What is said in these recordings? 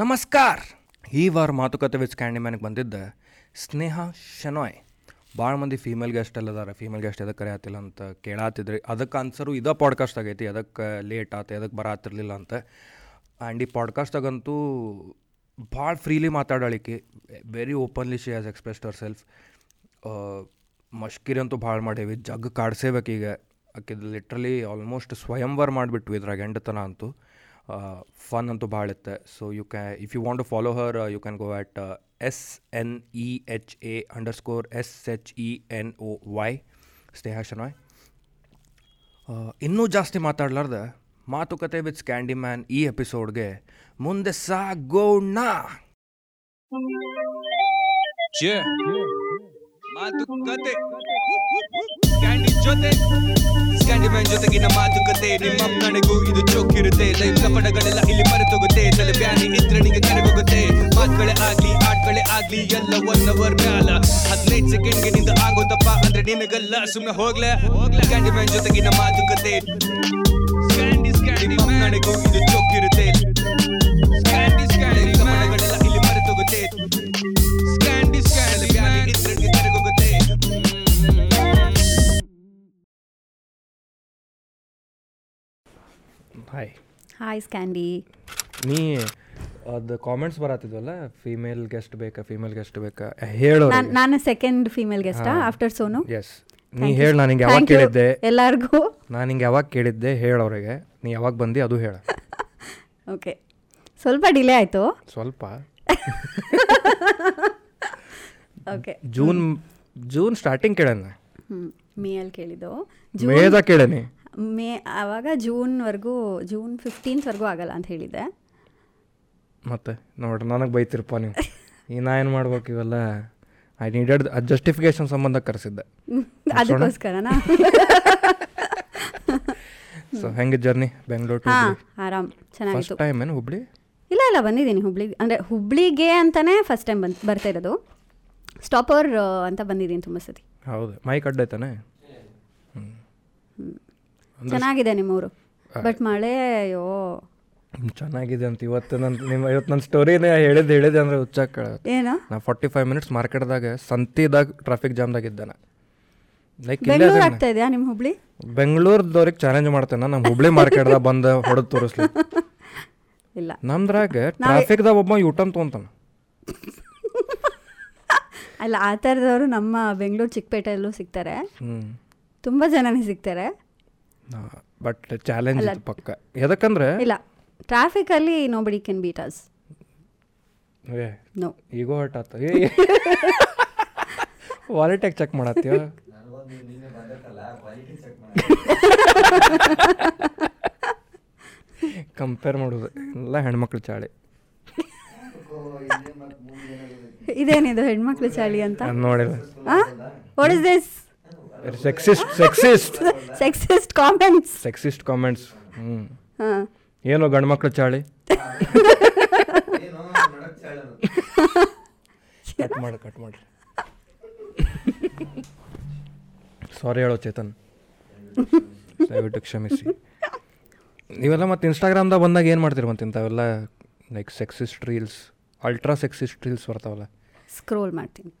ನಮಸ್ಕಾರ ಈ ವಾರ ಮಾತುಕತೆ ವಿತ್ ಕ್ಯಾಂಡಿಮ್ಯಾನಿಗೆ ಬಂದಿದ್ದ ಸ್ನೇಹ ಶೆನಾಯ್ ಭಾಳ ಮಂದಿ ಫೀಮೇಲ್ ಗೆಸ್ಟ್ ಎಲ್ಲ ಅದಾರ ಫೀಮೇಲ್ ಗೆಸ್ಟ್ ಎದಕ್ಕೆ ಕರೆಯತ್ತಿಲ್ಲ ಅಂತ ಕೇಳಾತಿದ್ರಿ ಅದಕ್ಕೆ ಆನ್ಸರು ಇದೇ ಪಾಡ್ಕಾಸ್ಟ್ ಆಗೈತಿ ಅದಕ್ಕೆ ಲೇಟ್ ಆತ ಎದಕ್ಕೆ ಬರಾತಿರ್ಲಿಲ್ಲ ಅಂತ ಆ್ಯಂಡ್ ಈ ಪಾಡ್ಕಾಸ್ಟಾಗಂತೂ ಭಾಳ ಫ್ರೀಲಿ ಮಾತಾಡಳಿಕೆ very openly she has expressed our self ಮಷ್ಕಿರಿ ಅಂತೂ ಭಾಳ ಮಾಡೇವಿ ಜಗ್ ಕಾಡ್ಸೇಬೇಕೀಗ ಆಕಿದು ಲಿಟ್ರಲಿ ಆಲ್ಮೋಸ್ಟ್ ಸ್ವಯಂವರ ಮಾಡಿಬಿಟ್ವಿ ಇದ್ರಾಗ ಎಂಡತನ ಅಂತೂ ಫನ್ ಅಂತೂ ಭಾಳ ಇತ್ತೆ ಸೊ ಯು ಕ್ಯಾ if you want to follow her you can go at S N E H A underscore S H E N O Y Sneha Shenoy ಆ, ಇನ್ನೂ ಜಾಸ್ತಿ ಮಾತಾಡ್ಲಾರ್ದ ಮಾತುಕತೆ ವಿತ್ ಸ್ಕ್ಯಾಂಡಿ ಮ್ಯಾನ್ ಈ ಎಪಿಸೋಡ್ಗೆ ಮುಂದೆ ಸಾಗೋಣ Yeah. ಮಾತುಕತೆ ಕ್ಯಾಂಡಿ ಜೊತೆ ಕ್ಯಾಂಡಿ ಮ್ಯಾನ್ ಜೊತೆಗಿನ ಮಾತುಕತೆ ನಿಮ್ಮ ನನಗೂ ಇದು ಚೊಕ್ಕಿರುತ್ತೆ ಲೈಫ್ ಪಡಗಳೆಲ್ಲ ಇಲ್ಲಿ ಮರೆತೋಗುತ್ತೆ ತಲೆ ಬ್ಯಾನಿ ಇದ್ರೆ ನಿಂಗೆ ಕರೆಗೋಗುತ್ತೆ ಮಾತುಗಳೇ ಆಗ್ಲಿ ಆಟಗಳೇ ಆಗ್ಲಿ ಎಲ್ಲ ಒನ್ ಅವರ್ ಮ್ಯಾಲ ಹದಿನೈದು ಸೆಕೆಂಡ್ಗೆ ನಿಂದ ಆಗೋದಪ್ಪ ಅಂದ್ರೆ ನಿನಗಲ್ಲ ಸುಮ್ಮನೆ ಹೋಗ್ಲೆ ಕ್ಯಾಂಡಿ ಮ್ಯಾನ್ ಜೊತೆಗಿನ ಮಾತುಕತೆ ಕ್ಯಾಂಡಿ ಸ್ಕ್ಯಾಂಡಿ ನನಗೂ ಇದು ಚೊಕ್ಕಿರುತ್ತೆ ಕ್ಯಾಂಡಿ ಸ್ಕ್ಯಾಂಡಿ ಪಡಗಳೆಲ್ಲ ಇಲ್ಲಿ ಮರೆತೋಗುತ್ತೆ ಸ್ಕ್ಯಾಂಡಿ ಸ್ಕ್ಯಾಂಡಿ ಬ್ಯಾನಿ ಇದ್ರಲ್ಲಿ ಕರಗೋಗುತ್ತೆ ಹಾಯ್ ಹಾಯ್ ಸ್ಕ್ಯಾಂಡಿ ನೀ ಅದು ಕಾಮೆಂಟ್ಸ್ ಬರತ್ತಿದ್ವಲ್ಲ ಫೀಮೇಲ್ ಗೆಸ್ಟ್ ಬೇಕಾ ಫೀಮೇಲ್ ಗೆಸ್ಟ್ ಬೇಕಾ ಹೇಳೋ ನಾನ್- ನಾನು ಸೆಕೆಂಡ್ ಫೀಮೇಲ್ ಗೆಸ್ಟಾ ಆಫ್ಟರ್ ಸೋನು ಎಸ್ ನೀ ಹೇಳಿ ನಾನು ಹಿಂಗೆ ಯಾವಾಗ ಕೇಳಿದ್ದೆ ಎಲ್ಲರಿಗೂ ನಾನು ಹಿಂಗೆ ಯಾವಾಗ ಕೇಳಿದ್ದೆ ಹೇಳೋರಿಗೆ ನೀ ಯಾವಾಗ ಬಂದು ಅದು ಹೇಳ ಓಕೆ ಸ್ವಲ್ಪ ಡಿಲೇ ಆಯಿತು ಸ್ವಲ್ಪ ಓಕೆ ಜೂನ್ ಜೂನ್ ಸ್ಟಾರ್ಟಿಂಗ್ ಕೇಳಣ್ಣ ಹ್ಞೂ ಮೇ ಅಲ್ಲಿ ಕೇಳಿದ್ದು ಮೇದ ಕೇಳೇನಿ ಮೇ ಆವಾಗ ಜೂನ್ವರೆಗೂ ಜೂನ್ ಫಿಫ್ಟೀನ್ತ್ವರೆಗೂ ಆಗಲ್ಲ ಅಂತ ಹೇಳಿದ್ದೆ ಮತ್ತೆ ನೋಡ್ರಿ ನನಗೆ ಬೈತಿರಪ್ಪ ನೀವು ಈ ನಾ ಏನು ಮಾಡ್ಬೇಕು ಇವೆಲ್ಲ ಐ ನೀಡೆಡ್ ಜಸ್ಟಿಫಿಕೇಶನ್ ಸಂಬಂಧ ಕರೆಸಿದ್ದೆ ಅದಕ್ಕೋಸ್ಕರನಾ ಸೊ ಹೆಂಗೆ ಜರ್ನಿ ಬೆಂಗಳೂರು ಟು ಹಾಂ ಆರಾಮ್ ಫಸ್ಟ್ ಚೆನ್ನಾಗಿತ್ತು ಟೈಮ್ ಏನು ಹುಬ್ಳಿ ಇಲ್ಲ ಇಲ್ಲ ಬಂದಿದ್ದೀನಿ ಹುಬ್ಳಿ ಅಂದರೆ ಹುಬ್ಳಿಗೆ ಅಂತಲೇ ಫಸ್ಟ್ ಟೈಮ್ ಬಂದು ಬರ್ತಾ ಇರೋದು ಸ್ಟಾಪರ್ ಅಂತ ಬಂದಿದ್ದೀನಿ ತುಂಬ ಸತಿ ಹೌದು ಮೈಕ್ ಅಡ್ಡೈತಾನೆ ಚೆನ್ನಾಗಿದೆ ನಿಮ್ಮೂರು ಬಟ್ ಮಳೆ ಅಯ್ಯೋ ಚೆನ್ನಾಗಿದೆ ಅಂತ ಇವತ್ತು ನನ್ನ ನಿಮ್ಮ ಇವತ್ತು ನನ್ನ ಸ್ಟೋರಿನೇ ಹೇಳಿದ್ದು ಹೇಳಿದೆ ಅಂದರೆ ಹುಚ್ಚಾಗಿ ಕೇಳೋದು ಏನು ನಾ ಫಾರ್ಟಿ ಫೈವ್ ಮಿನಿಟ್ಸ್ ಮಾರ್ಕೆಟ್ದಾಗ ಸಂತಿದಾಗ ಟ್ರಾಫಿಕ್ ಜಾಮ್ದಾಗ ಇದ್ದೆ ನಾ ಲೈಕ್ ಇಲ್ಲೇ ಬೆಂಗಳೂರು ಆಗ್ತಾ ಇದೆಯಾ ನಿಮ್ಮ ಹುಬ್ಳಿ ಬೆಂಗಳೂರದವ್ರಿಗೆ ಚಾಲೆಂಜ್ ಮಾಡ್ತೇನೆ ನಮ್ಮ ಹುಬ್ಳಿ ಮಾರ್ಕೆಟ್ದಾಗ ಬಂದು ಹೊಡೆದು ತೋರಿಸ್ಲಿ ಇಲ್ಲ ನಮ್ದ್ರಾಗ ಟ್ರಾಫಿಕ್ದಾಗ ಒಬ್ಬ ಯೂಟರ್ನ್ ತೊಗೊಂತಾನ ಅಲ್ಲ ಆ ಥರದವರು ನಮ್ಮ ಬೆಂಗಳೂರು ಚಿಕ್ಕಪೇಟೆಯಲ್ಲೂ ಸಿಗ್ತಾರೆ ಹ್ಞೂ ತುಂಬ ಜನನೇ ಸಿಗ್ತಾರೆ ಬಟ್ ಚಾಲೆಂಜ್ ಇದು ಪಕ್ಕ ಯಾಕಂದ್ರೆ ಇಲ್ಲ ಟ್ರಾಫಿಕಲ್ಲಿ nobody can beat us ಏ ನೋ ಈಗೋ ಹರ್ಟ್ ಆತ ವಾಲೆಟ್ಯಾಗ ಚೆಕ್ ಮಾಡತ್ತೀವ ಕಂಪೇರ್ ಮಾಡೋದು ಎಲ್ಲ ಹೆಣ್ಮಕ್ಳು ಚಾಳಿ ಇದೇನಿದು ಹೆಣ್ಮಕ್ಳು ಚಾಳಿ ಅಂತ ನಾನ್ ನೋಡಿಲ್ಲ what is this sexist sexist sexist comments sexist comments hmm ಹಾಂ ಏನು ಗಂಡು ಮಕ್ಳು ಚಾಳಿ ಕಟ್ ಮಾಡಿ ಕಟ್ ಮಾಡಿ ಸಾರಿ ಹೇಳೋ ಚೇತನ್ ದಯವಿಟ್ಟು ಕ್ಷಮಿಸಿ ನೀವೆಲ್ಲ ಮತ್ತು ಇನ್ಸ್ಟಾಗ್ರಾಮ್ದಾಗ ಬಂದಾಗ ಏನು ಮಾಡ್ತೀರಿ ಮತ್ತೆ ಇಂಥವೆಲ್ಲ like sexist reels ultra sexist reels ಬರ್ತಾವಲ್ಲ ಸ್ಕ್ರೋಲ್ ಮಾಡ್ತೀನಿ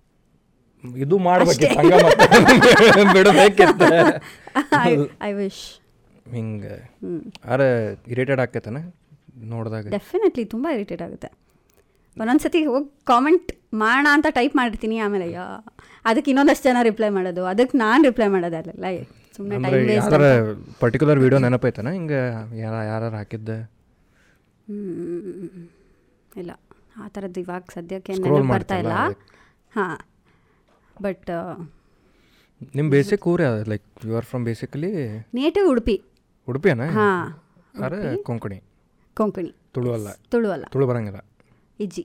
ಇದು ಮಾಡ್ಬೇಕಿತ್ತು ಹಂಗ ಮತ್ತೆ ಬಿಡಬೇಕಿತ್ತು ಐ ವಿಶ್ ಹಿಂಗೆ ಅರೆ ಇರಿಟೇಟ್ ಆಕೈತನ ನೋಡಿದಾಗ ಡೆಫಿನೆಟ್ಲಿ ತುಂಬ ಇರಿಟೇಟ್ ಆಗುತ್ತೆ ಒಂದೊಂದು ಸತಿ ಹೋಗಿ ಕಾಮೆಂಟ್ ಮಾಡೋಣ ಅಂತ ಟೈಪ್ ಮಾಡಿರ್ತೀನಿ ಆಮೇಲೆ ಅಯ್ಯೋ ಅದಕ್ಕೆ ಇನ್ನೊಂದಷ್ಟು ಜನ ರಿಪ್ಲೈ ಮಾಡೋದು ಅದಕ್ಕೆ ನಾನು ರಿಪ್ಲೈ ಮಾಡೋದಲ್ಲ ಸುಮ್ಮನೆ ಅಂದ್ರೆ ಟೈಮ್ ವೇಸ್ಟ್ ಯಾವ್ದಾರ ಪರ್ಟಿಕ್ಯುಲರ್ ವಿಡಿಯೋ ನೆನಪೈತನ ಹಿಂಗೆ ಯಾರ ಯಾರು ಹಾಕಿದ್ದೆ ಹ್ಮ್. ಇಲ್ಲ ಆ ಥರದ್ದು ಇವಾಗ ಸದ್ಯಕ್ಕೆ Scroll ನೆನಪು ಮಾಡ್ತಾ ಬರ್ತಾ ಇಲ್ಲ ಇಲ್ಲ. ಹಾಂ ಬಟ್ ನಿಮ್ಮ ಬೇಸಿಕ್ ಊರು ಯಾವ್ದು like you are from basically native Udupi ಉಡುಪಿಯನ ಹಾಂ ಅರೆ ಕೊಂಕಣಿ ಕೊಂಕಣಿ ತುಳು ಅಲ್ಲ ತುಳು ಅಲ್ಲ ತುಳು ಬರಂಗಿಲ್ಲ ಇಜ್ಜಿ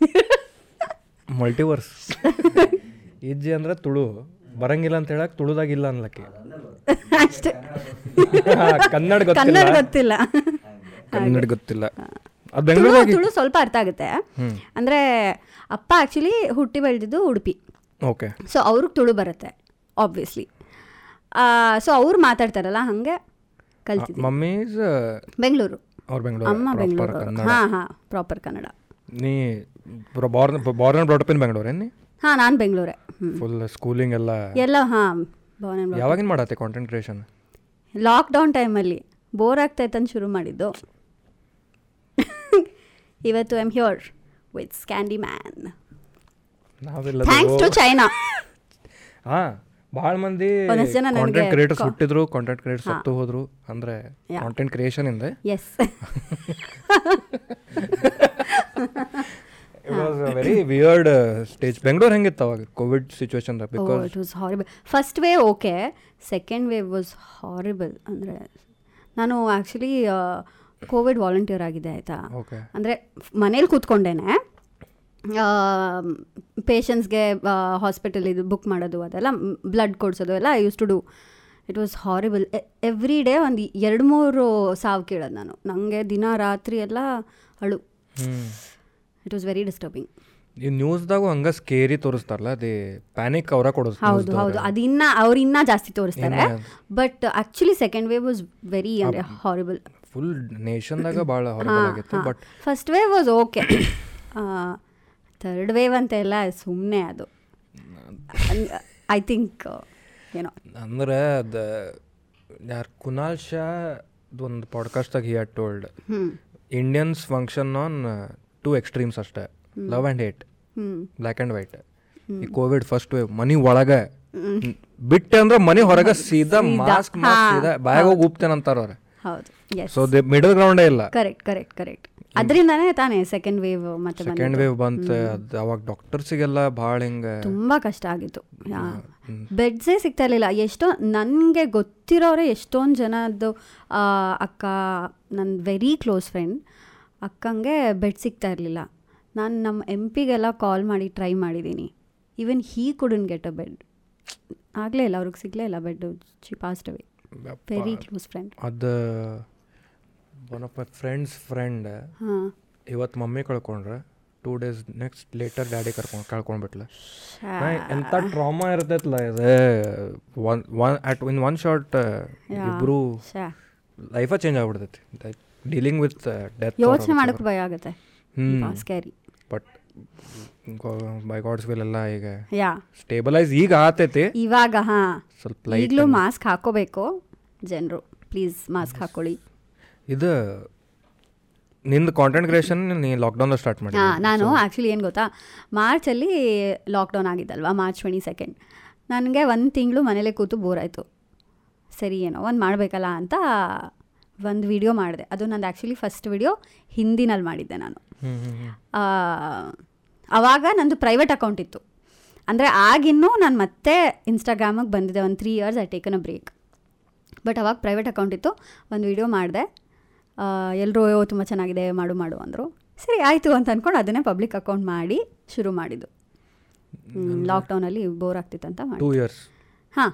ಮಲ್ಟಿವರ್ಸ್ ಇಜ್ಜಿ ಅಂದ್ರೆ ತುಳು ಬರಂಗಿಲ್ಲ ಅಂತ ಹೇಳಕ್ ತುಳುದಾಗಿಲ್ಲ ಅನ್ಲಕ್ಕೆ ಅಷ್ಟೇ ಹಾ, ಕನ್ನಡ ಕನ್ನಡ ಗೊತ್ತಿಲ್ಲ ಗೊತ್ತಿಲ್ಲ ಕನ್ನಡ ಗೊತ್ತಿಲ್ಲ ಅದು ತುಳು ಬೆಂಗಳೂರಾಗಿ ತುಳು ಸ್ವಲ್ಪ ಅರ್ಥ ಆಗುತ್ತೆ ಅಂದರೆ ಅಪ್ಪ ಆ್ಯಕ್ಚುಲಿ ಹುಟ್ಟಿ ಬೆಳೆದಿದ್ದು ಉಡುಪಿ ಓಕೆ ಸೊ ಅವ್ರಿಗೆ ತುಳು ಬರುತ್ತೆ ಆಬ್ವಿಯಸ್ಲಿ ಸೊ ಅವ್ರು ಮಾತಾಡ್ತಾರಲ್ಲ ಹಾಗೆ ಕಲ್ತಿದ್ವಿ ಮಮ್ಮೀಸ್ ಬೆಂಗಳೂರು ಅವ್ರ ಬೆಂಗಳೂರು ಅಮ್ಮ ಬೆಂಗಳೂರು ಹಾಂ ಹಾಂ ಪ್ರಾಪರ್ ಕನ್ನಡ ನೀ born born and brought up in Bengaluru ಏನು ಹಾಂ ನಾನು ಬೆಂಗಳೂರೇ ಹ್ಞೂ ಫುಲ್ ಸ್ಕೂಲಿಂಗ್ ಎಲ್ಲ ಎಲ್ಲ ಹಾಂ ಭವನ ಯಾವಾಗಿನ ಮಾಡತ್ತೆ ಕಾಂಟೆಂಟ್ ಕ್ರಿಯೇಷನ್ ಲಾಕ್ಡೌನ್ ಟೈಮಲ್ಲಿ ಬೋರ್ ಆಗ್ತೈತೆ ಅಂತ ಶುರು ಮಾಡಿದ್ದು ಇವತ್ತು I am here with Candyman ನಾವೆಲ್ಲ ಥ್ಯಾಂಕ್ಸ್ ಟು ಚೈನಾ ಹಾ ಭಾಳ ಮಂದಿ ಒಂದಷ್ಟ್ ಜನ ನನ್ಗೆ ಕಾಂಟೆಂಟ್ ಕ್ರಿಯೇಟರ್ಸ್ ಕಾ- ಹುಟ್ಟಿದ್ರು ಕಾಂಟೆಂಟ್ ಕ್ರಿಯೇಟರ್ಸ್ ಸತ್ತು ಹೋದ್ರು ಅಂದ್ರೆ Yeah. ಕಾಂಟೆಂಟ್ ಕ್ರಿಯೇಷನ್ ಇಂದ yes it was very weird stage Bengaluru uh, ಹೆಂಗಿತ್ತು ಅವಾಗ Covid situation because it was horrible first wave okay second wave was horrible ಅಂದರೆ ನಾನು ಆ್ಯಕ್ಚುಲಿ ಕೋವಿಡ್ ವಾಲಂಟಿಯರ್ ಆಗಿದೆ ಆಯಿತಾ ಓಕೆ ಅಂದರೆ ಮನೇಲಿ ಕೂತ್ಕೊಂಡೇನೆ ಪೇಷಂಟ್ಸ್ಗೆ ಹಾಸ್ಪಿಟಲ್ ಇದು ಬುಕ್ ಮಾಡೋದು ಅದೆಲ್ಲ ಬ್ಲಡ್ ಕೊಡಿಸೋದು ಎಲ್ಲ used to do it was horrible every day ಒಂದು ಎರಡು ಮೂರು ಸಾವು ಕೇಳೋದು ನಾನು ನನಗೆ ದಿನ ರಾತ್ರಿ ಎಲ್ಲ ಅಳು hmm it was very disturbing ಈ ನ್ಯೂಸ್ದಾಗ ಹಂಗ ಸ್ಕೇರಿ ತೋರಿಸ್ತಾರಲ್ಲ ಅದೇ ಪ್ಯಾನಿಕ್ ಅವರ ಹೌದು ಕೊಡಿಸ್ತಾರೆ ಹೌದು ಅದಿನ್ನ ಅವ್ರು ಇನ್ನ ಜಾಸ್ತಿ ತೋರಿಸ್ತಾರೆ ಇನ್ನ- but actually second wave was very ಅಂದರೆ ಹಾರಿಬಲ್ ಫುಲ್ ನೇಷನ್ದಾಗ ಭಾಳ ಹೊರಗೆ ಆಗಿತ್ತು but first wave was okay third wave ಅಂತೆಲ್ಲ ಸುಮ್ಮನೆ ಅದು uh, ಐ ಥಿಂಕ್ ಏನೋ ಅಂದ್ರೆ ಅದ ಯಾರು ಕುನಾಲ್ ಶಾ ಒಂದು ಪಾಡ್ಕಾಸ್ಟಾಗ he had told Indians function on two extremes uh, ಅಷ್ಟೇ ಲವ್ ಆ್ಯಂಡ್ ಹೇಟ್ ಹ್ಞೂ ಬ್ಲ್ಯಾಕ್ ಆ್ಯಂಡ್ ವೈಟ್ ಈ ಕೋವಿಡ್ ಫಸ್ಟ್ ವೇವ್ ಮನಿ ಒಳಗೆ ಬಿಟ್ಟೆ ಅಂದ್ರೆ ಮನಿ ಹೊರಗೆ ಸೀದಾ ಮಾಸ್ಕ್ ಮಾಸ್ಕ್ ಸೀದಾ ಬಾಯಾಗ ಹೋಗಿ ಉಪ್ತೇನೆ ಅಂತಾರ ಅವ್ರೆ ಹೌದು ಎಸ್ ಸೊ ದಿ ಮಿಡಲ್ ಗ್ರೌಂಡೇ ಇಲ್ಲ ಕರೆಕ್ಟ್ ಕರೆಕ್ಟ್ ಕರೆಕ್ಟ್ ಅದರಿಂದಾನೇ ತಾನೇ ಸೆಕೆಂಡ್ ವೇವ್ ಮತ್ತೆ ಬಂದು ಸೆಕೆಂಡ್ ವೇವ್ ಬಂತು ಅದು ಅವಾಗ ಡಾಕ್ಟರ್ಸಿಗೆಲ್ಲ ಭಾಳ ಹಿಂಗೆ ತುಂಬ ಕಷ್ಟ ಆಗಿತ್ತು ಬೆಡ್ಸೇ ಸಿಗ್ತಾ ಇರಲಿಲ್ಲ ಎಷ್ಟೋ ನನಗೆ ಗೊತ್ತಿರೋರೆ ಎಷ್ಟೊಂದು ಜನದ್ದು ಆ, ಅಕ್ಕ ನನ್ನ ವೆರಿ ಕ್ಲೋಸ್ ಫ್ರೆಂಡ್ ಅಕ್ಕಂಗೆ ಬೆಡ್ ಸಿಗ್ತಾ ಇರಲಿಲ್ಲ ನಾನು ನಮ್ಮ ಎಂ ಪಿಗೆಲ್ಲ ಕಾಲ್ ಮಾಡಿ ಟ್ರೈ ಮಾಡಿದ್ದೀನಿ even he couldn't get a bed ಆಗಲೇ ಇಲ್ಲ ಅವ್ರಿಗೆ ಸಿಗಲೇ ಇಲ್ಲ bed she passed away very close friend ಅದು one of my friends friend ಹಾಂ ಇವತ್ತು ಮಮ್ಮಿ ಕಳ್ಕೊಂಡ್ರೆ two days next later daddy ಕರ್ಕೊಂಡು ಕಳ್ಕೊಂಡ್ಬಿಟ್ಲೆ ನಾ ಎಂಥ ಟ್ರಾಮಾ ಇರ್ತೈತಲ್ಲ ಇದು one one at in one short ಇಬ್ಬರು ಶಾ ಲೈಫ ಚೇಂಜ್ ಆಗ್ಬಿಡ್ತೈತಿ ಡೀಲಿಂಗ್ ವಿತ್ ಡೆತ್ ಯೋಚನೆ ಮಾಡೋಕ್ಕೆ ಭಯ ಆಗುತ್ತೆ hmm. Scary but by God's will ಎಲ್ಲ ಈಗ ಯಾ ಸ್ಟೇಬಲೈಸ್ ಈಗ ಆತೈತಿ ಇವಾಗ ಹಾಂ ಸ್ವಲ್ಪ ಲೈಟ್ ಈಗಲೂ ಮಾಸ್ಕ್ ಹಾಕೋಬೇಕು ಜನರು ಪ್ಲೀಸ್ ಮಾಸ್ಕ್ ಹಾಕೊಳ್ಳಿ ಇದು ನಿಂದು ಕಾಂಟೆಂಟ್ ಕ್ರಿಯೇಷನ್ ನೀ ಲಾಕ್ಡೌನ್ ಸ್ಟಾರ್ಟ್ ಮಾಡಿ ಹಾಂ ನಾನು ಆ್ಯಕ್ಚುಲಿ ಏನು ಗೊತ್ತಾ ಮಾರ್ಚಲ್ಲಿ ಲಾಕ್ಡೌನ್ ಆಗಿದ್ದಲ್ವಾ ಮಾರ್ಚ್ ಟ್ವೆಂಟಿ ಸೆಕೆಂಡ್ ನನಗೆ ಒಂದು ತಿಂಗಳು ಮನೇಲೆ ಕೂತು ಬೋರ್ ಆಯಿತು ಸರಿ ಏನೋ ಒಂದು ಮಾಡಬೇಕಲ್ಲ ಅಂತ ಒಂದು ವಿಡಿಯೋ ಮಾಡಿದೆ ಅದು ನಂದು ಆ್ಯಕ್ಚುಲಿ ಫಸ್ಟ್ ವಿಡಿಯೋ ಹಿಂದಿನಲ್ಲಿ ಮಾಡಿದ್ದೆ ನಾನು ಹ್ಮ್ ಹ್ಮ್ ಹ್ಮ್. ಆ, ಆವಾಗ ನಂದು ಪ್ರೈವೇಟ್ ಅಕೌಂಟ್ ಇತ್ತು ಅಂದರೆ ಆಗಿನ್ನೂ ನಾನು ಮತ್ತೆ ಇನ್ಸ್ಟಾಗ್ರಾಮಿಗೆ ಬಂದಿದ್ದೆ ಒಂದು three years I taken a break but ಅವಾಗ ಪ್ರೈವೇಟ್ ಅಕೌಂಟ್ ಇತ್ತು ಒಂದು ವಿಡಿಯೋ ಮಾಡಿದೆ ಎಲ್ಲರೂ ತುಂಬ ಚೆನ್ನಾಗಿದೆ ಮಾಡು ಮಾಡು ಅಂದರು ಸರಿ ಆಯಿತು ಅಂತ ಅಂದ್ಕೊಂಡು ಅದನ್ನೇ ಪಬ್ಲಿಕ್ ಅಕೌಂಟ್ ಮಾಡಿ ಶುರು ಮಾಡಿದ್ದು ಲಾಕ್ಡೌನಲ್ಲಿ ಬೋರ್ ಆಗ್ತಿತ್ತು ಅಂತ ಮಾಡಿ ಟೂ ಇಯರ್ಸ್ ಹಾಂ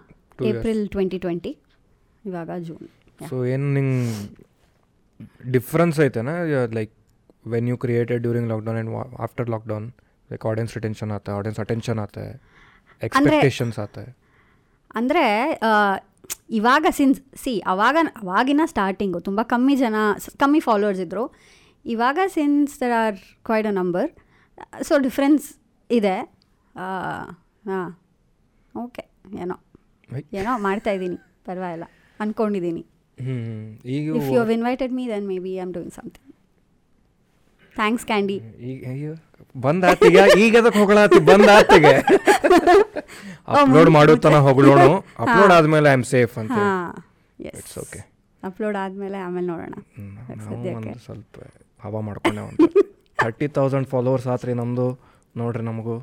ಏಪ್ರಿಲ್ ಟ್ವೆಂಟಿ ಟ್ವೆಂಟಿ ಇವಾಗ ಜೂನ್ ಸೊ ಏನು ನಿಂಗೆ ಡಿಫ್ರೆನ್ಸ್ ಐತೆನಾ like when you created during lockdown and after lockdown like audience retention ಆತ ಆಡಿಯನ್ಸ್ ಅಟೆನ್ಷನ್ ಆತ ಎಕ್ಸ್ಪೆಕ್ಟೇಷನ್ಸ್ ಆತ ಅಂದರೆ ಇವಾಗ ಸಿನ್ಸ್ ಸಿ ಅವಾಗ ಅವಾಗಿನ ಸ್ಟಾರ್ಟಿಂಗು ತುಂಬ ಕಮ್ಮಿ ಜನ ಸ್- ಕಮ್ಮಿ ಫಾಲೋವರ್ಸ್ ಇದ್ದರು ಇವಾಗ since there are quite a number so difference ಇದೆ ಹಾಂ ಓಕೆ ಏನೋ Hey. ಏನೋ ಮಾಡ್ತಾ ಇದ್ದೀನಿ ಪರವಾಗಿಲ್ಲ ಅಂದ್ಕೊಂಡಿದ್ದೀನಿ ಹ್ಞೂ ಈಗ if you have invited me then maybe I am doing something thanks Candy ಈಗ ಅಯ್ಯೋ ಬಂದ ಆತಿಗೆ ಈಗ ಅದಕ್ಕೆ ಹೊಗಳಾತಿ ಬಂದ ಆತಿಗೆ ಅಪ್ಲೋಡ್ ಮಾಡೋ ತನ ಹೊಗಳೋಣ ಅಪ್ಲೋಡ್ ಆದ್ಮೇಲೆ ಐ ಆಮ್ ಸೇಫ್ ಅಂತ ಹಾಂ ಎಸ್ ಇಟ್ಸ್ ಓಕೆ ಅಪ್ಲೋಡ್ ಆದಮೇಲೆ ಆಮೇಲೆ ನೋಡೋಣ ನಾವು ಸದ್ಯಕ್ಕೆ ಒಂದು ಸ್ವಲ್ಪ ಹವಾ ಮಾಡ್ಕೊಂಡೆ ಥರ್ಟಿ ತೌಸಂಡ್ ಫಾಲೋವರ್ಸ್ ಆತ್ರಿ ನಮ್ಮದು ನೋಡ್ರಿ ನಮಗೂ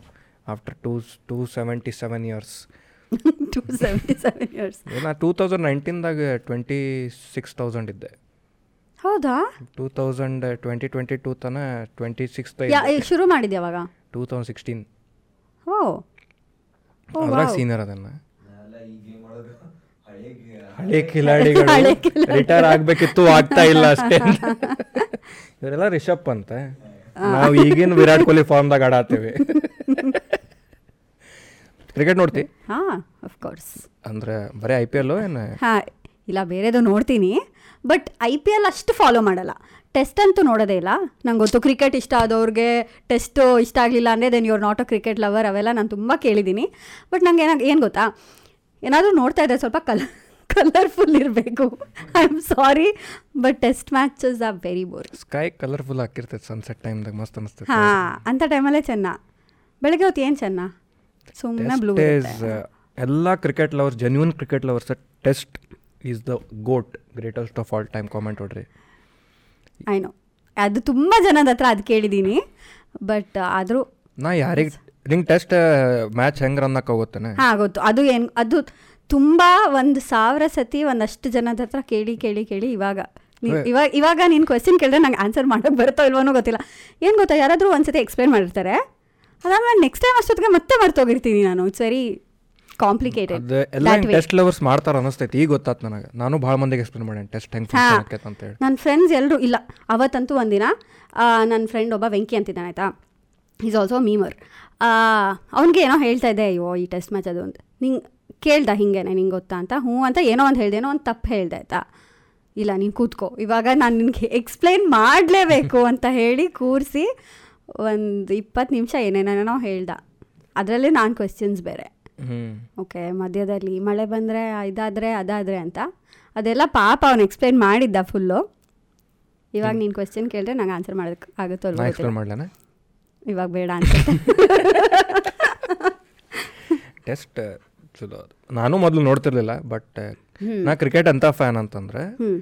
after two two seventy seven years two seventy seven years ನಾ ಟೂ ತೌಸಂಡ್ ನೈನ್ಟೀನ್ದಾಗ ಟ್ವೆಂಟಿ ಸಿಕ್ಸ್ ತೌಸಂಡ್ ಇದ್ದೆ ಹೌದಾ two thousand twenty twenty two ತನ ಟ್ವೆಂಟಿ ಸಿಕ್ಸ್ ಯಾ- ಈಗ ಶುರು ಮಾಡಿದ್ಯಾ ಅವಾಗ ಟೂ ತೌಸಂಡ್ ಸಿಕ್ಸ್ಟೀನ್ ಓ ಓ, ಅದ್ರಾಗ wow. ಸೀನಿಯರ್ ಅದನ್ನ ಹಳೆ ಕಿಲಾಡಿಗಳು ಹಳೆ ಕಿಲಾಡಿಗಳು. ರಿಟೈರ್ ಆಗ್ಬೇಕಿತ್ತು ಆಗ್ತಾ ಇಲ್ಲ ಅಷ್ಟೇ ಇವರೆಲ್ಲ ರಿಷಬ್ ಅಂತ ನಾವು ಈಗಿನ ವಿರಾಟ್ ಕೊಹ್ಲಿ ಫಾರ್ಮ್ದಾಗ ಆಡಾತೀವಿ ಕ್ರಿಕೆಟ್ ನೋಡ್ತಿ ಹಾ ಅಫ್ ಕೋರ್ಸ್ ಅಂದ್ರೆ ಬರೀ ಐ ಪಿ ಎಲ್ ಏನು ಹಾ ಇಲ್ಲ ಬೇರೆದು ನೋಡ್ತೀನಿ ಬಟ್ ಐ ಪಿ ಎಲ್ ಅಷ್ಟು ಫಾಲೋ ಮಾಡಲ್ಲ ಟೆಸ್ಟ್ ಅಂತೂ ನೋಡೋದೇ ಇಲ್ಲ ನಂಗೆ ಗೊತ್ತು ಕ್ರಿಕೆಟ್ ಇಷ್ಟ ಆದವ್ರಿಗೆ ಟೆಸ್ಟು ಇಷ್ಟ ಆಗಲಿಲ್ಲ ಅಂದರೆ then you're not a cricket lover ಅವೆಲ್ಲ ನಾನು ತುಂಬ ಕೇಳಿದ್ದೀನಿ ಬಟ್ ನಂಗೆ ಏನಾಗ ಏನು ಗೊತ್ತಾ ಏನಾದರೂ ನೋಡ್ತಾ ಇದ್ದರೆ ಸ್ವಲ್ಪ ಕಲ ಕಲರ್ಫುಲ್ ಇರಬೇಕು I am sorry but test matches are very bore sky colourful ಆಗಿರ್ತೈತೆ ಸನ್ಸೆಟ್ ಟೈಮ್ದಾಗ ಮಸ್ತ್ ಅನಿಸ್ತೈತೆ ಹಾಂ ಅಂಥ ಟೈಮಲ್ಲೇ ಚೆನ್ನ ಬೆಳಗ್ಗೆ ಹೊತ್ತು ಏನು ಚೆನ್ನ ಸುಮ್ಮನೆ ಬ್ಲೂ ಟೆಸ್ಟ್ ಎಲ್ಲ cricket lovers genuine cricket lovers test is the goat greatest of all time comment ಹೊಡ್ರಿ ಐ ನೋ ಅದು ತುಂಬ ಜನದ ಹತ್ರ ಅದು ಕೇಳಿದ್ದೀನಿ ಬಟ್ ಆದರೂ ನಾ ಯಾರಿಗೆ ನಿಂಗೆ ಟೆಸ್ಟ್ ಮ್ಯಾಚ್ ಹೆಂಗೆ ಅನ್ನಕ್ಕೆ ಹೋಗುತ್ತಾನೆ ಹಾಂ ಗೊತ್ತು ಅದು ಏನು ಅದು ತುಂಬ ಒಂದು ಸಾವಿರ ಸತಿ ಒಂದಷ್ಟು ಜನದ ಹತ್ರ ಕೇಳಿ ಕೇಳಿ ಕೇಳಿ ಇವಾಗ ನೀ- ಹೇ. ಇವಾಗ ಇವಾಗ ನೀನು ಕ್ವೆಶನ್ ಕೇಳಿದ್ರೆ ನಂಗೆ ಆನ್ಸರ್ ಮಾಡೋಕ್ಕೆ ಬರುತ್ತೋ ಇಲ್ವನೋ ಗೊತ್ತಿಲ್ಲ ಏನು ಗೊತ್ತಾ ಯಾರಾದರೂ ಒಂದ್ಸತಿ ಎಕ್ಸ್ಪ್ಲೇನ್ ಮಾಡಿರ್ತಾರೆ ಅದಾದ್ಮೇಲೆ ನೆಕ್ಸ್ಟ್ ಟೈಮ್ ಅಷ್ಟೊತ್ತಿಗೆ ಮತ್ತೆ ಮರ್ತೋಗಿರ್ತೀನಿ ನಾನು ಇಟ್ಸ್ ವೆರಿ ಕಾಂಪ್ಲಿಕೇಟೆಡ್ ಅದು ಎಲ್ಲ ಟೆಸ್ಟ್ ಲವರ್ಸ್ ಮಾಡ್ತಾರ ಅನಿಸ್ತೈತಿ ಈಗ ಗೊತ್ತಾತ್ ನನಗೆ ನಾನು ಭಾಳ ಮಂದಿಗೆ ಎಕ್ಸ್ಪ್ಲೇನ್ ಮಾಡೇನಿ ಟೆಸ್ಟ್ ಹೆಂಗೆ ಹಾ. ಫಂಕ್ಷನ್ ಆಕೈತೆ ಅಂತ ಹೇಳಿ ನನ್ನ ಫ್ರೆಂಡ್ಸ್ ಎಲ್ಲರೂ ಇಲ್ಲ ಅವತ್ತಂತೂ ಒಂದಿನ ನನ್ನ ಫ್ರೆಂಡ್ ಒಬ್ಬ ವೆಂಕಿ ಅಂತಿದ್ದಾನೆ ಆಯಿತಾ ಈಸ್ ಆಲ್ಸೋ ಮೀಮರ್ ಅವನಿಗೆ ಏನೋ ಹೇಳ್ತಾ ಇದ್ದೆ ಅಯ್ಯೋ ಈ ಟೆಸ್ಟ್ ಮ್ಯಾಚ್ ಅದು ಅಂತ ನಿಂಗೆ ಕೇಳ್ದ ಹಿಂಗೇನೆ ನಿಂಗೆ ಗೊತ್ತಾ ಅಂತ ಹ್ಞೂ ಅಂತ ಏನೋ ಒಂದು ಹೇಳ್ದೆ ಏನೋ ಒಂದು ತಪ್ಪು ಹೇಳ್ದೆ ಆಯಿತಾ ಇಲ್ಲ ನೀನು ಕೂತ್ಕೋ ಇವಾಗ ನಾನು ನಿನಗೆ ಎಕ್ಸ್ಪ್ಲೈನ್ ಮಾಡಲೇಬೇಕು ಅಂತ ಹೇಳಿ ಕೂರಿಸಿ ಒಂದು ಇಪ್ಪತ್ತು ನಿಮಿಷ ಏನೇನೇನೋ ಹೇಳ್ದ ಅದರಲ್ಲೇ ನಾನು ಕ್ವೆಶ್ಚನ್ಸ್ ಬೇರೆ ಹ್ಞೂ ಓಕೆ ಮಧ್ಯದಲ್ಲಿ ಮಳೆ ಬಂದರೆ ಇದಾದರೆ ಅದಾದರೆ ಅಂತ ಅದೆಲ್ಲ ಪಾಪ ಅವ್ನು ಎಕ್ಸ್ಪ್ಲೈನ್ ಮಾಡಿದ್ದ ಫುಲ್ಲು ಇವಾಗ ನೀನು ಕ್ವೆಶ್ಚನ್ ಕೇಳಿದ್ರೆ ನಂಗೆ ಆನ್ಸರ್ ಮಾಡೋದಕ್ಕೆ ಆಗುತ್ತೋ ನಾ ಅಲ್ವೋ ಎಕ್ಸ್ಪ್ಲೇನ್ ಗೊತ್ತಿಲ್ಲ. ಮಾಡ್ಲೇನೆ ಇವಾಗ ಬೇಡ ಅನ್ಸುತ್ತೆ ಟೆಸ್ಟ್ ಚಲೋ ಅದು. ನಾನು ಮೊದಲು ನೋಡ್ತಿರ್ಲಿಲ್ಲ ಬಟ್ ನಾ ಕ್ರಿಕೆಟ್ ಅಂತ ಫ್ಯಾನ್ ಅಂತಂದ್ರೆ ಹ್ಮ್.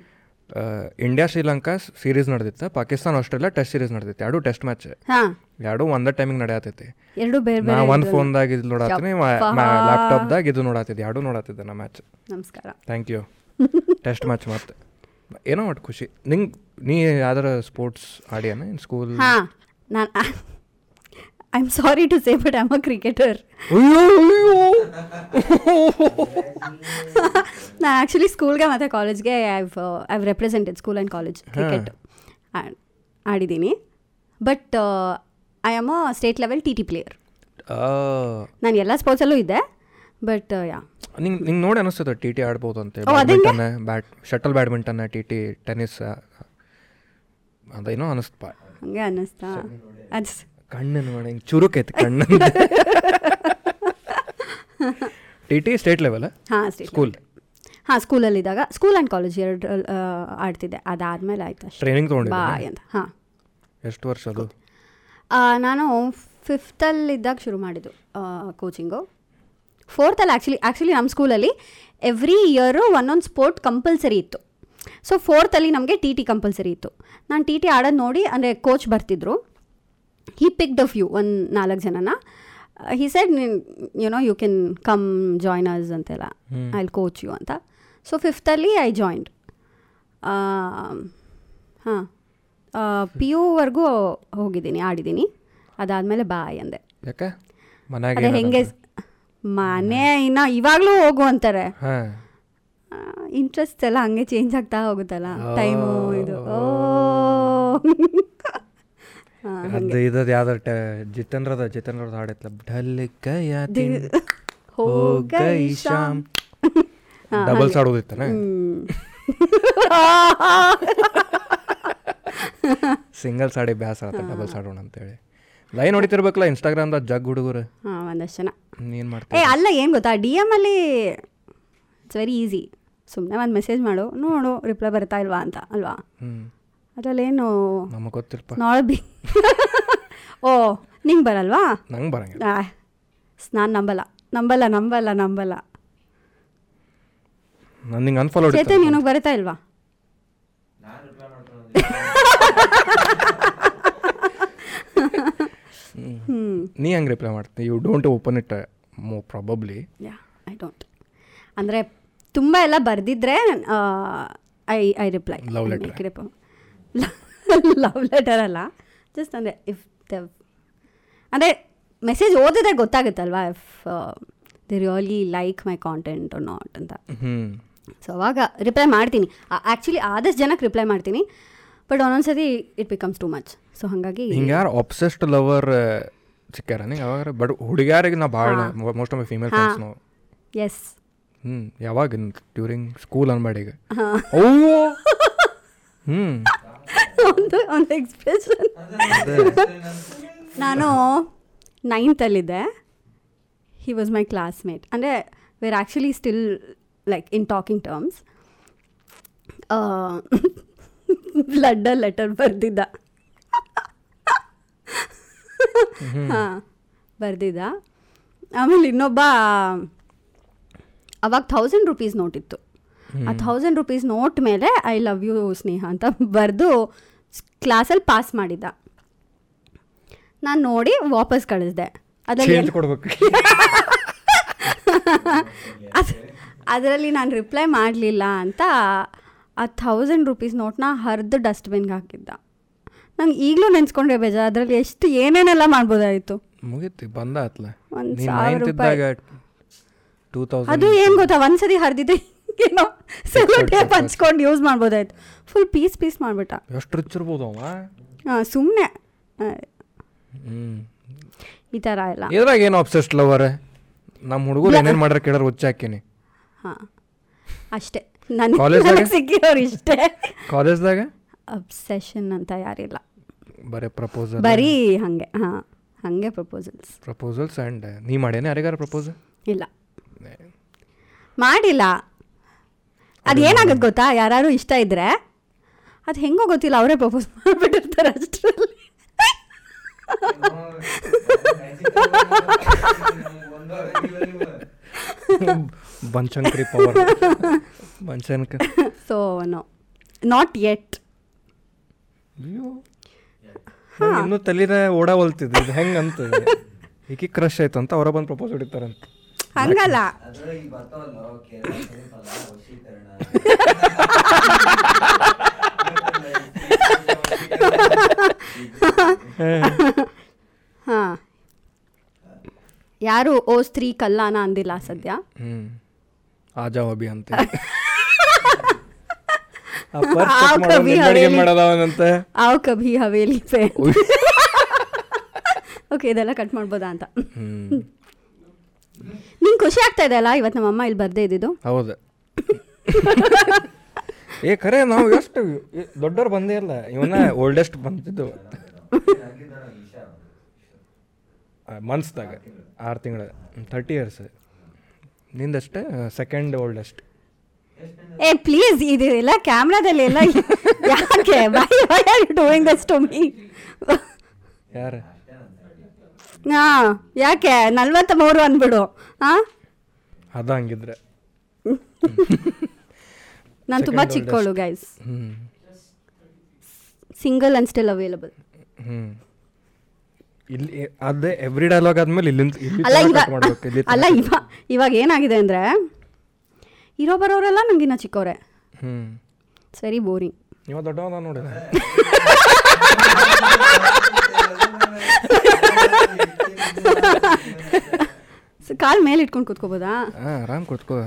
ಇಂಡಿಯಾ ಶ್ರೀಲಂಕಾ ಸೀರೀಸ್ ನಡೆದಿತ್ತು ಪಾಕಿಸ್ತಾನ ಆಸ್ಟ್ರೇಲಿಯಾ ಟೆಸ್ಟ್ ಸೀರೀಸ್ ನಡೆದಿತ್ತು ಎರಡು ಟೆಸ್ಟ್ ಮ್ಯಾಚ್ ಹಾಂ ಎರಡು ಒಂದೇ ಟೈಮಿಂಗ್ ನಡೆಯತೈತಿ ಎರಡು ಬೇರೆ ನಾ ಬೇರೆ ಒಂದು ಇದ್ರಲ್ಲಿ. ಫೋನ್ದಾಗ ಇದು ನೋಡಾತೀನಿ ಯಪ್ಪಾ. ಲ್ಯಾಪ್ಟಾಪ್ದಾಗ ಇದು ನೋಡಾತಿದ್ದೆ ಎರಡು ನೋಡಾತಿದ್ದೆ ನಾ ಮ್ಯಾಚ್ ನಮಸ್ಕಾರ ಥ್ಯಾಂಕ್ ಯು ಟೆಸ್ಟ್ ಮ್ಯಾಚ್ ಮತ್ತೆ ಏನೋ ಒಟ್ಟು ಖುಷಿ ನಿಂಗೆ ನೀ ಯಾವ್ದಾರ ಸ್ಪೋರ್ಟ್ಸ್ ಆಡಿಯಾನ ಇನ್ ಸ್ಕೂಲ್ ಹಾಂ ನಾನು I am sorry to say but am a cricketer ನಾನು ಆ್ಯಕ್ಚುಲಿ ಸ್ಕೂಲ್ಗೆ ಮತ್ತು ಕಾಲೇಜ್ಗೆ I've I've represented school and college cricket ಆಡಿದ್ದೀನಿ uh, but I am a state level T T player ನಾನು ಎಲ್ಲ ಸ್ಪೋರ್ಟ್ಸಲ್ಲೂ ಇದ್ದೆ uh, ಬಟ್ ಯಾ ನಿಂಗೆ ನಿಂಗೆ ನೋಡಿ ಅನಿಸ್ತದೆ ಟಿ ಟಿ ಆಡ್ಬೋದು ಅಂತ ಓ, ಅದೇ badminton bat shuttle badminton T T tennis ಅದೇನೋ ಅನಿಸ್ತಪ್ಪ ಹಂಗೆ ಅನ್ನಿಸ್ತಾ ಅದು ಕಣ್ಣು ನೋಡಿ ಹಿಂಗೆ ಚುರುಕೈತಿ ಕಣ್ಣು ಟಿ ಟಿ ಸ್ಟೇಟ್ ಲೆವೆಲ್ ಹಾಂ ಸ್ಟೇಟ್ ಸ್ಕೂಲ್ ಹಾಂ ಸ್ಕೂಲಲ್ಲಿದ್ದಾಗ ಸ್ಕೂಲ್ ಆ್ಯಂಡ್ ಕಾಲೇಜ್ ಎರಡು ಆಡ್ತಿದ್ದೆ ಅದಾದಮೇಲೆ ಆಯ್ತು ಅಷ್ಟೇ ಟ್ರೈನಿಂಗ್ ತೊಗೊಂಡಿದ್ದೆ ಬಾಯ್ ಅಂತ ಹಾಂ ಎಷ್ಟು ವರ್ಷ ಅದು ಆ, ನಾನು ಫಿಫ್ತಲ್ಲಿದ್ದಾಗ ಶುರು ಮಾಡಿದ್ದು ಕೋಚಿಂಗು ಫೋರ್ತಲ್ಲಿ ಆ್ಯಕ್ಚುಲಿ ಆ್ಯಕ್ಚುಲಿ ನಮ್ಮ ಸ್ಕೂಲಲ್ಲಿ ಎವ್ರಿ ಇಯರು ಒಂದೊಂದು ಸ್ಪೋರ್ಟ್ ಕಂಪಲ್ಸರಿ ಇತ್ತು ಸೊ ಫೋರ್ತಲ್ಲಿ ನಮಗೆ ಟಿ ಟಿ ಕಂಪಲ್ಸರಿ ಇತ್ತು ನಾನು ಟಿ ಟಿ ಆಡೋದು ನೋಡಿ ಅಂದರೆ ಕೋಚ್ ಬರ್ತಿದ್ರು ಹಿ ಪಿಕ್ ದ ಫ್ಯೂ ಒಂದು ನಾಲ್ಕು ಜನನ Uh, he said you know you can come join us ಅಂತೆಲ್ಲ ಐ ವಿಲ್ ಕೋಚ್ ಯು ಅಂತ ಸೊ ಫಿಫ್ತಲ್ಲಿ ಐ ಜಾಯಿಂಡ್ Um, ಹಾಂ ಪಿ ಯುವರೆಗೂ ಹೋಗಿದ್ದೀನಿ ಆಡಿದ್ದೀನಿ ಅದಾದಮೇಲೆ ಬಾಯ್ ಅಂದೆ ಯಾಕೆ ಮನ್ಯಾಗ ಅದೇ ಹೆಂಗೆ ಮನೆ ಇನ್ನು ಇವಾಗಲೂ ಹೋಗು ಅಂತಾರೆ ಹಾಂ ಇಂಟ್ರೆಸ್ಟ್ ಎಲ್ಲ ಹಂಗೆ ಚೇಂಜ್ ಆಗ್ತಾ ಹೋಗುತ್ತಲ್ಲ ಟೈಮು ಇದು ಓ ಹಾ, ಅದು ಇದದು ಯಾವ್ದು ಜಿತೇಂದ್ರದ ಜಿತೇಂದ್ರದ ಹಾಡೈತಲ್ಲ ಢಲಿಕಯ ತಿನ್ ಹೋಗ ಹೋಗೈ ಶ್ಯಾಮ್ ಶ್ಯಾಮ್ ಡಬಲ್ ಸಾಡೋದಿತ್ತಾನೆ ಸಿಂಗಲ್ ಸಾಡಿ ಬ್ಯಾಸರ ಆತ ಡಬಲ್ ಸಾಡೋಣ ಅಂತೇಳಿ ಲೈನ್ ಹೊಡಿತಿರ್ಬೇಕಲ್ಲ ಇನ್ಸ್ಟಾಗ್ರಾಮ್ದಾಗ ಜಗ್ ಹುಡುಗರು ಹಾಂ ಒಂದಷ್ಟು ಜನ ನೀನ್ ಏ ಮಾಡ್ತೀವಿ ಅಲ್ಲ ಏನು ಗೊತ್ತಾ ಡಿ ಎಮ್ ಅಲ್ಲಿ ಇಟ್ಸ್ ವೆರಿ ಈಸಿ ಸುಮ್ಮನೆ ಒಂದು ಮೆಸೇಜ್ ಮಾಡು ನೋಡು ರಿಪ್ಲೈ ಬರ್ತಾ ಇಲ್ವಾ ಅಂತ ಅಲ್ವಾ ಹ್ಮ್ ಅದರಲ್ಲೇನು ನಮಗೆ ಗೊತ್ತಿರಪ್ಪ ನಾಳೆ ಬಿ ಓ ನಿಂಗೆ ಬರಲ್ವಾ ನಂಗೆ ಬರಂಗಿಲ್ಲ ನಾನು ನಂಬಲ್ಲ ನಂಬಲ್ಲ ನಂಬಲ್ಲ ನಂಬಲ್ಲ ನಾನು ನಿಂಗೆ ಅನ್ಫಾಲೋ ಹೊಡಿತ ಚೇತನ್ ನಿನಗೆ ಬರುತ್ತಾ ಇಲ್ವಾ ನೀ ಹೆಂಗೆ ರಿಪ್ಲೈ ಮಾಡ್ತೀನಿ ಯು ಡೋಂಟ್ ಓಪನ್ ಇಟ್ ಮೋ ಪ್ರಾಬಬ್ಲಿ ಯಾ ಐ ಡೋಂಟ್ ಅಂದರೆ ತುಂಬ ಎಲ್ಲ ಬರೆದಿದ್ರೆ I I reply Love letter. Love letter ಅಲ್ಲ ಜಸ್ಟ್ ಅಂದರೆ ಇಫ್ ದ ಅಂದರೆ ಮೆಸೇಜ್ ಓದಿದ್ರೆ ಗೊತ್ತಾಗುತ್ತಲ್ವಾ uh, if they really like my content not ಅಂತ ಹ್ಮ್ ಸೊ ಅವಾಗ ರಿಪ್ಲೈ ಮಾಡ್ತೀನಿ ಆ್ಯಕ್ಚುಲಿ ಆದಷ್ಟು ಜನಕ್ಕೆ ರಿಪ್ಲೈ ಮಾಡ್ತೀನಿ ಬಟ್ ಒಂದೊಂದು ಸತಿ it becomes too much so ಹಾಗಾಗಿ ಹಿಂಗೆ ಯಾರು ಆಬ್ಸೆಸ್ಡ್ ಲವರ್ ಸಿಕ್ಕ್ಯಾರ ನಿಂಗೆ ಅವಾಗ ಬಟ್ ಹುಡುಗ್ಯಾರಿಗೆ ನಾ ಭಾಳ most of my female friends ನಾವು ಎಸ್ ಹ್ಞೂ ಯಾವಾಗ ಡ್ಯೂರಿಂಗ್ ಸ್ಕೂಲ್ ಅನ್ಬೇಡ ಈಗ ಹ್ಞೂ ಒಂದು ಒಂದು ಎಕ್ಸ್ಪ್ರೆಷನ್ ನಾನು ನೈನ್ತಲ್ಲಿದ್ದೆ ಹಿ ವಾಸ್ ಮೈ ಕ್ಲಾಸ್ಮೇಟ್ ಅಂದರೆ wear actually still like in talking terms Uh, ಬ್ಲಡ್ಡ ಲೆಟರ್ ಬರೆದಿದ್ದ ಹಾಂ ಬರೆದಿದ್ದ ಆಮೇಲೆ ಇನ್ನೊಬ್ಬ ಅವಾಗ ಥೌಸಂಡ್ ರುಪೀಸ್ ನೋಟ್ ಇತ್ತು ಆ ಥೌಸಂಡ್ ರುಪೀಸ್ ನೋಟ್ ಮೇಲೆ ಐ ಲವ್ ಯು ಸ್ನೇಹ ಅಂತ ಬರೆದು ಕ್ಲಾಸಲ್ಲಿ ಪಾಸ್ ಮಾಡಿದ್ದ ನಾನು ನೋಡಿ ವಾಪಸ್ ಕಳಿಸ್ದೆ ಅದರಲ್ಲಿ ಚೇಂಜ್ ಕೊಡ್ಬೇಕು ಅದರಲ್ಲಿ ನಾನು ರಿಪ್ಲೈ ಮಾಡಲಿಲ್ಲ ಅಂತ ಆ ಥೌಸಂಡ್ ರುಪೀಸ್ ನೋಟ್ನ ಹರಿದು ಡಸ್ಟ್ಬಿನ್ಗೆ ಹಾಕಿದ್ದ ನಂಗೆ ಈಗಲೂ ನೆನ್ಸ್ಕೊಂಡ್ರೆ ಬೇಜಾರು ಅದರಲ್ಲಿ ಎಷ್ಟು ಏನೇನೆಲ್ಲ ಮಾಡ್ಬೋದಾಯಿತು ಮುಗೀತು ಬಂದ ಆತ್ಲ ಒಂದ್ ನೀನು ಸಾವಿರ ನೈನ್ತ್ ರೂಪಾಯಿ. ಇದ್ದಾಗ ಟೂ ತೌಸಂಡ್ ಅದು ಏನು ಗೊತ್ತಾ ಒಂದ್ಸರಿ ಹರಿದಿದ್ದೆ ಏನೋ ಸೆಲೋ ಟೇಪ್ ಹಚ್ಕೊಂಡು ಯೂಸ್ ಮಾಡ್ಬೋದಾಯ್ತು ಫುಲ್ ಪೀಸ್ ಪೀಸ್ ಮಾಡಿಬಿಟ್ಟ ಎಷ್ಟು ರಿಚ್ ಇರ್ಬೋದು ಅವ ಸುಮ್ಮನೆ ಹ್ಞೂ ಈ ಥರ ಎಲ್ಲ ಇದ್ರಾಗ ಏನು ಆಬ್ಸೆಸ್ಟ್ ಲವರ್ ನಮ್ಮ ಹುಡುಗರು ಏನೇನು ಮಾಡ್ಯಾರ ಕೇಳಾರ ಒಚ್ಚಾಕಿನಿ ಹಾಂ ಅಷ್ಟೇ ನನ್ನ College ನನಗೆ ದಾಗ? ಸಿಕ್ಕಿರೋರು ಇಷ್ಟೇ ಕಾಲೇಜ್ದಾಗ ಅಬ್ಸೆಷನ್ ಅಂತ ಯಾರಿಲ್ಲ ಬರೀ ಪ್ರಪೋಸಲ್ ಬರೀ ಹಾಗೆ ಹಾಂ ಹಾಗೆ ಪ್ರಪೋಸಲ್ಸ್ ಪ್ರಪೋಸಲ್ಸ್ ಆ್ಯಂಡ್ ನೀ ಮಾಡೇನೆ ಯಾರಿಗಾರ ಪ್ರಪೋಸ್ ಇಲ್ಲ ಮಾಡಿಲ್ಲ ಅದೇನಾಗುತ್ತೆ ಗೊತ್ತಾ ಯಾರು ಇಷ್ಟ ಇದ್ದರೆ ಅದು ಹೆಂಗೋ ಗೊತ್ತಿಲ್ಲ ಅವರೇ ಪ್ರಪೋಸ್ ಮಾಡಿಬಿಟ್ಟಿರ್ತಾರೆ ಅಷ್ಟರಲ್ಲಿ ಬಂಚಂಕ್ರಿ ಪವರ್ ಬಂಚಂಕ ಸೊ ನೋ ನಾಟ್ ಯೆಟ್ ಅಯ್ಯೋ ನಂಗ್ ಇನ್ನೂ ತಲೆನ ಓಡಾವಲ್ತಿದ್ದೆ ಇದು ಹೆಂಗೆ ಅಂತ ಈಕಿ ಕ್ರಶ್ ಆಯ್ತು ಅಂತ ಅವರ ಬಂದು ಪ್ರಪೋಸ್ ಹೊಡಿತಾರಂತ ಹಂಗಲ್ಲ ಹಾಂ ಯಾರು ಓ ಸ್ತ್ರೀ ಕಲ್ಲಾನ ಅಂದಿಲ್ಲ ಸದ್ಯ ಹ್ಞೂ ಆಜಾ ಹಬಿ ಅಂತ ಆ ಕವಿ ಹವೇಲಿ. ಮಾಡೋದವನಂತೆ ಆವ್ ಕಭಿ ಹವೇಲಿ ಪೆ ಓಕೆ ಇದೆಲ್ಲ ಕಟ್ ಮಾಡ್ಬೋದಾ ಅಂತ ಹ್ಞೂ ನಿಂಗೆ ಖುಷಿ ಆಗ್ತಾ ಇದೆ ಅಲ್ಲ ಇವತ್ತು ನಮ್ಮಮ್ಮ ಇಲ್ಲಿ ಬರ್ದೇ ಇದ್ದಿದ್ದು ಹೌದು ಏ ಖರೆ ನಾವು ಎಷ್ಟು ದೊಡ್ಡವ್ರು ಬಂದೇ ಇಲ್ಲ ಇವನ ಓಲ್ಡೆಸ್ಟ್ ಬಂದಿದ್ದು ಮಂತ್ಸ್ದಾಗ ಆರು ತಿಂಗಳ ತರ್ಟಿ ಇಯರ್ಸ್ ನಿಂದಷ್ಟೇ ಸೆಕೆಂಡ್ ಓಲ್ಡೆಸ್ಟ್ ಏ ಪ್ಲೀಸ್ ಇದು ಎಲ್ಲ ಕ್ಯಾಮ್ರಾದಲ್ಲಿ ಎಲ್ಲ ಯಾಕೆ why why are you doing this to me ಯಾರು ಹಾಂ ಯಾಕೆ ನಲ್ವತ್ತ ಮೂರು ಅಂದ್ಬಿಡು ಹಾಂ ಅದ ಹಂಗಿದ್ರೆ ನಾನು ತುಂಬ ಚಿಕ್ಕವಳು ಗೈಸ್ ಹ್ಞೂ ಸಿಂಗಲ್ ಆ್ಯಂಡ್ ಸ್ಟಿಲ್ ಅವೈಲಬಲ್ ಹ್ಞೂ ಇಲ್ಲಿ ಅದೇ ಎವ್ರಿ ಡೈಲಾಗ್ ಆದ್ಮೇಲೆ ಇಲ್ಲಿಂದ ಇಲ್ಲಿ ಅಲ್ಲ ಇವಾಗ ಮಾಡ್ಬೇಕು ಇಲ್ಲಿ ಅಲ್ಲ ಇವಾಗ ಇವಾಗ ಏನಾಗಿದೆ ಅಂದರೆ ಇರೋ ಬರೋರೆಲ್ಲ ನಂಗಿನ್ನ ಚಿಕ್ಕವ್ರೆ ಹ್ಞೂ ಸರಿ ಬೋರಿಂಗ್ ಇವ ದೊಡ್ಡವದ ನೋಡಿದ ಸೊ ಕಾಲ್ ಮೇಲೆ ಇಟ್ಕೊಂಡು ಕೂತ್ಕೋಬೋದಾ ಹಾಂ ಆರಾಮ್ ಕೂತ್ಕೋ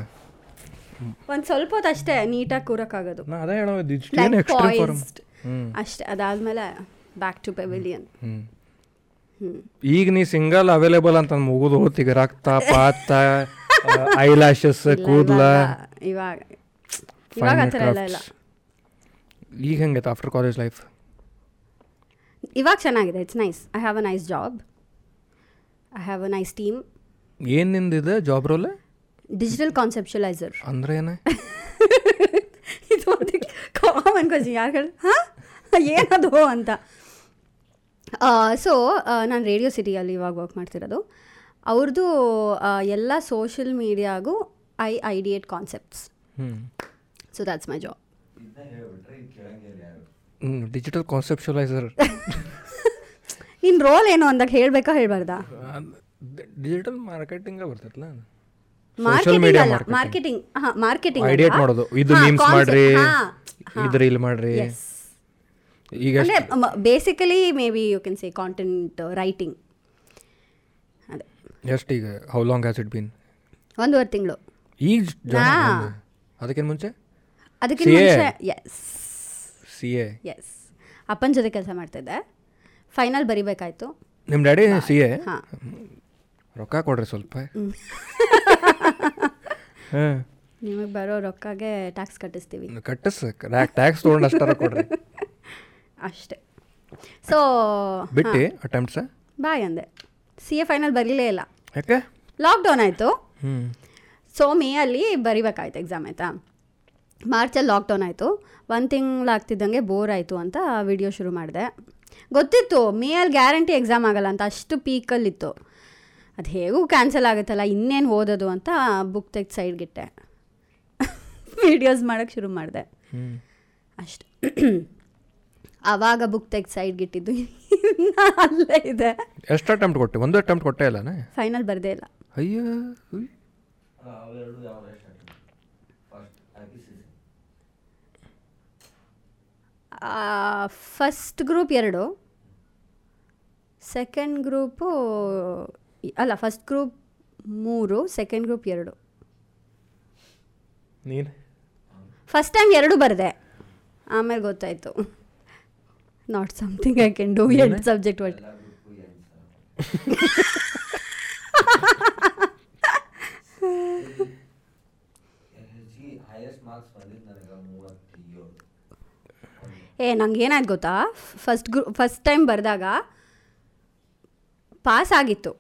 ಒಂದು ಸ್ವಲ್ಪ ಹೊತ್ತು ಅಷ್ಟೇ ನೀಟಾಗಿ ಕೂರಕ್ಕಾಗೋದು ನಾ ಅದೇ ಹೇಳೋ ಇದು ಇಷ್ಟು Like ಎಕ್ಸ್ಟ್ರಾ ಫಾರ್ಮ್ poised. ಹ್ಞೂ ಅಷ್ಟೇ ಅದಾದಮೇಲೆ ಬ್ಯಾಕ್ ಟು ಪೆವಿಲಿಯನ್ ಹ್ಮ್. ಈಗ ನೀ ಸಿಂಗಲ್ ಅವೈಲೇಬಲ್ ಅಂತ ಮುಗಿದು ಹೋತೀಗ ರಕ್ತ ಪಾತ ಐ ಲ್ಯಾಶಸ್ ಕೂದಲ ಇವಾಗ ಇವಾಗ ಆ ಥರ ಎಲ್ಲ ಇಲ್ಲ ಈಗ ಹೆಂಗೈತೆ ಆಫ್ಟರ್ ಕಾಲೇಜ್ ಲೈಫ್ ಇವಾಗ ಚೆನ್ನಾಗಿದೆ it's nice I have a nice job I have a nice team ಏನ್ ನಿಂದಿದೆ ಜಾಬ್ ರೋಲ್ ಡಿಜಿಟಲ್ ಕಾನ್ಸೆಪ್ಷುಲೈಸರ್ ಅಂದ್ರೆ ಏನ ಇದು ಕಾಮನ್ ಕ್ವಶನ್ ಯಾರು ಹೇಳಿ ಹಾಂ ಏನದು ಅಂತ ಸೊ ನಾನು ರೇಡಿಯೋ ಸಿಟಿಯಲ್ಲಿ ಇವಾಗ ವರ್ಕ್ ಮಾಡ್ತಿರೋದು ಅವ್ರದ್ದು ಎಲ್ಲ ಸೋಷಿಯಲ್ ಮೀಡಿಯಾಗೂ I ideate concepts hmm so that's my job digital conceptualiser ನಿನ್ನ ರೋಲ್ ಏನು ಅಂದಾಗ ಹೇಳಬೇಕಾ ಹೇಳಬಾರ್ದಾ ಡಿಜಿಟಲ್ ಮಾರ್ಕೆಟಿಂಗ್ ಬರ್ತೈತಲ್ಲ Social ಮಾರ್ಕೆಟಿಂಗ್ media ಅಲ್ಲ marketing. ಮಾರ್ಕೆಟಿಂಗ್ ಹಾಂ ಮಾರ್ಕೆಟಿಂಗ್ ಐಡಿಯೇಟ್ ಮಾಡೋದು ಇದು ಮೀಮ್ಸ್ ಮಾಡ್ರಿ ಇದು ರೀಲ್ ಮಾಡ್ರಿ ಈಗ ಅಂದರೆ basically may be you can say content writing uh, ಅದೇ ಎಷ್ಟು ಈಗ how long has it been ಒಂದೂವರೆ ತಿಂಗಳು ಈಗ ನಾ. ಅದಕ್ಕಿಂತ ಮುಂಚೆ ಅದಕ್ಕೆ CA? ಮುಂಚೆ ಎಸ್ ಸಿ ಎ ಎಸ್ ಅಪ್ಪನ ಜೊತೆ ಕೆಲಸ ಮಾಡ್ತಿದ್ದೆ ಫೈನಲ್ ಬರಿಬೇಕಾಯ್ತು ನಿಮ್ಮ ಡ್ಯಾಡಿ ಸಿ ಎ ಹಾಂ ರೊಕ್ಕ ಕೊಡ್ರಿ ಸ್ವಲ್ಪ ಹಾಂ ನಿಮಗೆ ಬರೋ ರೊಕ್ಕಗೆ ಟ್ಯಾಕ್ಸ್ ಕಟ್ಟಿಸ್ತೀವಿ ಕಟ್ಟಿಸ್ ರ್ಯಾಕ್ ಟ್ಯಾಕ್ಸ್ ತೊಗೊಂಡು ಅಷ್ಟಾರ ಕೊಡ್ರಿ ಅಷ್ಟೇ ಸೊ ಬಿಟ್ಟು ಅಟೆಂಪ್ಟ್ಸ ಬಾಯ್ ಅಂದೆ ಸಿ ಎ ಫೈನಲ್ ಬರೀಲೇ ಇಲ್ಲ ಯಾಕೆ ಲಾಕ್ಡೌನ್ ಆಯಿತು ಹ್ಞೂ ಸೊ ಮೇ ಅಲ್ಲಿ ಬರಿಬೇಕಾಯ್ತು ಎಕ್ಸಾಮ್ ಆಯಿತಾ ಮಾರ್ಚಲ್ಲಿ ಲಾಕ್ಡೌನ್ ಆಯಿತು ಒಂದು ತಿಂಗಳು ಆಗ್ತಿದ್ದಂಗೆ ಬೋರ್ ಆಯಿತು ಅಂತ ವಿಡಿಯೋ ಶುರು ಮಾಡಿದೆ ಗೊತ್ತಿತ್ತು ಮೇ ಅಲ್ಲಿ ಗ್ಯಾರಂಟಿ ಎಕ್ಸಾಮ್ ಆಗಲ್ಲ ಅಂತ ಅಷ್ಟು ಪೀಕಲ್ಲಿತ್ತು ಅದು ಹೇಗೂ ಕ್ಯಾನ್ಸಲ್ ಆಗುತ್ತಲ್ಲ ಇನ್ನೇನು ಓದೋದು ಅಂತ ಬುಕ್ ತೆಗೆದು ಸೈಡ್ಗಿಟ್ಟೆ ವಿಡಿಯೋಸ್ ಮಾಡೋಕ್ಕೆ ಶುರು ಮಾಡಿದೆ ಹ್ಞೂ ಅಷ್ಟು ಆವಾಗ ಬುಕ್ ತೆಗೆದು ಸೈಡ್ಗಿಟ್ಟಿದ್ದು ಇನ್ನು ಅಲ್ಲೇ ಇದೆ ಎಷ್ಟು ಅಟೆಂಪ್ಟ್ ಕೊಟ್ಟೆ ಒಂದು ಅಟೆಂಪ್ಟ್ ಕೊಟ್ಟೆ ಇಲ್ಲನ ಫೈನಲ್ ಬರದೇ ಇಲ್ಲ ಅಯ್ಯೋ ಉಯ್. ಫಸ್ಟ್ ಗ್ರೂಪ್ ಎರಡು ಸೆಕೆಂಡ್ ಗ್ರೂಪು ಅಲ್ಲ ಫಸ್ಟ್ ಗ್ರೂಪ್ ಮೂರು ಸೆಕೆಂಡ್ ಗ್ರೂಪ್ ಎರಡು ನೀನು ಫಸ್ಟ್ ಟೈಮ್ ಎರಡು ಬರೆದೆ ಆಮೇಲೆ ಗೊತ್ತಾಯಿತು not something I can do ಎರಡು ಸಬ್ಜೆಕ್ಟ್ ಒಟ್ಟು ಏ ನಂಗೆ ಏನಾಯ್ತು ಗೊತ್ತಾ ಫಸ್ಟ್ ಗ್ರೂ ಫಸ್ಟ್ ಟೈಮ್ ಬರೆದಾಗ ಪಾಸ್ ಆಗಿತ್ತು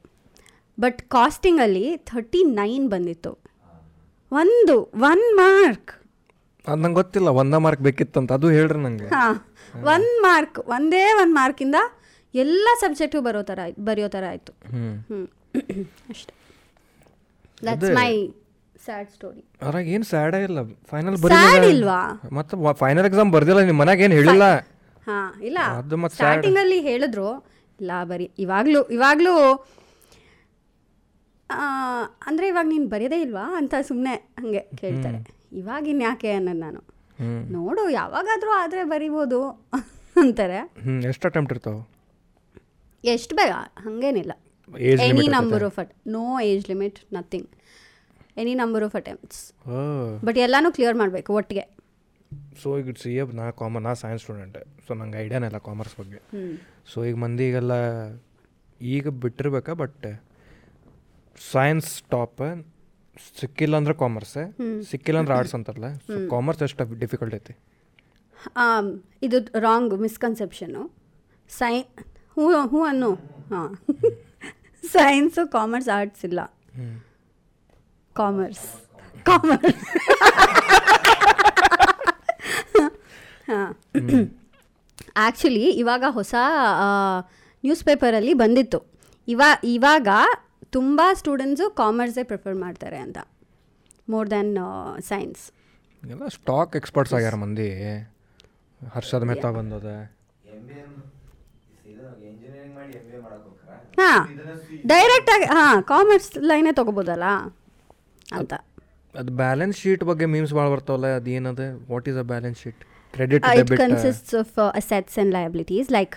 ಬಟ್ ಕಾಸ್ಟಿಂಗಲ್ಲಿ ಥರ್ಟಿ ನೈನ್ ಬಂದಿತ್ತು ಒಂದು ಒನ್ ಮಾರ್ಕ್ ಅದು ನಂಗೆ ಗೊತ್ತಿಲ್ಲ ಒಂದ ಮಾರ್ಕ್ ಬೇಕಿತ್ತಂತ ಅದು ಹೇಳ್ರಿ ನಂಗೆ ಹಾಂ ಒನ್ ಮಾರ್ಕ್ ಒಂದೇ ಒಂದು ಮಾರ್ಕಿಂದ ಎಲ್ಲ ಸಬ್ಜೆಕ್ಟು ಬರೋ ಥರ ಆಯ್ತು ಬರೆಯೋ ಥರ ಆಯಿತು ಹ್ಞೂ ಹ್ಞೂ ಅಷ್ಟೆ ದಟ್ಸ್ ಮೈ ಸ್ಯಾಡ್ ಸ್ಟೋರಿ ಅದ್ರಾಗ ಏನು ಸ್ಯಾಡೇ ಇಲ್ಲ ಫೈನಲ್ ಸ್ಯಾಡ್ ಬರೀ ಇಲ್ವಾ ಮತ್ತೆ ಫೈನಲ್ ಎಕ್ಸಾಮ್ ಬರ್ದಿಲ್ಲ ನಿಮ್ಮ ಮನ್ಯಾಗ ಏನು ಹೇಳಿಲ್ಲ ಹಾ ಇಲ್ಲ ಅದು ಮತ್ತೆ sad. ಸ್ಟಾರ್ಟಿಂಗ್ ಅಲ್ಲಿ ಹೇಳಿದ್ರು ಇಲ್ಲ ಬರೀ ಇವಾಗ್ಲೂ ಇವಾಗ್ಲೂ ಆ, ಅಂದ್ರೆ ಇವಾಗ ನೀನು ಬರೆಯೋದೇ ಇಲ್ವಾ ಅಂತ ಸುಮ್ಮನೆ ಹಂಗೆ ಕೇಳ್ತಾರೆ ಇವಾಗಿನ್ ಯಾಕೆ ಅನ್ನೋದು ನಾನು ಹ್ಞೂ ನೋಡು ಯಾವಾಗಾದ್ರೂ ಆದರೆ ಬರಿಬೋದು ಅಂತಾರೆ ಹ್ಞೂ ಎಷ್ಟು ಅಟೆಂಪ್ಟ್ ಇರ್ತಾವೆ ಎಷ್ಟು ಬೇಗ ಹಂಗೇನಿಲ್ಲ Age limit ಎನಿ ಇರುತ್ತಾ? Number of at no age limit nothing any number of attempts ಓ ಬಟ್ ಎಲ್ಲನೂ ಕ್ಲಿಯರ್ ಮಾಡಬೇಕು ಒಟ್ಟಿಗೆ ಸೊ ಈಗ ಸಿ ಎ ನಾ ಕಾಮರ್ಸ್ ನಾ ಸೈನ್ಸ್ ಸ್ಟೂಡೆಂಟ್ ಸೊ ನಂಗೆ ಐಡಿಯಾನೇ ಇಲ್ಲ ಕಾಮರ್ಸ್ ಬಗ್ಗೆ ಸೊ ಈಗ ಮಂದಿಗೆಲ್ಲ ಈಗ ಬಿಟ್ಟಿರ್ಬೇಕಾ ಬಟ್ ಸೈನ್ಸ್ ಟಾಪ್ ಸಿಕ್ಕಿಲ್ಲ ಅಂದ್ರೆ ಕಾಮರ್ಸ್ ಸಿಕ್ಕಿಲ್ಲ ಅಂದ್ರೆ ಆರ್ಟ್ಸ್ ಅಂತಾರಲ್ಲ ಸೊ ಕಾಮರ್ಸ್ ಎಷ್ಟು ಡಿಫಿಕಲ್ಟ್ ಐತಿ ಆಮ್, Um, ಇದು ರಾಂಗ್ ಮಿಸ್ಕನ್ಸೆಪ್ಷನ್ನು ಸೈ ಹೂ ಹೂ ಅನ್ನು ಹಾಂ ಸೈನ್ಸು ಕಾಮರ್ಸ್ ಆರ್ಟ್ಸ್ ಇಲ್ಲ ಕಾಮರ್ಸ್ ಕಾಮರ್ಸ್ ಹಾಂ ಆ್ಯಕ್ಚುಲಿ ಇವಾಗ ಹೊಸ ನ್ಯೂಸ್ ಪೇಪರಲ್ಲಿ ಬಂದಿತ್ತು ಇವಾ ಇವಾಗ ತುಂಬ ಸ್ಟೂಡೆಂಟ್ಸು ಕಾಮರ್ಸೇ ಪ್ರಿಫರ್ ಮಾಡ್ತಾರೆ ಅಂತ ಮೋರ್ ದ್ಯಾನ್ ಸೈನ್ಸ್ ಎಲ್ಲ ಸ್ಟಾಕ್ ಎಕ್ಸ್ಪರ್ಟ್ಸ್ ಆಗ್ಯಾರ ಮಂದಿ ಹರ್ಷದ ಮೆಹ್ತಾ ಬಂದದ ಹಾ ಡೈರೆಕ್ಟ್ ಆಗಿ ಹಾ ಕಾಮರ್ಸ್ ಲೈನೇ ತಗೋಬೋದಲ್ಲ ಅಂತ ಅದು ಬ್ಯಾಲೆನ್ಸ್ ಶೀಟ್ ಬಗ್ಗೆ ಮೀಮ್ಸ್ ಭಾಳ ಬರ್ತಾವಲ್ಲ ಅದು ಏನದ what is a balance sheet credit it debit consist of assets and liabilities like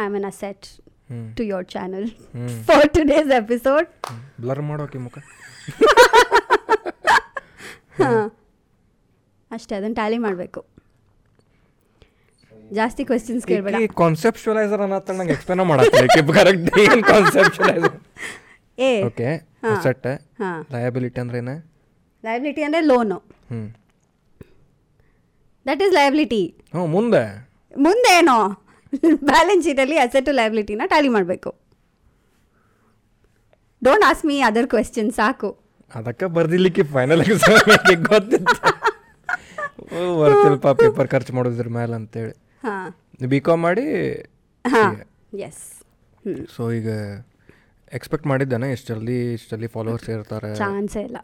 I am an asset to your channel for today's episode blur ಮಾಡೋಕೆ ಮುಖ ಅಷ್ಟೇ ಅದನ್ನು ಟ್ಯಾಲಿ ಮಾಡಬೇಕು ಜಾಸ್ತಿ ಕ್ವೆಶನ್ಸ್ ಕೇಳಬೇಡ ಕಾನ್ಸೆಪ್ಚುಲೈಸರ್ ಅನ್ನತ್ತ ನಂಗೆ ಎಕ್ಸ್ಪ್ಲೇನ್ ಮಾಡಕ್ಕೆ ಕರೆಕ್ಟ್ ಏನು ಕಾನ್ಸೆಪ್ಚುಲೈಸರ್ ಏ ಓಕೆ ಹಾ. ಸೆಟ್ ಹಾ ಲಯಬಿಲಿಟಿ ಅಂದ್ರೆ ಏನು ಲಯಬಿಲಿಟಿ ಅಂದರೆ ಲೋನು ಹ್ಞೂ ದಟ್ ಈಸ್ ಲಯಬಿಲಿಟಿ ಹ್ಞೂ ಮುಂದೆ ಮುಂದೇನೋ ಬ್ಯಾಲೆನ್ಸ್ ಶೀಟಲ್ಲಿ ಅಸೆಟು ಲಯಬಿಲಿಟಿನ ಟ್ಯಾಲಿ ಮಾಡಬೇಕು don't ask me other question ಸಾಕು ಅದಕ್ಕೆ ಬರ್ದಿಲಿಕ್ಕೆ ಫೈನಲ್ ಎಕ್ಸಾಮ್ ಗೊತ್ತಿತ್ತು ಓ, ಬರ್ತಿಲ್ಪ ಪೇಪರ್ ಖರ್ಚು ಮಾಡೋದ್ರ ಮೇಲೆ ಅಂತೇಳಿ ಹಾಂ ಬಿ ಕಾಮ್ ಮಾಡಿ ಹಾಂ ಎಸ್ ಸೊ ಈಗ ಎಕ್ಸ್ಪೆಕ್ಟ್ ಮಾಡಿದ್ದಾನೆ ಎಷ್ಟು ಜಲ್ದಿ ಇಷ್ಟು ಜಲ್ದಿ ಫಾಲೋವರ್ಸ್ ಇರ್ತಾರೆ ಚಾನ್ಸೇ ಇಲ್ಲ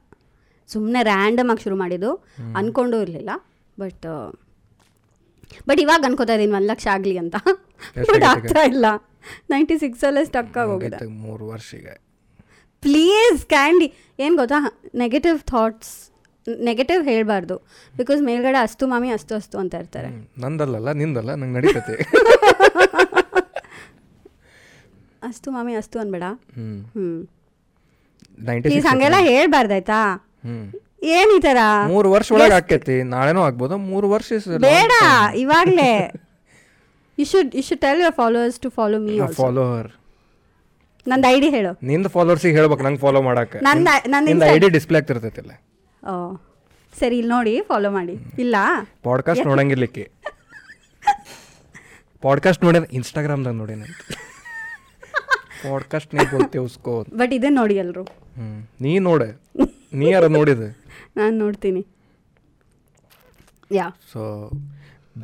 ಸುಮ್ಮನೆ ರ್ಯಾಂಡಮ್ ಆಗಿ ಶುರು ಮಾಡಿದ್ದು ಅಂದ್ಕೊಂಡೂ ಇರಲಿಲ್ಲ ಬಟ್ ಬಟ್ ಇವಾಗ ಅನ್ಕೋತಾ ಇದ್ದೀನಿ ಒಂದು ಲಕ್ಷ ಆಗಲಿ ಅಂತ ಬಟ್ ಎಷ್ಟಾಗಿದೆ? ಆಗ್ತಾ ಇಲ್ಲ ನೈಂಟಿ ಸಿಕ್ಸಲ್ಲೇ ಸ್ಟಕ್ ಆಗೋಗಿದೆ ಮುಗೀತು ಮೂರು ವರ್ಷ ಈಗ ಪ್ಲೀಸ್ ಕ್ಯಾಂಡಿ ಏನು ಗೊತ್ತಾ ನೆಗೆಟಿವ್ ಥಾಟ್ಸ್ ನೆಗೆಟಿವ್ ಹೇಳಬಾರ್ದು ಬಿಕಾಸ್ ಮೇಲ್ಗಡೆ ಅಸ್ತು ಮಾಮಿ ಅಸ್ತು ಅಸ್ತು ಅಂತ ಇರ್ತಾರೆ ಹ್ಮ್. ನಂದಲ್ಲಲ್ಲ ನಿಂದಲ್ಲ ನಂಗೆ ನಡೀತೈತಿ ಅಸ್ತು ಮಾಮಿ ಅಸ್ತು ಅನ್ಬೇಡ ಹ್ಞೂ ಹ್ಞೂ ನೈಂಟಿ ಪ್ಲೀಸ್ ಸಿಕ್ಸ್ ಹಂಗೆಲ್ಲ ಹೇಳ್ಬಾರ್ದಾಯ್ತಾ ಹ್ಞೂ ಏನು ಈ ಥರ ಮೂರು ವರ್ಷ ಒಳಗೆ ಆಕೈತಿ ನಾಳೆನೂ ಆಗ್ಬೋದು ಮೂರು ವರ್ಷ is a ಬೇಡ ಇವಾಗಲೇ you should you should tell your followers to follow me follower ನಂದು ಐ ಡಿ ಹೇಳು ನಿಂದು ಫಾಲೋವರ್ಸಿಗೆ ಹೇಳ್ಬೇಕು ನಂಗೆ ಫಾಲೋ ಮಾಡಕ್ಕೆ ನಂದ್ ಐ- ನಂದ್ ನಿಂದು ಐ Insta- ಡಿ ಡಿಸ್ಪ್ಲೇ ಆಗ್ತಿರ್ತೈತಿಲ್ಲ ಓ ಸರಿ ಇಲ್ಲಿ ನೋಡಿ ಫಾಲೋ ಮಾಡಿ ಇಲ್ಲ ಪಾಡ್ಕಾಸ್ಟ್ ನೋಡಂಗಿರ್ಲಿಕ್ಕೆ ಪಾಡ್ಕಾಸ್ಟ್ ನೋಡ್ಯಾನ ಇನ್ಸ್ಟಾಗ್ರಾಮ್ದಾಗ ನೋಡ್ಯಾನ ಪಾಡ್ಕಾಸ್ಟ್ ನೀವು ಗೊತ್ತೇ ಉಸ್ಕೋ ಬಟ್ ಇದೇ ನೋಡಿ ಎಲ್ಲರೂ ಹ್ಞೂ ನೀ ನೋಡ ನೀ ಯಾರ ನೋಡಿದ ನಾನು ನೋಡ್ತೀನಿ ಯಾ ಸೊ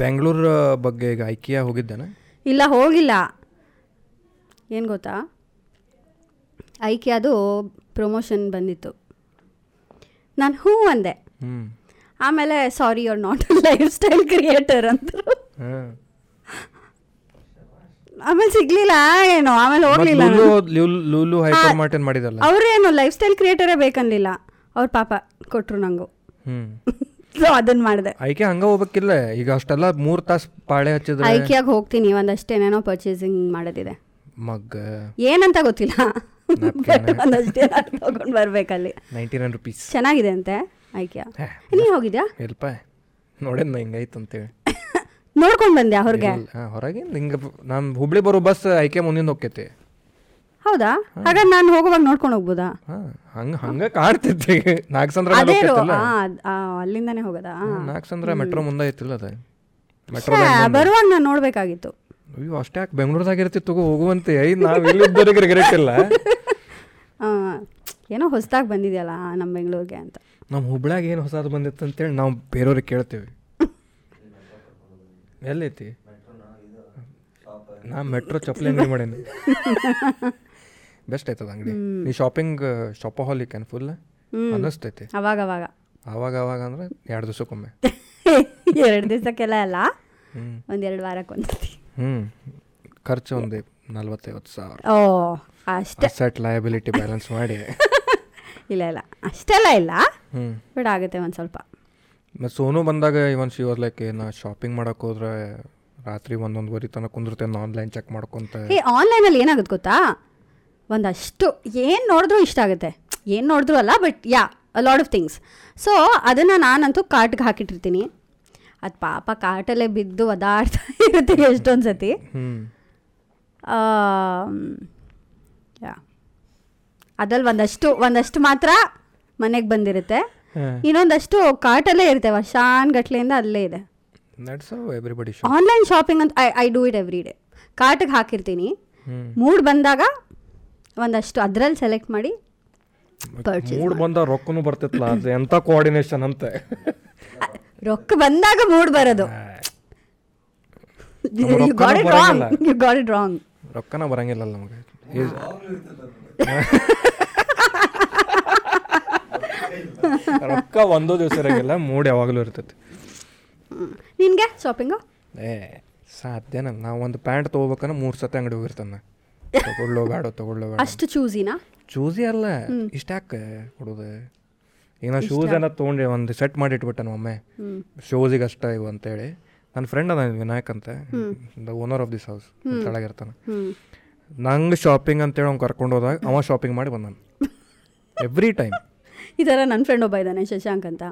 ಬೆಂಗಳೂರು ಬಗ್ಗೆ ಈಗ ಐಕಿಯಾ ಹೋಗಿದ್ದೇನೆ ಇಲ್ಲ ಹೋಗಿಲ್ಲ ಏನು ಗೊತ್ತಾ ಐಕೆ ಅದು ಪ್ರಮೋಷನ್ ಬಂದಿತ್ತು ನಾನು ಹ್ಞೂ ಅಂದೆ ಹ್ಞೂ ಆಮೇಲೆ ಸಾರಿ ಅವ್ರು ನಾಟ್ ಲೈಫ್ ಸ್ಟೈಲ್ ಕ್ರಿಯೇಟರ್ ಅಂದರು ಹಾಂ ಆಮೇಲೆ ಸಿಗ್ಲಿಲ್ಲ ಏನೋ ಆಮೇಲೆ ಹೋಗ್ಲಿಲ್ಲ ಲೂಲು ನಾನು. ಲೂಲು- ಲೂಲು ಹೈಪರ್ ಮಾರ್ಟೇನ್ ಮಾಡಿದಲ್ಲ ಅವ್ರೇನು ಲೈಫ್ ಸ್ಟೈಲ್ ಕ್ರಿಯೇಟರೇ ಬೇಕನ್ಲಿಲ್ಲ ಅವ್ರ ಪಾಪ ಕೊಟ್ಟರು ನಂಗೂ ಹ್ಞೂ ಸೊ ಅದನ್ನು ಮಾಡಿದೆ ಐಕೆ ಹಂಗೆ ಹೋಗ್ಬೇಕಿಲ್ಲ ಈಗ ಅಷ್ಟೆಲ್ಲ ಮೂರು ತಾಸು ಪಾಳೆ ಹಚ್ಚಿದ್ರೆ ಐಕಿಯಾಗಿ ಹೋಗ್ತೀನಿ ಒಂದಷ್ಟೇನೇನೋ ಪರ್ಚೇಸಿಂಗ್ ಮಾಡೋದಿದೆ ಮಗ್ ಏನಂತ ಗೊತ್ತಿಲ್ಲ ಬಟ್ ಒಂದಷ್ಟೇ ತೊಗೊಂಡು ಬರ್ಬೇಕಲ್ಲಿ ನೈಂಟಿ ನೈನ್ ರುಪೀಸ್ ಚೆನ್ನಾಗಿದೆ ಅಂತೆ ಐಕ್ಯಾ ಹೇ, ನೀ ಹೋಗಿದ್ಯಾ ಎಲ್ಪ ನೋಡೇನ್ ನಾ ಹಿಂಗಾಯ್ತು ಅಂತೇಳಿ ನೋಡ್ಕೊಂಡ್ ಬಂದ್ಯಾ ಹೊರಗೆ ಹಾಂ ಹೊರಗಿಂದ ಹಿಂಗೆ ನಮ್ಮ ಹುಬ್ಳಿ ಬರೋ ಬಸ್ ಐಕೆ ಮುಂದಿಂದ ಹೋಗ್ತೈತಿ ಹೌದಾ ಹಾಗಾದ್ರೆ ನಾನು ಹೋಗುವಾಗ ನೋಡ್ಕೊಂಡು ಹೋಗ್ಬೋದಾ ಹಾಂ ಹಂಗೆ ಹಂಗೆ ಕಾಡ್ತೈತಿ ನಾಗಸಂದ್ರ ಅದೇ ರೋ- ಆ, ಅದ್- ಆ, ಅಲ್ಲಿಂದಾನೇ ಹೋಗೋದಾ ನಾಗಸಂದ್ರ ಮೆಟ್ರೋ ಮುಂದೆ ಐತಿಲ್ಲ ಅದ ಮೆಟ್ರೋ ಛೇ, ಬರುವಾಗ ನಾನು ನೋಡ್ಬೇಕಾಗಿತ್ತು ಅಯ್ಯೋ ಅಷ್ಟೇ ಯಾಕೆ ಬೆಂಗಳೂರದಾಗ ಇರ್ತಿ ತಗೋ ಹೋಗುವಂತೆ ಐ ನಾವು ಇಲ್ಲಿದ್ದವರಿಗೆ ರಿಗ್ರೆಟ್ ಇಲ್ಲ ಆ, ಏನೋ ಹೊಸದಾಗಿ ಬಂದಿದೆಯಲ್ಲ ನಮ್ಮ ಬೆಂಗಳೂರಿಗೆ ಅಂತ ನಮ್ಮ ಹುಬ್ಳ್ಯಾಗ ಏನು ಹೊಸದು ಬಂದಿತ್ತು ಅಂತೇಳಿ ನಾವು ಬೇರೆಯವ್ರಿಗೆ ಕೇಳ್ತೇವೆ ಎಲ್ಲೈತಿ ನಾ ಮೆಟ್ರೋ ಚಪ್ಪಲಿ ಅಂಗಡಿ ಮಾಡೇನಿ ಬೆಸ್ಟ್ ಆಯ್ತದ ಅಂಗಡಿ ನೀ ಶಾಪಿಂಗ್ ಶಾಪಹಾಲಿಕ್ ಏನು ಫುಲ್ ಅನ್ನಿಸ್ತೈತಿ ಅವಾಗ ಅವಾಗ ಆವಾಗ ಆವಾಗ ಅಂದ್ರೆ ಎರಡು ದಿವಸಕ್ಕೊಮ್ಮೆ ಎರಡು ದಿವಸಕ್ಕೆಲ್ಲ ಅಲ್ಲ ಹ್ಮ್. ಒಂದೆರಡು ವಾರಕ್ಕೊಂದ್ಸತಿ ಹ್ಞೂ ಖರ್ಚು ಒಂದು ನಲ್ವತ್ತೈವತ್ತು ಸಾವಿರ ಓ ಅಷ್ಟೇ ಅಸೆಟ್ ಲಯಬಿಲಿಟಿ ಬ್ಯಾಲೆನ್ಸ್ ಮಾಡಿ ಇಲ್ಲ ಇಲ್ಲ ಅಷ್ಟೆಲ್ಲ ಇಲ್ಲ ಹ್ಞೂ ಬಿಡ ಆಗುತ್ತೆ ಒಂದು ಸ್ವಲ್ಪ ಮತ್ತು ಸೋನು ಬಂದಾಗ ಇವನ್ ಶಿ ವಾಸ್ ಲೈಕ್ ನಾ ಶಾಪಿಂಗ್ ಮಾಡಕ್ಕೆ ಹೋದ್ರೆ ರಾತ್ರಿ ಒಂದೊಂದುವರೆ ತನಕ ಕುಂದಿರ್ತೇನೆ ಆನ್ಲೈನ್ ಚೆಕ್ ಮಾಡ್ಕೊಂತ ಏ ಆನ್ಲೈನಲ್ಲಿ ಏನಾಗುತ್ತೆ ಗೊತ್ತಾ ಒಂದಷ್ಟು ಏನು ನೋಡಿದ್ರೂ ಇಷ್ಟ ಆಗುತ್ತೆ ಏನು ನೋಡಿದ್ರು ಅಲ್ಲ but yeah a lot of things so ಅದನ್ನು ನಾನಂತೂ ಕಾರ್ಟ್ಗೆ ಹಾಕಿಟ್ಟಿರ್ತೀನಿ ಅದು ಪಾಪ ಕಾರ್ಟಲ್ಲೇ ಬಿದ್ದು ಒದಾಡ್ತಾ ಇರುತ್ತೆ ಎಷ್ಟೊಂದು ಸತಿ ಹ್ಮ್ ಯಾ ಅದ್ರಲ್ಲಿ ಒಂದಷ್ಟು ಒಂದಷ್ಟು ಮಾತ್ರ ಮನೆಗೆ ಬಂದಿರುತ್ತೆ ಇನ್ನೊಂದಷ್ಟು ಕಾರ್ಟಲ್ಲೇ ಇರುತ್ತೆ ವರ್ಷಾನ್ ಗಟ್ಲೆಯಿಂದ ಅಲ್ಲೇ ಇದೆ that's how everybody shop online shopping ಅಂತ I I do it every day ಕಾರ್ಟಿಗೆ ಹಾಕಿರ್ತೀನಿ ಹ್ಮ್. ಮೂಡ್ ಬಂದಾಗ ಒಂದಷ್ಟು ಅದರಲ್ಲಿ ಸೆಲೆಕ್ಟ್ ಮಾಡಿ purchase ಮೂಡ್ ಬಂದ ರೊಕ್ಕನು ಬರ್ತಿತ್ತಲ್ಲ ಅದು ಎಂತ ಕೋಆರ್ಡಿನೇಷನ್ ಅಂತ ರೊಕ್ಕ ಬಂದಾಗ ಮೂಡ್ ಬರೋದು ನಮ್ಮ ಯು ಗಾಟ್ ರೊಕ್ಕನೂ ಇಟ್ ರಾಂಗ್ ಬರಂಗಿಲ್ಲ. ರೊಕ್ಕನ ಬರಂಗಿಲ್ಲ ಯು ಗಾಟ್ ಇಟ್ ರಾಂಗ್ ನಮಗೆ ರೊಕ್ಕ ಒಂದೋ ದಿವಸ ಇರಂಗಿಲ್ಲ ಮೂಡ್ ಯಾವಾಗಲೂ ಇರ್ತೈತಿ ನಿನಗೆ ಶಾಪಿಂಗು ಏ ಸಾಧ್ಯನ ನಾವು ಒಂದು ಪ್ಯಾಂಟ್ ತೊಗೋಬೇಕಂದ್ರೆ ಮೂರು ಸತಿ ಅಂಗಡಿ ಹೋಗಿರ್ತಾನೆ ತಗೊಳ್ಳೋ ಬ್ಯಾಡೋ ತಗೊಳ್ಳೋ ಬ್ಯಾಡ ಅಷ್ಟು ಚೂಸಿನಾ ಚೂಸಿ ಅಲ್ಲ ಇಷ್ಟ ಯಾಕೆ ಕೊಡೋದು ಈಗ ನಾನು ಶೂಸ್ ಎಲ್ಲ ತೊಗೊಂಡೆ ಒಂದು ಸೆಟ್ ಮಾಡಿ ಇಟ್ಬಿಟ್ಟೆ ಒಮ್ಮೆ ಶೂಸಿಗೆ ಅಷ್ಟ ಇವು ಅಂತೇಳಿ ನನ್ನ ಫ್ರೆಂಡ್ ಅದ ವಿನಾಯಕ್ ಅಂತ the owner of this house ಕೆಳಗಿರ್ತಾನೆ ಹ್ಞೂ ನಂಗೆ ಶಾಪಿಂಗ್ ಅಂತೇಳಿ ಅವ್ನು ಕರ್ಕೊಂಡು ಹೋದಾಗ ಅವ ಶಾಪಿಂಗ್ ಮಾಡಿ ಬಂದಾನ ಎವ್ರಿ ಟೈಮ್ ಈ ಥರ ನನ್ನ ಫ್ರೆಂಡ್ ಒಬ್ಬ ಇದ್ದಾನೆ ಶಶಾಂಕ್ ಅಂತ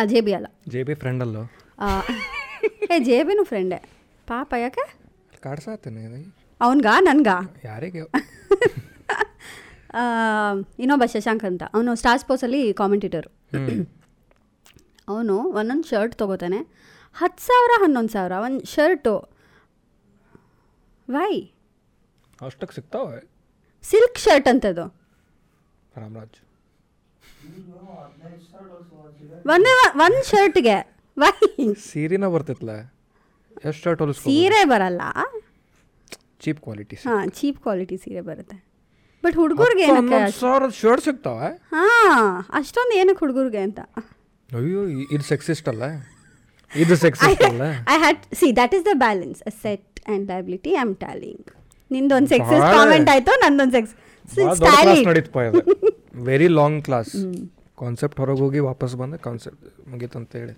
ಆ ಜೇಬಿ ಅಲ್ಲ ಜೆ ಬಿ ಫ್ರೆಂಡ್ ಅಲ್ಲೋ ಆ, ಏ ಜೇಬಿನೂ ಫ್ರೆಂಡೇ ಪಾಪ ಯಾಕೆ ಕಾಡ್ಸಾತೇನೆ ಅವನ್ಗಾ ನನ್ಗಾ ಯಾರಿಗೆ ಆ, ಇನ್ನೊಬ್ಬ ಶಶಾಂಕ್ ಅಂತ ಅವನು ಸ್ಟಾರ್ ಸ್ಪೋರ್ಟ್ಸಲ್ಲಿ ಕಾಮೆಂಟೇಟರು ಅವನು ಒಂದೊಂದು ಶರ್ಟ್ ತೊಗೋತಾನೆ ಹತ್ತು ಸಾವಿರ ಹನ್ನೊಂದು ಸಾವಿರ ಒಂದು ಶರ್ಟು ವೈ ಅಷ್ಟಕ್ಕೆ ಸಿಗ್ತಾವೆ ಸಿಲ್ಕ್ ಶರ್ಟ್ ಅಂತದು ರಾಮರಾಜ್ ಒಂದೇ ಒಂದು ಶರ್ಟ್ಗೆ ವೈ ಸೀರೆನ ಬರ್ತಿತ್ತಲ್ಲ ಎಷ್ಟು ಶರ್ಟ್ ಹೊಲಿಸ್ಕೊ ಸೀರೆ ಬರಲ್ಲ ಚೀಪ್ ಕ್ವಾಲಿಟಿ ಹಾಂ ಚೀಪ್ ಕ್ವಾಲಿಟಿ ಸೀರೆ ಬರುತ್ತೆ ಬಟ್ ಹುಡುಗರಿಗೆ ಏನಕ್ಕೆ ಸಾವಿರದ ಶರ್ಟ್ ಸಿಗ್ತಾವೆ ಹಾಂ ಅಷ್ಟೊಂದು ಏನಕ್ಕೆ ಹುಡುಗರಿಗೆ ಅಂತ ಅಯ್ಯೋ ಇ- ಇದು ಸೆಕ್ಸಿಸ್ಟ್ ಅಲ್ಲ ಇದು ಸೆಕ್ಸಿಸ್ಟ್ ಅಲ್ಲ I had see that is the balance set and liability I am ಟ್ಯಾಲಿಂಗ್ ನಿಂದೊಂದು ಸೆಕ್ಸಸ್ ಬಾಳ- ಕಾಮೆಂಟ್ ಆಯಿತು ನಂದೊಂದು ಸೆಕ್ಸ್ ಕ್ಲಾಸ್ ನಡೀತಪ್ಪ ಇದು ವೆರಿ ಲಾಂಗ್ ಕ್ಲಾಸ್ ಕಾನ್ಸೆಪ್ಟ್ ಹೊರಗೆ ಹೋಗಿ ವಾಪಸ್ ಬಂದ ಕಾನ್ಸೆಪ್ಟ್ ಮುಗೀತು ಅಂತ ಹೇಳಿ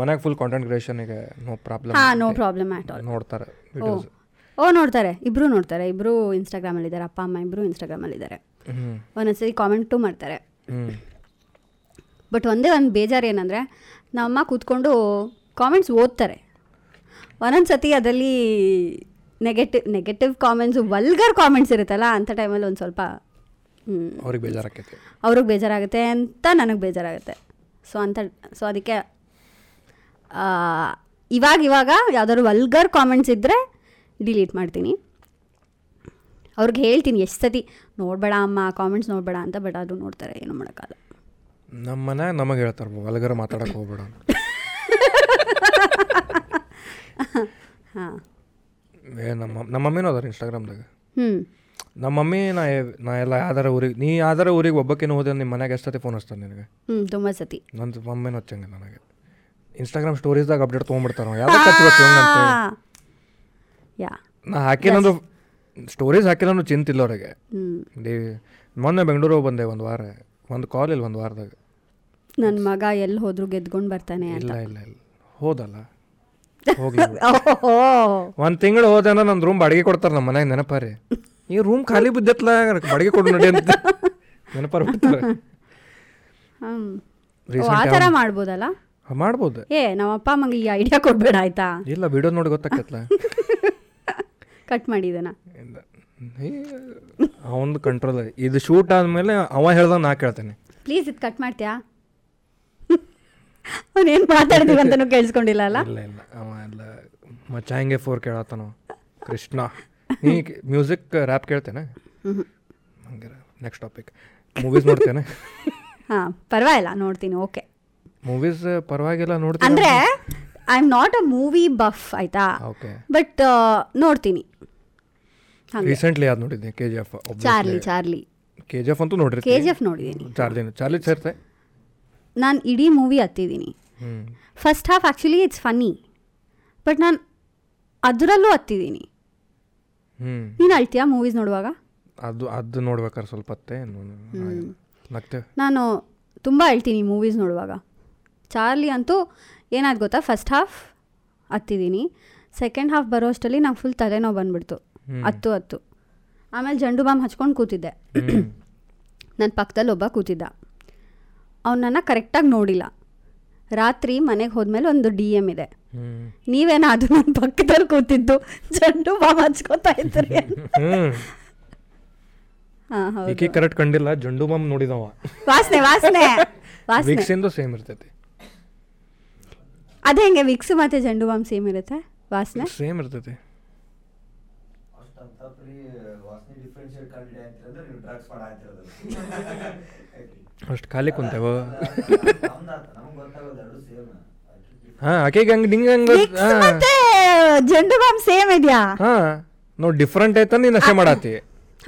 ಮನ್ಯಾಗ ಫುಲ್ ಕಾಂಟೆಂಟ್ ಕ್ರಿಯೇಷನ್ಗೆ ನೋ ಪ್ರಾಬ್ಲಮ್ ಹಾಂ ನೋ ಪ್ರಾಬ್ಲಮ್ ಆಟ್ ಆಲ್ ನೋಡ್ತಾರೆ ಓ ವಿಡಿಯೋಸ್ ಓ Oh. ನೋಡ್ತಾರೆ ಇಬ್ರು ನೋಡ್ತಾರೆ ಇಬ್ರು ಇನ್ಸ್ಟಾಗ್ರಾಮಲ್ಲಿ ಇದ್ದಾರೆ ಅಪ್ಪ ಅಮ್ಮ ಇಬ್ರು ಇನ್ಸ್ಟಾಗ್ರಾಮಲ್ಲಿ ಇದ್ದಾರೆ ಹ್ಞೂ ಒಂದೊಂದ್ಸರಿ ಕಾಮೆಂಟು ಮಾಡ್ತಾರೆ ಹ್ಞೂ ಬಟ್ ಒಂದೇ ಒಂದು ಬೇಜಾರು ಏನಂದರೆ ನಮ್ಮ ಕೂತ್ಕೊಂಡು ಕಾಮೆಂಟ್ಸ್ ಓದ್ತಾರೆ ಒಂದೊಂದು ಸತಿ ಅದರಲ್ಲಿ negative negative comments vulgar comments ಇರುತ್ತಲ್ಲ ಅಂಥ ಟೈಮಲ್ಲಿ ಒಂದು ಸ್ವಲ್ಪ ಅವ್ರಿಗೆ ಬೇಜಾರಾಕೈತಿ ಅವ್ರಿಗೆ ಬೇಜಾರಾಗುತ್ತೆ ಅಂತ ನನಗೆ ಬೇಜಾರಾಗುತ್ತೆ ಸೊ ಅಂತ ಸೊ ಅದಕ್ಕೆ ಆ, ಇವಾಗ ಇವಾಗ ಯಾವ್ದಾದ್ರು ವಲ್ಗರ್ ಕಾಮೆಂಟ್ಸ್ ಇದ್ದರೆ ಡಿಲೀಟ್ ಮಾಡ್ತೀನಿ ಅವ್ರಿಗೆ ಹೇಳ್ತೀನಿ ಎಷ್ಟು ಸತಿ ನೋಡಬೇಡ ಅಮ್ಮ ಕಾಮೆಂಟ್ಸ್ ನೋಡಬೇಡ ಅಂತ ಬಟ್ ಅದು ನೋಡ್ತಾರೆ ಏನು ಮಾಡೋಕ್ಕಾಗಲ್ಲ ನಮ್ಮ ಮನೆ ನಮಗೆ ಹೇಳ್ತಾರೆ ವಲ್ಗರ ಮಾತಾಡಕ್ಕೆ ಹೋಗ್ಬೇಡ ಅಂತ. ಹಾಂ ಏ ನಮ್ಮ ನಮ್ಮ ಮಮ್ಮಿನೂ ಅದಾರ ಇನ್ಸ್ಟಾಗ್ರಾಮ್ದಾಗ ಹ್ಞೂ ನಮ್ಮ ಮಮ್ಮಿ ನಾ ಎ- ನಾ ಎಲ್ಲ ಯಾವ್ದಾರ ಊರಿಗೆ ನೀ ಯಾವ್ದಾರ ಊರಿಗೆ ಒಬ್ಬಕ್ಕಿನ ಹೋದೆ ನಿಮ್ಮ ಮನೆಗೆ ಎಷ್ಟೊತ್ತಿ ಫೋನ್ ಹಚ್ತಾರೆ ನಿನಗೆ ಹ್ಞೂ ತುಂಬ ಸತಿ ನಂದು ಮಮ್ಮಿನ ಹಚ್ಚಂಗಿಲ್ಲ ನನಗೆ ಇನ್ಸ್ಟಾಗ್ರಾಮ್ ಸ್ಟೋರೀಸ್ದಾಗ ಅಪ್ಡೇಟ್ ತೊಗೊಂಡ್ಬಿಡ್ತಾರೆ ಯಾವ್ದಕ್ಕೆ ಹಚ್ಚಬೇಕು ಅಂತ ಆ. ಯಾ ನಾ ಹಾಕಿಲ್ಲಂದು ಸ್ಟೋರೀಸ್ ಹಾಕಿಲ್ಲಂದು ಚಿಂತಿಲ್ಲ ಅವ್ರಿಗೆ ಹ್ಞೂ ಡೇ ಮೊನ್ನೆ ಬೆಂಗಳೂರು ಹೋಗ್ ಬಂದೆ ಒಂದು ವಾರ ಒಂದು ಕಾಲ್ ಇಲ್ಲ ಒಂದು ವಾರದಾಗ ನನ್ನ ಮಗ ಎಲ್ಲಿ ಹೋದ್ರು ಗೆದ್ಕೊಂಡು ಬರ್ತಾನೆ ಅಂತ ಇಲ್ಲ ಇಲ್ಲ ಇಲ್ಲ ಹೋದಲ್ಲ ಹೋಗ್ಲಿ ಓಹೋ ಒಂದು ತಿಂಗಳು ಹೋದೆ ಅಂದ್ರೆ ನನ್ನ ರೂಮ್ ಬಾಡಿಗೆ ಕೊಡ್ತಾರೆ ನಮ್ಮ ಮನೆಗೆ ನೆನಪಾರಿ ಈ ರೂಮ್ ಖಾಲಿ ಬಿದ್ದತ್ಲ ಬಾಡಿಗೆ ಕೊಡು ನೋಡಿ ಅಂತ ನೆನಪಾರ ಬಿಡ್ತಾರೆ ಹ್ಮ್. ಓ, ಆ Recent ಥರ ಮಾಡ್ಬೋದಲ್ಲ ಹಾ, ಮಾಡ್ಬೋದು ಏ ನಮ್ಮ ಅಪ್ಪ ಅಮ್ಮಂಗೆ ಈ ಐಡಿಯಾ ಕೊಡ್ಬೇಡ ಆಯ್ತಾ ಇಲ್ಲ ವಿಡಿಯೋ ನೋಡಿ ಗೊತ್ತಾಕತ್ಲ ಕಟ್ ಮಾಡಿದನ ಇಲ್ಲ ಅವನದು ಕಂಟ್ರೋಲ್ ಇದು ಶೂಟ್ ಆದಮೇಲೆ ಅವ ಹೇಳ್ದಂಗೆ ನಾ ಕೇಳ್ತೇನೆ ಪ್ಲೀಸ್ ಇದು ಕಟ್ ಮಾಡ್ತೀಯಾ ಅವನೇನು ಮಾತಾಡ್ತೀವಿ ಅಂತಲೂ ಕೇಳಿಸ್ಕೊಂಡಿಲ್ಲ ಅಲ್ಲ ಇಲ್ಲ ಇಲ್ಲ ಅವ ಎಲ್ಲ ಮಚ್ಚಾಂಗೆ ಫೋರ್ ಕೇಳತ್ತಾನೋ ಕೃಷ್ಣ ನೀ ಮ್ಯೂಸಿಕ್ ರ್ಯಾಪ್ ಕೇಳ್ತೇನೆ ಹಂಗೆ ನೆಕ್ಸ್ಟ್ ಟಾಪಿಕ್ ಮೂವೀಸ್ ನೋಡ್ತೇನೆ ಹಾಂ ಪರವಾಗಿಲ್ಲ ನೋಡ್ತೀನಿ ಓಕೆ ಮೂವೀಸ್ ಪರವಾಗಿಲ್ಲ ನೋಡ್ತೀನಿ ಅಂದರೆ I am not a movie buff ಆಯ್ತಾ ಓಕೆ ಬಟ್ ನೋಡ್ತೀನಿ ಹಂಗೆ. ರೀಸೆಂಟ್ಲಿ ಯಾವ್ದು ನೋಡಿದ್ದೆ K G F Charlie Charlie K G F ಅಂತೂ ಕೆ ನೋಡಿರ್ತೀನಿ ಜಿ ಎಫ್ ನೋಡಿದ್ದೀನಿ ಚಾರ್ಲಿನ ಚಾರ್ಲಿ ಸೇರ್ತೆ ನಾನು ಇಡೀ ಮೂವಿ ಹತ್ತಿದ್ದೀನಿ ಹ್ಞೂ first half actually it's funny but ನಾನು ಅದರಲ್ಲೂ ಹತ್ತಿದ್ದೀನಿ ಹ್ಞೂ ನೀನು ಅಳ್ತೀಯಾ ಮೂವೀಸ್ ನೋಡುವಾಗ ಅದು ಅದು ನೋಡ್ಬೇಕಾರೆ ಸ್ವಲ್ಪ ಅತ್ತೆ ನಗ್ತೇವೆ ನಾನು ತುಂಬ ಅಳ್ತೀನಿ ಮೂವೀಸ್ ನೋಡುವಾಗ ಚಾರ್ಲಿ ಅಂತೂ ಏನಾದ್ ಗೊತ್ತಾ ಫಸ್ಟ್ ಹಾಫ್ ಹತ್ತಿದ್ದೀನಿ ಸೆಕೆಂಡ್ ಹಾಫ್ ಬರೋ ಅಷ್ಟರಲ್ಲಿ ನಂಗೆ ಫುಲ್ ತಲೆನೋವು ಬಂದ್ಬಿಡ್ತು ಹತ್ತು ಹತ್ತು ಆಮೇಲೆ ಜಂಡು ಬಾಂಬ್ ಹಚ್ಕೊಂಡು ಕೂತಿದ್ದೆ ನನ್ನ ಪಕ್ಕದಲ್ಲಿ ಒಬ್ಬ ಕೂತಿದ್ದ ಅವನನ್ನು ಕರೆಕ್ಟಾಗಿ ನೋಡಿಲ್ಲ ರಾತ್ರಿ ಮನೆಗೆ ಹೋದ್ಮೇಲೆ ಒಂದು ಡಿ ಎಮ್ ಇದೆ ಹ್ಞೂ ನೀವೇನಾದ್ರೂ ನನ್ನ ಪಕ್ಕದಲ್ಲಿ ಕೂತಿದ್ದು ಜಂಡು ಬಾಂಬ್ ಹಚ್ಕೋತಾ ಇದ್ರಿ ಹ್ಞೂ ಹಾಂ ಹೌದು ಈಕೆ ಕರೆಕ್ಟ್ ಕಂಡಿಲ್ಲ ಜಂಡು ಬಾಂಬ್ ನೋಡಿದವ ವಾಸನೆ ವಾಸನೆ ವಾಸನೆ ವಿಕ್ಸಿಂದು ಸೇಮ್ ಇರ್ತೈತಿ ಅದೇ ಹೆಂಗೆ ವಿಕ್ಸ್ ಮತ್ತೆ ಜಂಡು ಬಾಂಬ್ ಸೇಮ್ ಇರುತ್ತೆ ವಾಸನೆ ಸೇಮ್ ಇರ್ತೈತಿ ಅಷ್ಟಂತ ಬರೀ ವಾಸನೆ ಡಿಫ್ರೆನ್ಶಿಯೇಟ್ ಕಂಡಿಡಿ ಅಂತೀರಂದ್ರೆ ನೀವು ಡ್ರಗ್ಸ್ ಮಾಡ ಅಂತಿರೋದು ಅಷ್ಟು ಖಾಲಿ ಕುಂತೇವ ನಮ್ದಾತ ನಮ್ಗೆ ಗೊತ್ತಾಗೋದು ಎರಡು ಸೇಮ್ ಹಾಂ ಆಕೆಗೆ ಹಂಗೆ ನಿಂಗೆ ಹಂಗೆ ವಿಕ್ಸ್ ಮತ್ತೆ ಜಂಡು ಬಾಂಬ್ ಸೇಮ್ ಇದೆಯಾ ಹಾಂ ನೋಡಿ ಡಿಫ್ರೆಂಟ್ ಐತ ನೀ ನಶೆ ಮಾಡಾತಿ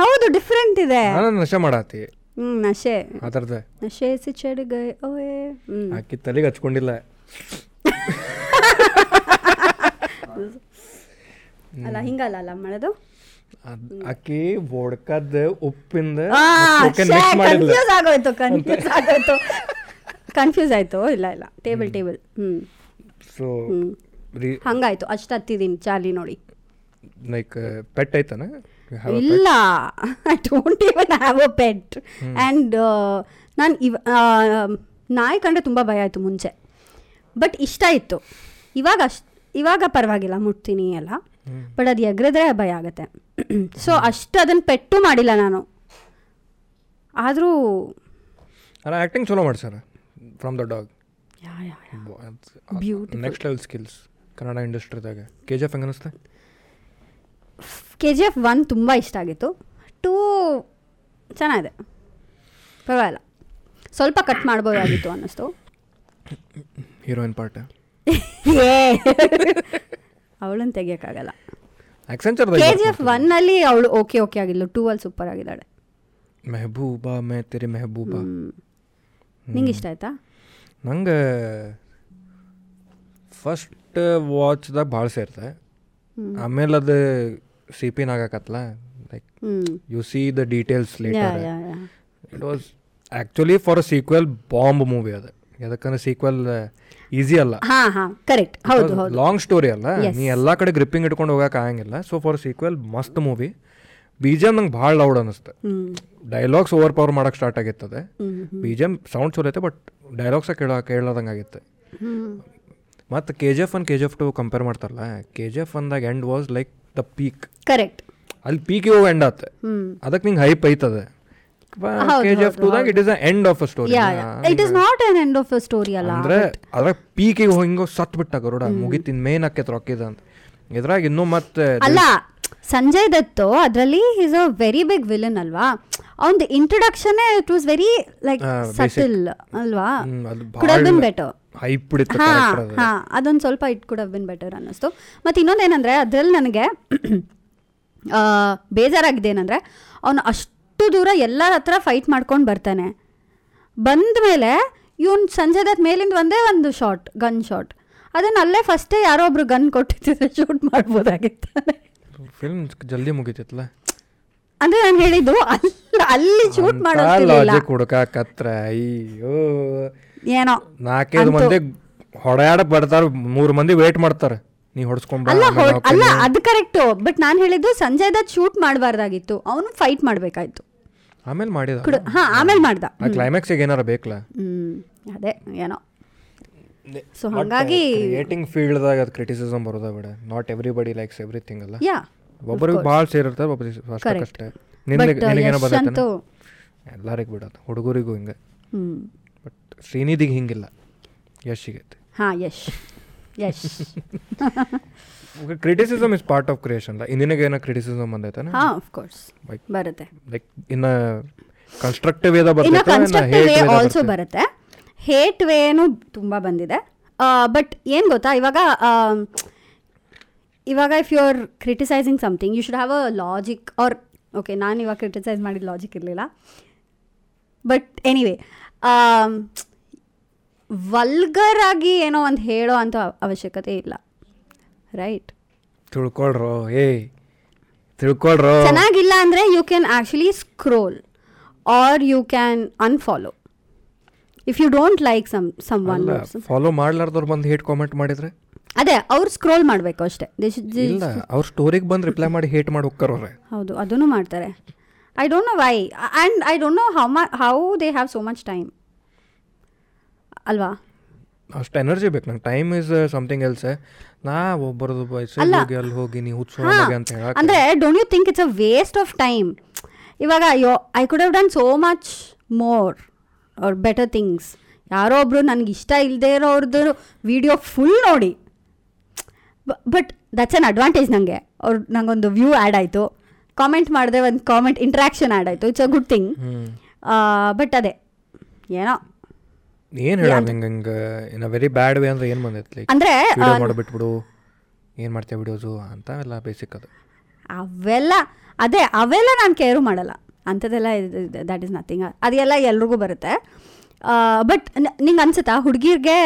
ಹೌದು ಡಿಫ್ರೆಂಟ್ ಇದೆ ನಾನು ನಶೆ ಮಾಡಾತಿ ಹ್ಞೂ ನಶೆ ಆ ಥರದ ನಶೆ ಸಿ ಚೆಡ್ ಗೈ ಓಯೆ ಹ್ಞೂ ಆಕಿ ತಲೆಗೆ ಹಚ್ಕೊಂಡಿಲ್ಲ ಅಲ್ಲ ಹಿಂಗಲ್ಲ ಅಲ್ಲ ಮಾಡೋದು ಅದ್- ಆಕಿ ಬೋಡ್ಕದ ಉಪ್ಪಿಂದ ಮಿಕ್ಸ್ ಮಾಡಿಲ್ಲ ಕನ್ಫ್ಯೂಸ್ ಆಗೋಯ್ತು ಕನ್ಫ್ಯೂಸ್ ಆಗೋಯ್ತು ಕನ್ಫ್ಯೂಸ್ ಆಯ್ತು ಇಲ್ಲ ಇಲ್ಲ ಟೇಬಲ್ ಟೇಬಲ್ ಹ್ಞೂ ಸೊ ಹ್ಮ್. ರೀ ಹಂಗಾಯ್ತು ಅಷ್ಟು ಹತ್ತಿದ್ದೀನಿ ಚಾರ್ಲಿ ನೋಡಿ ಲೈಕ್ ಪೆಟ್ ಐತನ ಇಲ್ಲ I don't even have a pet and ನಾನು uh, ಇವ ಆ, ನಾಯಿ ಕಂಡ್ರೆ ತುಂಬ ಭಯ ಆಯಿತು ಮುಂಚೆ ಬಟ್ ಇಷ್ಟ ಇತ್ತು ಇವಾಗ ಅಷ್ಟು ಇವಾಗ ಪರವಾಗಿಲ್ಲ ಮುಟ್ತೀನಿ ಎಲ್ಲ ಬಟ್ ಅದು ಎಗ್ರಿದ್ರೆ ಭಯ ಆಗುತ್ತೆ ಸೊ ಅಷ್ಟು ಅದನ್ನು ಪೆಟ್ಟು ಮಾಡಿಲ್ಲ ನಾನು ಆದರೂ ಅಲ್ಲ ಆ್ಯಕ್ಟಿಂಗ್ ಚಲೋ ಮಾಡ್ಸ್ಯಾರ from the dog yeah yeah yeah. uh, Beautiful. Next level skills Kannada ಇಂಡಸ್ಟ್ರಿದಾಗ ಕೆ ಜಿ ಎಫ್ ಹೆಂಗೆ ಅನಿಸ್ತೆ ಕೆ ಜಿ ಎಫ್ ಒನ್ ತುಂಬ ಇಷ್ಟ ಆಗಿತ್ತು ಟೂ ಚೆನ್ನಾಗಿದೆ ಪರವಾಗಿಲ್ಲ ಸ್ವಲ್ಪ ಕಟ್ ಮಾಡ್ಬೋದಾಗಿತ್ತು ಅನ್ನಿಸ್ತು ಹೀರೋಯಿನ್ ಪಾರ್ಟ್ ಅವಳನ್ನು ತೆಗಿಯೋಕ್ಕಾಗಲ್ಲ ಆಕ್ಸೆಂಚರ್ ಕೆ ಜಿ ಎಫ್ ಒನ್ನಲ್ಲಿ ಅವಳು ಓಕೆ ಓಕೆ ಆಗಿಲ್ಲ ಟೂ ಅಲ್ಲಿ ಸೂಪರ್ ಆಗಿದ್ದಾಳೆ ಮೆಹಬೂಬಾ ಮೇ ತೆರಿ ಮೆಹಬೂಬಾ Hmm. ನಿಂಗೆ ಇಷ್ಟ ಆಯ್ತಾ ನಂಗೆ ಫಸ್ಟ್ ವಾಚ್ದಾಗ ಭಾಳ ಸೇರ್ತೆ ಆಮೇಲೆ ಅದು ಸಿ ಪಿನ ಆಗಾಕತ್ತಲ್ಲ like hmm you see the details yeah later yeah yeah it was actually for a sequel bomb movie ಅದು ಯಾಕಂದ್ರೆ ಸೀಕ್ವೆಲ್ ಈಸಿ ಅಲ್ಲ ಹಾ ಹಾ ಕರೆಕ್ಟ್ ಹೌದು ಹೌದು ಲಾಂಗ್ ಸ್ಟೋರಿ ಅಲ್ಲ Yes. ನೀ ಎಲ್ಲ ಕಡೆ ಗ್ರಿಪ್ಪಿಂಗ್ ಇಟ್ಕೊಂಡು ಹೋಗಕ್ಕೆ ಆಗಂಗಿಲ್ಲ ಸೊ ಫಾರ್ ಸೀಕ್ವೆಲ್ ಮಸ್ತ್ ಮೂವಿ ಬಿ ಜಿ ಎಮ್ ನಂಗೆ ಭಾಳ ಲೌಡ್ ಅನ್ನಿಸ್ತು ಹ್ಮ್ ಡೈಲಾಗ್ಸ್ ಓವರ್ ಪವರ್ ಮಾಡೋಕೆ ಸ್ಟಾರ್ಟ್ ಆಗಿತ್ತದೆ ಹ್ಮ್ ಬಿ ಜಿ ಎಮ್ ಸೌಂಡ್ ಚಲೋ ಐತೆ ಬಟ್ ಡೈಲಾಗ್ಸ ಕೇಳೋ ಕೇಳದಂಗೆ ಆಗಿತ್ತು ಹ್ಮ್ ಮತ್ತು K G F one K G F two compare ಮಾಡ್ತಾರಲ್ಲ ಕೆ ಜಿ ಎಫ್ ಒನ್ದಾಗ end was like the peak correct ಅಲ್ಲಿ ಪೀಕ್ ಇವಾಗ ಎಂಡ್ ಆತ ಅದಕ್ಕೆ ನಿಂಗೆ ಹೈಪ್ ಐತದೆ ಹೌದು, ಕೆ ಜಿ ಎಫ್ ಹೌದು, ಟೂದಾಗ it is a end of a story yeah it is not an end of story ಅಲ್ಲ ಅಂದ್ರೆ ಅದ್ರ ಪೀಕಿಗೆ ಹಿಂಗ ಸತ್ ಬಿಟ್ಟ ಗರುಡ ಮುಗಿತಿನ್ ಮೇನ್ ಆಕೈತ್ ರೊಕ್ಕಿದ ಅಂತ ಇದ್ರಾಗ ಇನ್ನೂ ಮತ್ತೆ ಅಲ್ಲ ಸಂಜಯ್ ದತ್ತು ಅದರಲ್ಲಿ is a very big villain ಅಲ್ವಾ ಅವ್ನ್ದು introduction it was very like ಹಾ, basic. ಸಟಲ್ ಅಲ್ವಾ ಹ್ಮ್, ಅದು ಕುಡ್ ಹವ್ ಬಿನ್ ಭಾಳ ಬೆಟರ್ ಹೈಪ್ ಬಿಡಿತ ಹಾ ಹಾ ಅದೊಂದು ಸ್ವಲ್ಪ it could have been better ಅನ್ನಿಸ್ತು ಮತ್ತು ಇನ್ನೊಂದೇನಂದ್ರೆ ಅದ್ರಲ್ಲಿ ನನಗೆ ಆ, ಬೇಜಾರಾಗಿದೆ ಏನಂದ್ರೆ ಅವನು ಅಷ್ಟು ದೂರ ಎಲ್ಲರ ಹತ್ರ ಫೈಟ್ ಮಾಡ್ಕೊಂಡು ಬರ್ತಾನೆ ಬಂದ ಮೇಲೆ ಇವನು ಸಂಜಯ್ ದತ್ ಮೇಲಿಂದ ಒಂದೇ ಒಂದು ಶಾಟ್ ಗನ್ ಶಾಟ್ ಅದನ್ನು ಅಲ್ಲೇ ಫಸ್ಟೇ ಯಾರೋ ಒಬ್ರು ಗನ್ ಕೊಟ್ಟಿದ್ದರೆ ಶೂಟ್ ಮಾಡ್ಬೋದಾಗಿತ್ತಾನೆ ಫಿಲ್ಮ್ ಜಲ್ದಿ ಮುಗಿತಿತ್ಲ ಅಂದ್ರೆ ನಾನು ಹೇಳಿದ್ದು ಅಲ್ಲಿ ಅಲ್ಲಿ ಶೂಟ್ ಮಾಡೋದಿಲ್ಲ ಲಾಜಿಕ್ ಹುಡುಕಾಕತ್ರ ಅಯ್ಯೋ ಏನೋ ನಾಲ್ಕೈದು ಮಂದಿ ಹೊಡ್ಯಾಡ ಬರ್ತಾರ ಮೂರು ಮಂದಿ ವೇಟ್ ಮಾಡ್ತಾರ ನೀ ಹೊಡ್ಸ್ಕೊಂಬ ಅಲ್ಲ ಹೊಡ್- ಅಲ್ಲ ಅದು ಕರೆಕ್ಟು ಬಟ್ ನಾನು ಹೇಳಿದ್ದು ಸಂಜಯ್ ದತ್ ಶೂಟ್ ಮಾಡಬಾರ್ದಾಗಿತ್ತು ಅವನು ಫೈಟ್ ಮಾಡಬೇಕಾಯ್ತು ಆಮೇಲೆ ಮಾಡಿದ ಕುಡ ಹಾ ಆಮೇಲೆ ಮಾಡ್ದ ಆ ಕ್ಲೈಮ್ಯಾಕ್ಸಿಗೆ ಏನಾರ ಬೇಕಲ್ಲ ಹ್ಮ್ ಅದೇ ಏನೋ ಸೊ ಹಂಗಾಗಿ ಕ್ರಿಯೇಟಿಂಗ್ ಫೀಲ್ಡ್ದಾಗ ಅದು ಕ್ರಿಟಿಸಿಸಮ್ ಬರೋದ ಬೇಡ ನಾಟ್ ಎವ್ರಿಬಡಿ ಲೈಕ್ಸ್ ಎವ್ರಿಥಿಂಗ್ ಅಲ್ಲ ಯಾ ಒಬ್ಬರಿಗೆ ಭಾಳ ಸೇರಿರ್ತಾರೆ ಒಬ್ಬರಿಗೆ Correct. ಅಷ್ಟಕ್ಕಷ್ಟೇ ನಿನಗೆ But, uh, ನಿನಗೇನೋ ಯಶ್ ಬರ್ತೈತೆ ಅಂತೂ- ಎಲ್ಲರಿಗೆ ಬಿಡೋದು ಹುಡುಗರಿಗೂ ಹಿಂಗೆ ಹ್ಮ್ ಬಟ್ ಶ್ರೀನಿಧಿಗೆ ಹಿಂಗಿಲ್ಲ ಯಶಿಗೆ ಹಾ Yash Yash criticism is part of creation ಅಲ್ಲ ಇಂದಿನಾಗ ಏನೋ ಕ್ರಿಟಿಸಿಸಮ್ ಬಂದೈತಾನೆ ಹಾ ಆಫ್ ಕೋರ್ಸ್ Like- ಬರುತ್ತೆ ಲೈಕ್ ಇನ್ನ ಕನ್ಸ್ಟ್ರಕ್ಟಿವ್ ಏದ ಇನ್ನು ಕನ್ಸ್ಟ್ರಕ್ಟಿವ್ ವೇ ಆಲ್ಸೋ ಬರ್ತೈತೆ ಬರುತ್ತೆ ಹೇಟ್ ವೇನು ತುಂಬ ಬಂದಿದೆ ಬಟ್ ಏನು ಗೊತ್ತಾ ಇವಾಗ ಆಮ್, ಇವಾಗ if you are criticising something you should have a logic or okay ನಾನು ಇವಾಗ ಕ್ರಿಟಿಸೈಸ್ ಮಾಡಿದ ಲಾಜಿಕ್ ಇರಲಿಲ್ಲ ಬಟ್ ಎನಿವೇ ವಲ್ಗರ್ ಆಗಿ ಏನೋ ಒಂದು ಹೇಳೋ ಅಂತ ಅವಶ್ಯಕತೆ ಇಲ್ಲ ರೈಟ್ ತಿಳ್ಕೊಳ್ರೋ ಏಯ್ ತಿಳ್ಕೊಳ್ರೋ ಚೆನ್ನಾಗಿಲ್ಲ ಅಂದರೆ you can actually scroll or you can unfollow if you don't like some someone follow ಮಾಡ್ಲಾರ್ದವ್ರು ಬಂದು ಹೇಟ್ ಕಾಮೆಂಟ್ ಮಾಡಿದ್ರೆ ಅದೇ ಅವ್ರು ಸ್ಕ್ರೋಲ್ ಮಾಡಬೇಕು ಅಷ್ಟೇ They should just- ಇಲ್ಲ ಅವ್ರ ಸ್ಟೋರಿಗೆ ಬಂದು ರಿಪ್ಲೈ ಮಾಡಿ ಹೇಟ್ ಮಾಡಿ ಹೋಗ್ತಾರವ್ರೆ ಹೌದು ಅದನ್ನು ಮಾಡ್ತಾರೆ I don't know why and I don't know how ಮಾ how they have so much time ಅಲ್ವಾ ಅಷ್ಟು ಎನರ್ಜಿ ಬೇಕು ನಂಗೆ time is something else uh, ನಾ ಒಬ್ಬರದು ಬಯಸಿ ಅಲ್ಲ. ಹೋಗಿ ಅಲ್ಲಿ ಹೋಗಿ ನೀವು ಹುಚ್ಚು ಹಾ. ಅಂತ ಹೇಳಕ್ಕೆ ಅಂದ್ರೆ don't you think it's a waste of time ಇವಾಗ ಯೋ I could have done so much more or better things ಯಾರೋ ಒಬ್ರು ನನಗೆ ಇಷ್ಟ ಇಲ್ಲದೆ ಇರೋರ್ದು ವಿಡಿಯೋ ಫುಲ್ ನೋಡಿ ಬಟ್ ದಟ್ಸ್ ಅನ್ ಅಡ್ವಾಂಟೇಜ್ ನನಗೆ ಅವ್ರು ನಂಗೊಂದು ವ್ಯೂ ಆ್ಯಡ್ ಆಯಿತು ಕಾಮೆಂಟ್ ಮಾಡಿದೆ ಒಂದು ಕಾಮೆಂಟ್ ಇಂಟ್ರಾಕ್ಷನ್ ಆ್ಯಡ್ ಆಯಿತು it's a good thing hmm. But ಅದೇ ಏನೋ ಏನು ಹೇಳೋದು uh, ಹಿಂಗೆ ಹಿಂಗೆ in a very bad way ಅಂದ್ರೆ ಏನು ಬಂದೈತೆ ಲೈಕ್ ಅಂದರೆ ವಿಡಿಯೋ ಮಾಡಿಬಿಟ್ಬಿಡು ಏನು ಮಾಡ್ತೀಯ ವಿಡಿಯೋಸು ಅಂತ ಎಲ್ಲ ಬೇಸಿಕ್ ಅದು ಅವೆಲ್ಲ ಅದೇ ಅವೆಲ್ಲ ನಾನು ಕೇರು ಮಾಡಲ್ಲ ಅಂಥದ್ದೆಲ್ಲ ದ್ಯಾಟ್ ಇಸ್ ನಥಿಂಗ್ ಅದೆಲ್ಲ ಎಲ್ರಿಗೂ ಬರುತ್ತೆ ಬಟ್ ನಿಂಗೆ ಅನ್ಸುತ್ತಾ ಹುಡುಗಿರಿಗೆ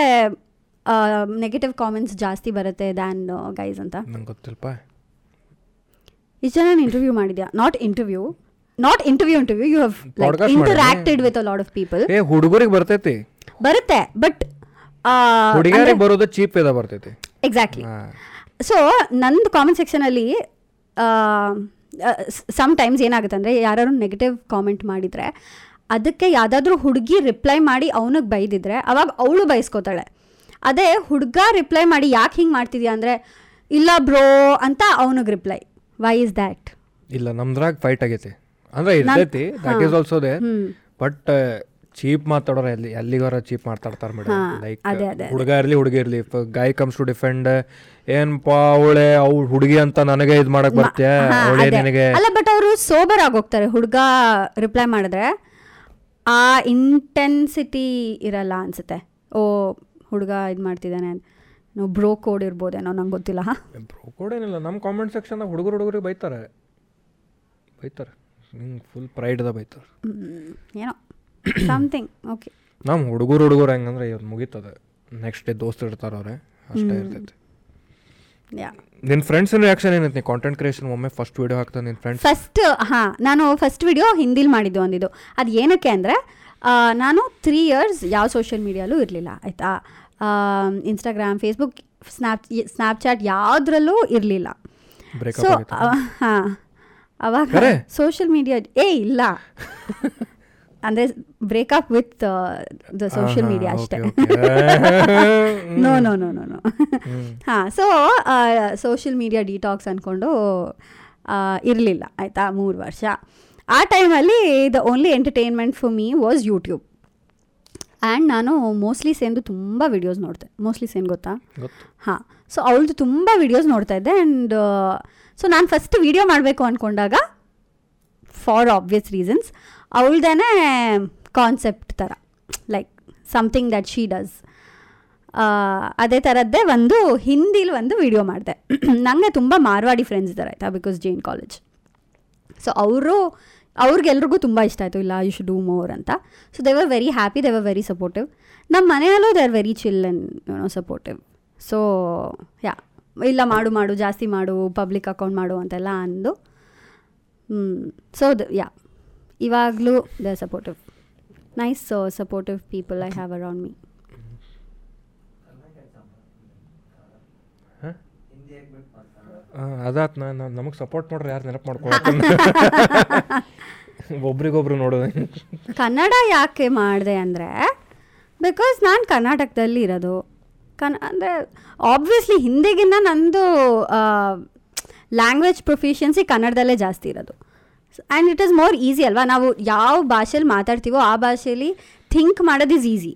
ನೆಗೆಟಿವ್ ಕಾಮೆಂಟ್ಸ್ ಜಾಸ್ತಿ ಬರುತ್ತೆ ದ್ಯಾನ್ ಗೈಸ್ ಅಂತ ನಂಗೆ ಗೊತ್ತಿಲ್ಪ ಇಷ್ಟು ಜನ ಇಂಟರ್ವ್ಯೂ ಮಾಡಿದ್ಯಾ not interview not interview interview you have like Podcast ಮಾಡಿದ್ಯಾ? Interacted with a lot of people ಏ ಹುಡುಗರಿಗೆ ಬರ್ತೈತಿ ಬರುತ್ತೆ ಬಟ್ ಹುಡುಗಿಯರಿಗೆ ಬರೋದು ಚೀಪ್ ಇದ ಬರ್ತೈತಿ ಎಕ್ಸಾಕ್ಟ್ಲಿ ಹಾ. ಸೊ ನಂದು ಕಾಮೆಂಟ್ ಸೆಕ್ಷನಲ್ಲಿ ಟೈಮ್ಸ್ ಏನಾಗುತ್ತೆ ಅಂದರೆ ಯಾರು ನೆಗೆಟಿವ್ ಕಾಮೆಂಟ್ ಮಾಡಿದರೆ ಅದಕ್ಕೆ ಯಾವುದಾದ್ರೂ ಹುಡುಗಿ ರಿಪ್ಲೈ ಮಾಡಿ ಅವನಿಗೆ ಬೈದಿದ್ರೆ ಅವಾಗ ಅವಳು ಬೈಸ್ಕೋತಾಳೆ ಅದೇ ಹುಡುಗ ರಿಪ್ಲೈ ಮಾಡಿ ಯಾಕೆ ಹಿಂಗೆ ಮಾಡ್ತಿದ್ಯಾ ಅಂದರೆ ಇಲ್ಲ ಬ್ರೋ ಅಂತ ಅವನಿಗೆ ರಿಪ್ಲೈ ವೈ ಇಸ್ ದ್ಯಾಟ್ ಇಲ್ಲ ನಮ್ದ್ರಾಗ ಫೈಟ್ ಆಗೈತಿ ಅಂದ್ರೆ ಇರ್ತೈತಿ that is also they but cheap ಮಾತಾಡೋರು ಎಲ್ಲಿ ಎಲ್ಲಿಗಾರ ಚೀಪ್ ಮಾತಾಡ್ತಾರೆ ಮೇಡಮ್ ಲೈಕ್ ಅದೇ, ಅದೇ, ಹುಡುಗ ಇರ್ಲಿ ಹುಡುಗಿ ಇರ್ಲಿ ಗಾಯ್ ಕಮ್ಸ್ ಟು ಡಿಫೆಂಡ್ ಏನ್ಪಾ ಅವಳೆ ಅವ್ಳು ಹುಡುಗಿ ಅಂತ ನನಗೆ ಇದು ಮಾಡಕ್ ಬರ್ತೀಯ ಅವಳೆ ನಿನಗೆ ಅಲ್ಲ ಬಟ್ ಅವರು ಸೋಬರ್ ಆಗೋಗ್ತಾರೆ ಹುಡುಗ ರಿಪ್ಲೈ ಮಾಡಿದ್ರೆ ಆ ಇಂಟೆನ್ಸಿಟಿ ಇರಲ್ಲ ಅನ್ಸುತ್ತೆ ಓ ಹುಡುಗ ಇದು ಮಾಡ್ತಿದ್ದಾನೆ ಅಂತ. ನೋ ಬ್ರೋ ಕೋಡ್ ಇರ್ಬೋದೇನೋ ನಂಗೆ ಗೊತ್ತಿಲ್ಲ ಕೊಡೇನಿಲ್ಲ ನಮ್ಮ ಕಾಮೆಂಟ್ ಸೆಕ್ಷನ್ದಾಗ ಹುಡುಗರು ಹುಡುಗರಿಗೆ ಬೈತಾರೆ ಬೈತಾರೆ ನಿಂಗೆ ಫುಲ್ ಪ್ರೈಡ್ದ ಬೈತಾರೆ ಹ್ಮ್, ಏನೋ ಸಮಥಿಂಗ್ ಓಕೆ ನಮ್ಮ ಹುಡುಗರು ಹುಡುಗರು ಹೆಂಗಂದ್ರೆ ಇವತ್ತು ಮುಗೀತದೆ ನೆಕ್ಸ್ಟ್ ಡೇ ದೋಸ್ತ್ ಇರ್ತಾರೆ ಅವ್ರೆ ಅಷ್ಟೇ ಇರ್ತೈತಿ ಯಾ ನಿನ್ನ ಫ್ರೆಂಡ್ಸ್ ರಿಯಾಕ್ಷನ್ ಏನೈತಿ ಕಾಂಟೆಂಟ್ ಕ್ರಿಯೇಷನ್ ಒಮ್ಮೆ ಫಸ್ಟ್ ವೀಡಿಯೋ ಹಾಕ್ತಾನೆ ನಿನ್ನ ಫ್ರೆಂಡ್ಸ್ ಫಸ್ಟ್ ಹಾಂ ನಾನು ಫಸ್ಟ್ ವಿಡಿಯೋ ಹಿಂದಿಲಿ ಮಾಡಿದ್ದು ಒಂದಿದ್ದು ಅದು ಏನಕ್ಕೆ ಅಂದರೆ ನಾನು ತ್ರೀ ಇಯರ್ಸ್ ಯಾವ ಸೋಷಿಯಲ್ ಮೀಡಿಯಲ್ಲೂ ಇರಲಿಲ್ಲ ಆಯಿತಾ ಇನ್ಸ್ಟಾಗ್ರಾಮ್ ಫೇಸ್ಬುಕ್ ಸ್ನ್ಯಾಪ್ ಸ್ನ್ಯಾಪ್ಚಾಟ್ ಯಾವುದ್ರಲ್ಲೂ ಇರಲಿಲ್ಲ Breakup ಸೊ ಆಗಿತ್ತಲ್ಲ? ಹಾಂ ಅವಾಗ ಖರೆ? ಸೋಷಿಯಲ್ ಮೀಡಿಯಾ ಏ ಇಲ್ಲ ಅಂದರೆ ಬ್ರೇಕಪ್ ವಿತ್ ದ ಸೋಷಿಯಲ್ ಆಹಾ, ಮೀಡಿಯಾ ಅಷ್ಟೇ okay, okay. No no no no no ಹಾಂ ಸೊ ಸೋಷಿಯಲ್ ಮೀಡಿಯಾ ಡಿಟಾಕ್ಸ್ ಅಂದ್ಕೊಂಡು ಇರಲಿಲ್ಲ ಆಯಿತಾ ಮೂರು ವರ್ಷ ಆ ಟೈಮಲ್ಲಿ the only entertainment for me was YouTube and ನಾನು ಮೋಸ್ಟ್ಲಿ ಸೇನ್ದು ತುಂಬ ವಿಡಿಯೋಸ್ ನೋಡ್ತೆ ಮೋಸ್ಟ್ಲಿ ಸೇನ್ ಗೊತ್ತಾ ಗೊತ್ತು ಹಾಂ ಸೊ ಅವಳದು ತುಂಬ ವಿಡಿಯೋಸ್ ನೋಡ್ತಾ ಇದ್ದೆ uh, ಆ್ಯಂಡ್ ಸೊ ನಾನು ಫಸ್ಟ್ ವಿಡಿಯೋ ಮಾಡಬೇಕು ಅಂದ್ಕೊಂಡಾಗ ಫಾರ್ ಆಬ್ವಿಯಸ್ ರೀಸನ್ಸ್ ಅವಳ್ದೇ ಕಾನ್ಸೆಪ್ಟ್ ಥರ like something that she does ಅದೇ ಥರದ್ದೇ ಒಂದು ಹಿಂದಿಲಿ ಒಂದು ವಿಡಿಯೋ ಮಾಡಿದೆ ನನಗೆ ತುಂಬ ಮಾರ್ವಾಡಿ ಫ್ರೆಂಡ್ಸ್ ಇದ್ದಾರೆ ಆಯಿತಾ ಬಿಕಾಸ್ ಜೈನ್ ಕಾಲೇಜ್ ಸೊ ಅವರು ಅವ್ರಿಗೆಲ್ರಿಗೂ ತುಂಬ ಇಷ್ಟ ಆಯಿತು ಇಲ್ಲ ಯು ಶುಡ್ ಡೂ ಮೋರ್ ಅಂತ so they were very happy they were very supportive ನಮ್ಮ ಮನೆಯಲ್ಲೂ they are very chill and you know supportive so yeah ಇಲ್ಲ ಮಾಡು ಮಾಡು ಜಾಸ್ತಿ ಮಾಡು ಪಬ್ಲಿಕ್ ಅಕೌಂಟ್ ಮಾಡು ಅಂತೆಲ್ಲ ಅಂದು ಸೊ ಯಾ ಇವಾಗಲೂ they are supportive nice supportive people I have around me ಅದಾತ್ ನಾ ನಮಗೆ ಸಪೋರ್ಟ್ ಮಾಡ್ರೆ ಯಾರು ನೆನಪು ಮಾಡ್ಕೊಳಕ ಒಬ್ರಿಗೊಬ್ರು ನೋಡೋದು ಕನ್ನಡ ಯಾಕೆ ಮಾಡಿದೆ ಅಂದರೆ ಬಿಕಾಸ್ ನಾನು ಕರ್ನಾಟಕದಲ್ಲಿ ಇರೋದು ಕನ್ ಅಂದರೆ ಆಬ್ವಿಯಸ್ಲಿ ಹಿಂದಿಗಿನ್ನ ನಂದು ಲ್ಯಾಂಗ್ವೇಜ್ ಪ್ರೊಫಿಷಿಯನ್ಸಿ ಕನ್ನಡದಲ್ಲೇ ಜಾಸ್ತಿ ಇರೋದು and it is more easy ಅಲ್ವಾ ನಾವು ಯಾವ ಭಾಷೆಯಲ್ಲಿ ಮಾತಾಡ್ತೀವೋ ಆ ಭಾಷೆಯಲ್ಲಿ ಥಿಂಕ್ ಮಾಡೋದು is easy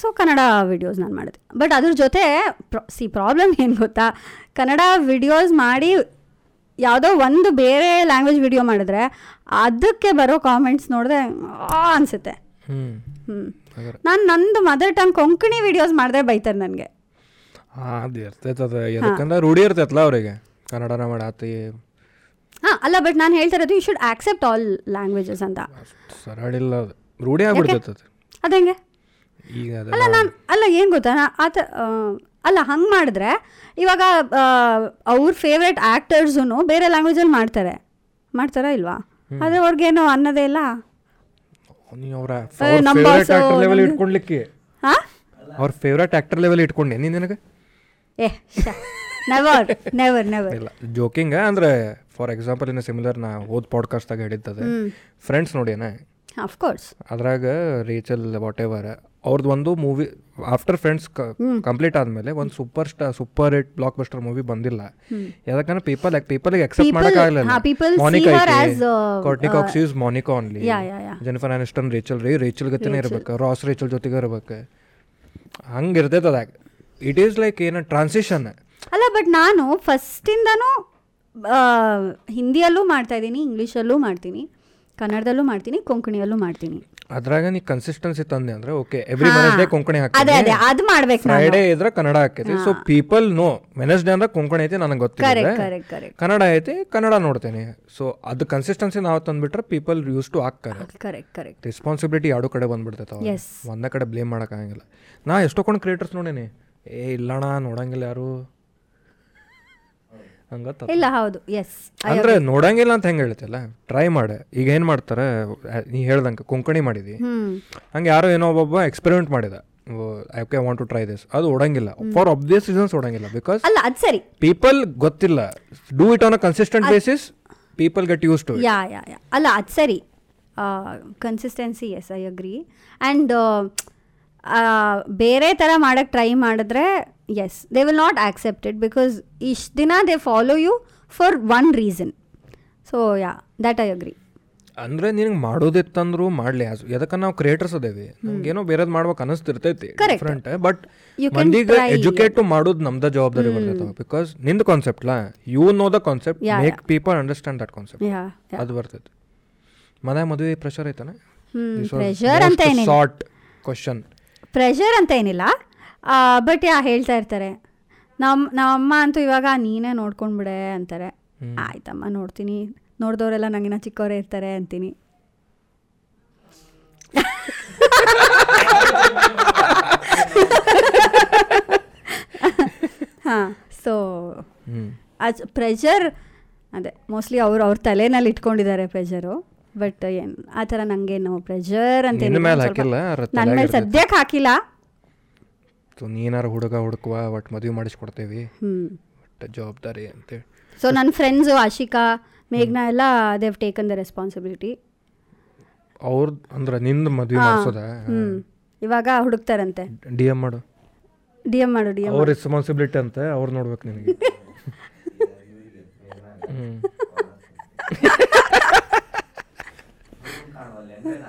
so Kannada videos ನಾನು ಮಾಡಿದೆ ಬಟ್ ಅದ್ರ ಜೊತೆ ಪ್ರಾ ಸಿ ಪ್ರಾಬ್ಲಮ್ ಏನು ಗೊತ್ತಾ ಕನ್ನಡ ವಿಡಿಯೋಸ್ ಮಾಡಿ ಯಾವುದೋ ಒಂದು ಬೇರೆ ಲ್ಯಾಂಗ್ವೇಜ್ ವಿಡಿಯೋ ಮಾಡಿದ್ರೆ ಅದಕ್ಕೆ ಬರೋ ಕಾಮೆಂಟ್ಸ್ ನೋಡಿದ್ರೆ ಆ ಅನಿಸುತ್ತೆ ಹ್ಞೂ ಹ್ಞೂ ಹಾಗಾರೆ ನಾನು ನಂದು ಮದರ್ ಟಂಗ್ ಕೊಂಕಣಿ ವಿಡಿಯೋಸ್ ಮಾಡಿದ್ರೆ ಬೈತಾರೆ ನನಗೆ ಹಾಂ ಅದು ಇರ್ತೈತೆ ಅದು ಯಾಕಂದ್ರೆ ರೂಢಿ ಇರ್ತೈತಲ್ಲ ಅವರಿಗೆ ಕನ್ನಡನ ಮಾಡಾತಿ ಹಾಂ ಅಲ್ಲ ಬಟ್ ನಾನು ಹೇಳ್ತಾ ಇರೋದು you should accept all languages ಅಂತ ಅಷ್ಟು ಸರಳಿಲ್ಲ ಅದು ರೂಢಿ ಆಗ್ಬಿಡ್ತೈತೆ ಅದು ಅದು ಹೆಂಗೆ ಈಗ ಅದು ಅಲ್ಲ ನಾನು ಅಲ್ಲ ಏನು ಗೊತ್ತಾ ನಾ ಆ ಥರ ಆ, ಅಲ್ಲ ಹಂಗೆ ಮಾಡಿದ್ರೆ ಇವಾಗ ಅವ್ರ ಫೇವ್ರೆಟ್ ಆ್ಯಕ್ಟರ್ಸೂ ಬೇರೆ ಲ್ಯಾಂಗ್ವೇಜಲ್ಲಿ ಮಾಡ್ತಾರೆ ಮಾಡ್ತಾರಾ ಇಲ್ವಾ ಆದರೆ ಅವ್ರಿಗೇನು ಅನ್ನೋದೇ ಇಲ್ಲ ನೀವು ಅವರ ಏ, ನಮ್ಮ ಫೇವ್ರೇಟ್ boss ಆ್ಯಕ್ಟರ್ ಲೆವೆಲ್ ನಮ್ದು- ಇಟ್ಕೊಂಡ್ಲಿಕ್ಕೆ ಹಾಂ ಅವ್ರ ಫೇವ್ರೇಟ್ ಆ್ಯಕ್ಟರ್ ಲೆವೆಲ್ ಇಟ್ಕೊಂಡೆ ನೀನು ನಿನಗೆ ಏ ನೆವರ್ ನೆವರ್ ನೆವರ್ ಇಲ್ಲ ಜೋಕಿಂಗ ಅಂದರೆ ಫಾರ್ ಎಕ್ಸಾಂಪಲ್ ಇನ್ನು ಸಿಮಿಲರ್ ನಾ ಓದ್ ಪಾಡ್ಕಾಸ್ಟ್ದಾಗ ಹೇಳಿದ್ದದೆ ಫ್ರೆಂಡ್ಸ್ ನೋಡಿನ ಅಫ್ಕೋರ್ಸ್ ಅದ್ರಾಗ ರೇಚಲ್ ವಾಟ್ ಎವರ್ ಅವ್ರದ್ದು ಒಂದು ಮೂವಿ ಆಫ್ಟರ್ ಫ್ರೆಂಡ್ಸ್ ಕಂಪ್ಲೀಟ್ ಆದಮೇಲೆ ಒಂದು ಸೂಪರ್ ಸ್ಟಾ super hit block buster movie ಬಂದಿಲ್ಲ ಯಾಕಂದ್ರೆ ಪೀಪಲ್ ಪೀಪಲ್ಗೆ ಅಕ್ಸೆಪ್ಟ್ People- ಹಾ, people ಮಾಡೋಕ್ಕಾಗಲಿಲ್ಲ see Monica her as, uh, ಕಾಟ್ನಿಕ್ Axis Monica only Yeah, yeah, yeah. Jennifer Aniston Rachel ರೀ ರೇಚಲ್ ಗತಿನೇ ಇರ್ಬೇಕು ರಾಸ್ ರೇಚಲ್ ಜೊತೆಗೆ ಇರ್ಬೇಕು ಹಂಗೆ ಇರ್ತೈತೆ ಅದಾಗ ಇಟ್ ಈಸ್ ಲೈಕ್ ಏನು ಟ್ರಾನ್ಸಿಷನ್ ಅಲ್ಲ ಬಟ್ ನಾನು ಫಸ್ಟಿಂದನೂ ಹಿಂದಿಯಲ್ಲೂ ಮಾಡ್ತಾ ಇದ್ದೀನಿ ಇಂಗ್ಲೀಷಲ್ಲೂ ಮಾಡ್ತೀನಿ ಕನ್ನಡದಲ್ಲೂ ಮಾಡ್ತೀನಿ ಕೊಂಕಣಿಯಲ್ಲೂ ಮಾಡ್ತೀನಿ ಅದ್ರಾಗ ನೀ ಕನ್ಸಿಸ್ಟೆನ್ಸಿ ತಂದೆ ಅಂದ್ರೆ ಓಕೆ ಎವ್ರಿ ಮನೆಸ್ಡೇ ಕೊಂಕಣಿ ಅದೇ ಅದೇ ಹಾಕ್ತೀನಿ ಅದು ಮಾಡ್ಬೇಕು ನಾನು ಫ್ರೈಡೇ ಇದ್ರೆ ಕನ್ನಡ ಹಾಕೈತಿ ಸೊ ಪೀಪಲ್ ನೋ ವೆನಸ್ಡೇ ಅಂದ್ರೆ ಕೊಂಕಣಿ ಐತಿ ನನಗೆ ಗೊತ್ತಿಲ್ಲ ಕರೆಕ್ಟ್ ಕರೆಕ್ಟ್ ಕರೆಕ್ಟ್ ಕನ್ನಡ ಐತಿ ಕನ್ನಡ ನೋಡ್ತೇನೆ ಸೊ ಅದು ಕನ್ಸಿಸ್ಟೆನ್ಸಿ ನಾವು ತಂದ್ಬಿಟ್ರೆ ಪೀಪಲ್ ಯೂಸ್ ಟು ಹಾಕ್ತಾರೆ ಕರೆಕ್ಟ್ ಕರೆಕ್ಟ್ ರೆಸ್ಪಾನ್ಸಿಬಿಲಿಟಿ ಎರಡೂ ಕಡೆ ಬಂದ್ಬಿಡ್ತೈತೆ ಅವ್ರಿಗೆ. Yes. ಒಂದೇ ಕಡೆ ಬ್ಲೇಮ್ ಮಾಡೋಕ್ಕಾಗಂಗಿಲ್ಲ ನಾ ಎಷ್ಟೊಕೊಂಡು ಕ್ರಿಯೇಟರ್ಸ್ ನೋಡೇನಿ ಏ ಇಲ್ಲಣ್ಣ ನೋಡಂಗಿಲ್ಲ ಯಾರು ಹಂಗತ್ತ ಇಲ್ಲ ಹೌದು ಎಸ್ ಅಂದ್ರೆ ನೋಡಂಗಿಲ್ಲ ಅಂತ ಹೆಂಗೆ ಹೇಳ್ತಿಲ್ಲ ಟ್ರೈ ಮಾಡೆ ಈಗ ಏನು ಮಾಡ್ತಾರೆ ಆ, ನೀ ಹೇಳ್ದಂಗೆ ಕೊಂಕಣಿ ಮಾಡಿದಿ ಹ್ಞೂ ಹಂಗೆ ಯಾರೋ ಏನೋ ಒಬ್ಬೊಬ್ಬ ಎಕ್ಸ್ಪೆರಿಮೆಂಟ್ ಮಾಡಿದ ಐಕೆ ವಾಂಟ್ ಟು ಟ್ರೈ ದಿಸ್ ಅದು ಓಡಂಗಿಲ್ಲ ಫಾರ್ ಆಬ್ವಿಯಸ್ ರೀಸನ್ಸ್ ಓಡಂಗಿಲ್ಲ ಬಿಕಾಸ್ ಅಲ್ಲ ಅದು ಸರಿ ಪೀಪಲ್ ಗೊತ್ತಿಲ್ಲ do it on a consistent basis people get use to yeah yeah yeah ಅಲ್ಲ ಅದು ಸರಿ consistency yes I agree and uh, ಬೇರೆ ಥರ ಮಾಡೋಕ್ಕೆ ಟ್ರೈ ಮಾಡಿದ್ರೆ yes they will not accepted because ಇಷ್ಟು ದಿನ they follow you for one reason so yeah that I agree ಅಂದ್ರೆ ನಿನಗೆ ಮಾಡೋದಿತ್ತಂದ್ರು ಮಾಡ್ಲಿ ಆಸು ಯಾಕಂದ್ರೆ ನಾವು ಕ್ರಿಯೇಟರ್ಸ್ ಅದೇವಿ ನಮ್ಗೇನೋ ಬೇರೆದ್ ಮಾಡ್ಬೇಕು ಅನಿಸ್ತಿರ್ತೈತಿ Correct. Different but You can ಮಂದಿಗೆ try. ಎಜುಕೇಟ್ ಮಾಡೋದು ನಮ್ದ ಜವಾಬ್ದಾರಿ ಬರ್ತೈತೆ ಬಿಕಾಸ್ ನಿಂದ ಕಾನ್ಸೆಪ್ಟ್ ಲಾ you know the concept Yeah, make people understand that concept yeah yeah ಅದು ಬರ್ತೈತಿ ಮನೆ ಮದುವೆ ಪ್ರೆಷರ್ ಐತಾನೆ ಹ್ಮ್, pressure ಅಂತ ಏನಿಲ್ಲ. ಶಾರ್ಟ್ ಕ್ವಶನ್ ಪ್ರೆಷರ್ ಅಂತ ಏನಿಲ್ಲ ಬಟ್ ಯಾ ಹೇಳ್ತಾ ಇರ್ತಾರೆ ನಮ್ಮ ನಮ್ಮಮ್ಮ ಅಂತೂ ಇವಾಗ ನೀನೇ ನೋಡ್ಕೊಂಡ್ಬಿಡೆ ಅಂತಾರೆ ಆಯ್ತಮ್ಮ ನೋಡ್ತೀನಿ ನೋಡಿದವರೆಲ್ಲ ನಂಗಿನ ಚಿಕ್ಕವರೇ ಇರ್ತಾರೆ ಅಂತೀನಿ ಹಾಂ ಸೊ ಹ್ಮ್ ಅಚ್ ಪ್ರೆಷರ್ ಅದೇ ಮೋಸ್ಟ್ಲಿ ಅವರು ಅವ್ರ ತಲೆನಲ್ಲಿ ಇಟ್ಕೊಂಡಿದ್ದಾರೆ ಪ್ರೆಷರು ಬಟ್ ಏನು ಆ ಥರ ನನಗೇನು ಪ್ರೆಷರ್ ಅಂತ ನಿನ್ನ ಮೇಲೆ ಹಾಕಿಲ್ಲ ಅವ್ರ ನನ್ನ ಮೇಲೆ ತಲ್ಯಾಗಿರ್ತೈತೆ. ಸದ್ಯಕ್ಕೆ ಹಾಕಿಲ್ಲ ಸೊ ನೀನಾರ ಹುಡುಗ ಹುಡುಕುವ ಒಟ್ಟು ಮದುವೆ ಮಾಡಿಸ್ಕೊಡ್ತೇವಿ ಹ್ಞೂ ಒಟ್ಟು ಜವಾಬ್ದಾರಿ ಅಂತೇಳಿ ಸೊ ನನ್ನ ಫ್ರೆಂಡ್ಸು ಆಶಿಕಾ ಮೇಘ್ನಾ ಎಲ್ಲ ದೇವ್ ಟೇಕನ್ ದ ರೆಸ್ಪಾನ್ಸಿಬಿಲಿಟಿ ಅವ್ರದ್ದು ಅಂದ್ರೆ ನಿಂದ ಮದುವೆ ಮಾಡಿಸೋದ ಹ್ಞೂ ಇವಾಗ ಹುಡುಕ್ತಾರಂತೆ ಡಿ ಎಮ್ ಮಾಡು ಡಿ ಎಮ್ ಮಾಡು ಡಿ ಎಮ್ ಅವ್ರ ರೆಸ್ಪಾನ್ಸಿಬಿಲಿಟಿ ಅಂತ ಅವ್ರು ನೋಡ್ಬೇಕು ನಿನಗೆ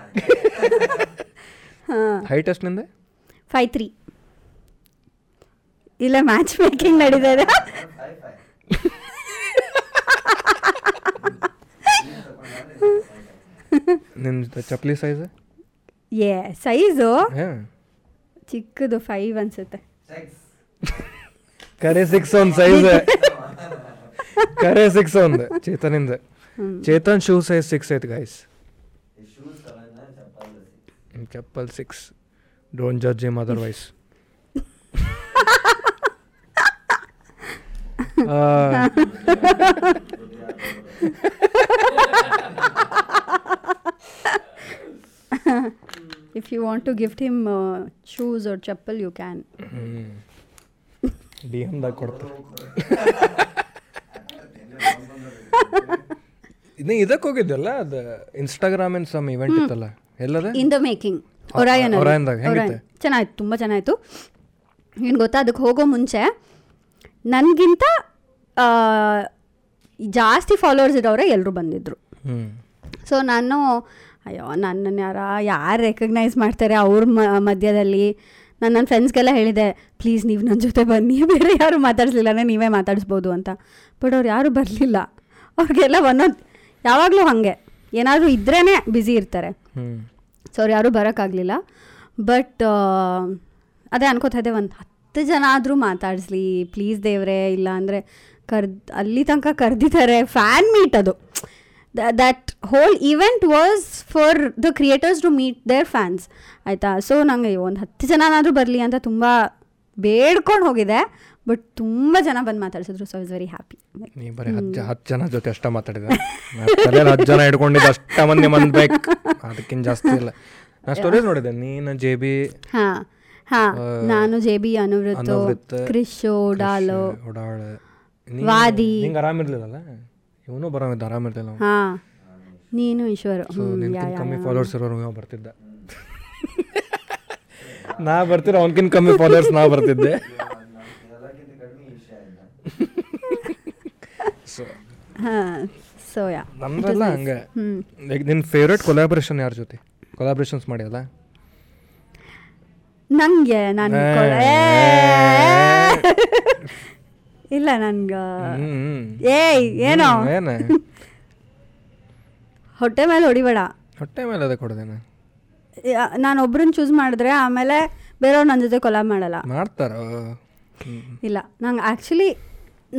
ಹೈಟ್ ಎಷ್ಟು ನಿಂದೆ ಫೈ ತ್ರೀ ಇಲ್ಲ ಮ್ಯಾಚ್ ಮೇಕಿಂಗ್ ನಡೀತಾ ಇದೆ ನಿನ್ನ ಜೊತೆ ಚಪ್ಲಿ ಸೈಜ್ ಏ ಸೈಜು ಹಾಂ ಚಿಕ್ಕದು ಫೈವ್ ಅನ್ಸುತ್ತೆ ಕರೆ ಸಿಕ್ಸ್ ಒಂದು ಸೈಜ್ ಕರೆ ಸಿಕ್ಸ್ ಒಂದು ಚೇತನಿಂದ ಚೇತನ್ ಶೂ ಸೈಜ್ ಸಿಕ್ಸ್ ಐತೆ ಗೈಸ್ ಚಪ್ಪಲ್ six don't judge him otherwise if you want to gift him shoes or chappal you can D ಎಮ್ದಾಗ ಕೊಡ್ತಾರೆ ಇನ್ನೇ ಇದಕ್ಕೆ ಹೋಗಿದ್ದಲ್ಲ ಅದು ಇನ್ಸ್ಟಾಗ್ರಾಮ್ ಏನು ಸಮ್ ಇವೆಂಟ್ ಇತ್ತಲ್ಲ ಎಲ್ಲದ ಇನ್ ದ ಮೇಕಿಂಗ್ ಅ- ಒರಾಯನ್ ಅಲ್ಲಿ. ಒರಾಯನ್ದಾಗ ಹೆಂಗಿತ್ತು? ಒರಾಯನ್. ಚೆನ್ನಾಗಿತ್ತು ತುಂಬ ಚೆನ್ನಾಗಿತ್ತು ಏನು ಗೊತ್ತಾ ಅದಕ್ಕೆ ಹೋಗೋ ಮುಂಚೆ ನನಗಿಂತ ಜಾಸ್ತಿ ಫಾಲೋವರ್ಸ್ ಇರೋರೆ ಎಲ್ಲರೂ ಬಂದಿದ್ದರು ಹ್ಞೂ ಸೊ ನಾನು ಅಯ್ಯೋ ನನ್ನನ್ನು ಯಾರ ಯಾರು ರೆಕಗ್ನೈಸ್ ಮಾಡ್ತಾರೆ ಅವ್ರ ಮ- ಮಧ್ಯದಲ್ಲಿ ನಾನು ನನ್ನ ಫ್ರೆಂಡ್ಸ್ಗೆಲ್ಲ ಹೇಳಿದೆ ಪ್ಲೀಸ್ ನೀವು ನನ್ನ ಜೊತೆ ಬನ್ನಿ ಬೇರೆ ಯಾರು ಮಾತಾಡಿಸ್ಲಿಲ್ಲ ಅಂದ್ರೆ ನೀವೇ ಮಾತಾಡಿಸ್ಬೋದು ಅಂತ ಬಟ್ ಅವ್ರು ಯಾರೂ ಬರಲಿಲ್ಲ ಅವ್ರಿಗೆಲ್ಲ ಒಂದೊಂದು ಯಾವಾಗಲೂ ಹಾಗೆ ಏನಾದರೂ ಇದ್ರೇ ಬ್ಯುಸಿ ಇರ್ತಾರೆ ಹ್ಞೂ ಸೊ ಅವ್ರು ಯಾರೂ ಬರೋಕ್ಕಾಗಲಿಲ್ಲ ಬಟ್ ಅದೇ ಅನ್ಕೋತಾ ಇದ್ದೆ ಒಂದು ಹತ್ತು ಜನ ಆದರೂ ಮಾತಾಡಿಸ್ಲಿ ಪ್ಲೀಸ್ ದೇವ್ರೆ ಇಲ್ಲ ಅಂದರೆ ಕರ್ದ್ ಅಲ್ಲಿ ತನಕ ಕರೆದಿದ್ದಾರೆ ಫ್ಯಾನ್ ಮೀಟ್ ಅದು that whole event was for the creators to meet their fans ಆಯಿತಾ ಸೊ ನಂಗೆ ಒಂದು ಹತ್ತು ಜನನಾದರೂ ಬರಲಿ ಅಂತ ತುಂಬ ಬೇಡ್ಕೊಂಡು ಹೋಗಿದೆ ಬಟ್ ತುಂಬ ಜನ ಬಂದು ಮಾತಾಡ್ಸಿದ್ರು ಸೊ ಇಸ್ ವೆರಿ ಹ್ಯಾಪಿ ನೀ ಬರೀ ಹತ್ತು ಜ- ಹತ್ತು ಜನ ಜೊತೆ ಅಷ್ಟ ಮಾತಾಡಿದ ತಲೆಯಲ್ಲಿ ಹತ್ತು ಜನ ಹಿಡ್ಕೊಂಡಿದ್ದು ಅಷ್ಟ ಮಂದಿ ಮಂದಿ ಬೇಕು ಅದಕ್ಕಿಂತ ಜಾಸ್ತಿ ಇಲ್ಲ ನಾ ಸ್ಟೋರೇಜ್ ನೋಡಿದೆ ನೀನು ಜೆ ಬಿ ಹಾಂ ಹಾಂ ಆ, ನಾನು ಜೆ ಬಿ ಅನುವೃತ್ತು ಅನುವೃತ್, ಕ್ರಿಶೋ ಡಾಲೋ ಒಡಾಳ ವಾದಿ. ನಿಂಗೆ ಆರಾಮಿರ್ಲಿಲ್ಲಲ್ಲ ಇವನು ಬರೋಮಿದ್ದ ಆರಾಮಿರ್ಲಿಲ್ಲ ಅವ್ನು. ಹಾ ನೀನು ಈಶ್ವರು ಸೊ ಹ್ಮ್, ನಿನ್ಕಿಂತ ಯಾ, ಯಾ, ಕಮ್ಮಿ ಯಾ. ಫಾಲೋವರ್ಸ್ ಇರೋರು ಇವ ಬರ್ತಿದ್ದ ನಾ ಬರ್ತಿರೋ ಅವನಕಿನ್ ಕಮ್ಮಿ ಫಾಲೋವರ್ಸ್ ನಾ ಬರ್ತಿದ್ದೆ ಸೊ ಹಾ ಸೊ ಯಾ ನಮ್ದೆಲ್ಲ ಹಂಗೆ ಹ್ಮ್. ಲೈಕ್ ನಿನ್ನ ಫೇವ್ರೇಟ್ ಕೊಲಾಬ್ರೇಷನ್ ಯಾರ ಜೊತೆ ಕೊಲಾಬ್ರೇಷನ್ಸ್ ಮಾಡಿಯಲ್ಲ ನಂಗೆ ನಾನು ಕೊಡ- ಏ! ಇಲ್ಲ ನನ್ಗೆ ಏಯ್ ಏನೋ ಏನ ಹೊಟ್ಟೆ ಮೇಲೆ ಹೊಡಿಬೇಡ ಹೊಟ್ಟೆ ಮೇಲೆ ಅದಕ್ಕೆ ಹೊಡೆದೇನ ನಾನು ಒಬ್ರನ್ನ ಚೂಸ್ ಮಾಡಿದ್ರೆ ಆಮೇಲೆ ಬೇರೆಯವ್ರು ನನ್ನ ಜೊತೆ ಕೊಲಾಬ್ ಮಾಡಲ್ಲ ಮಾಡ್ತಾರ ಇಲ್ಲ ನಂಗೆ ಆ್ಯಕ್ಚುಲಿ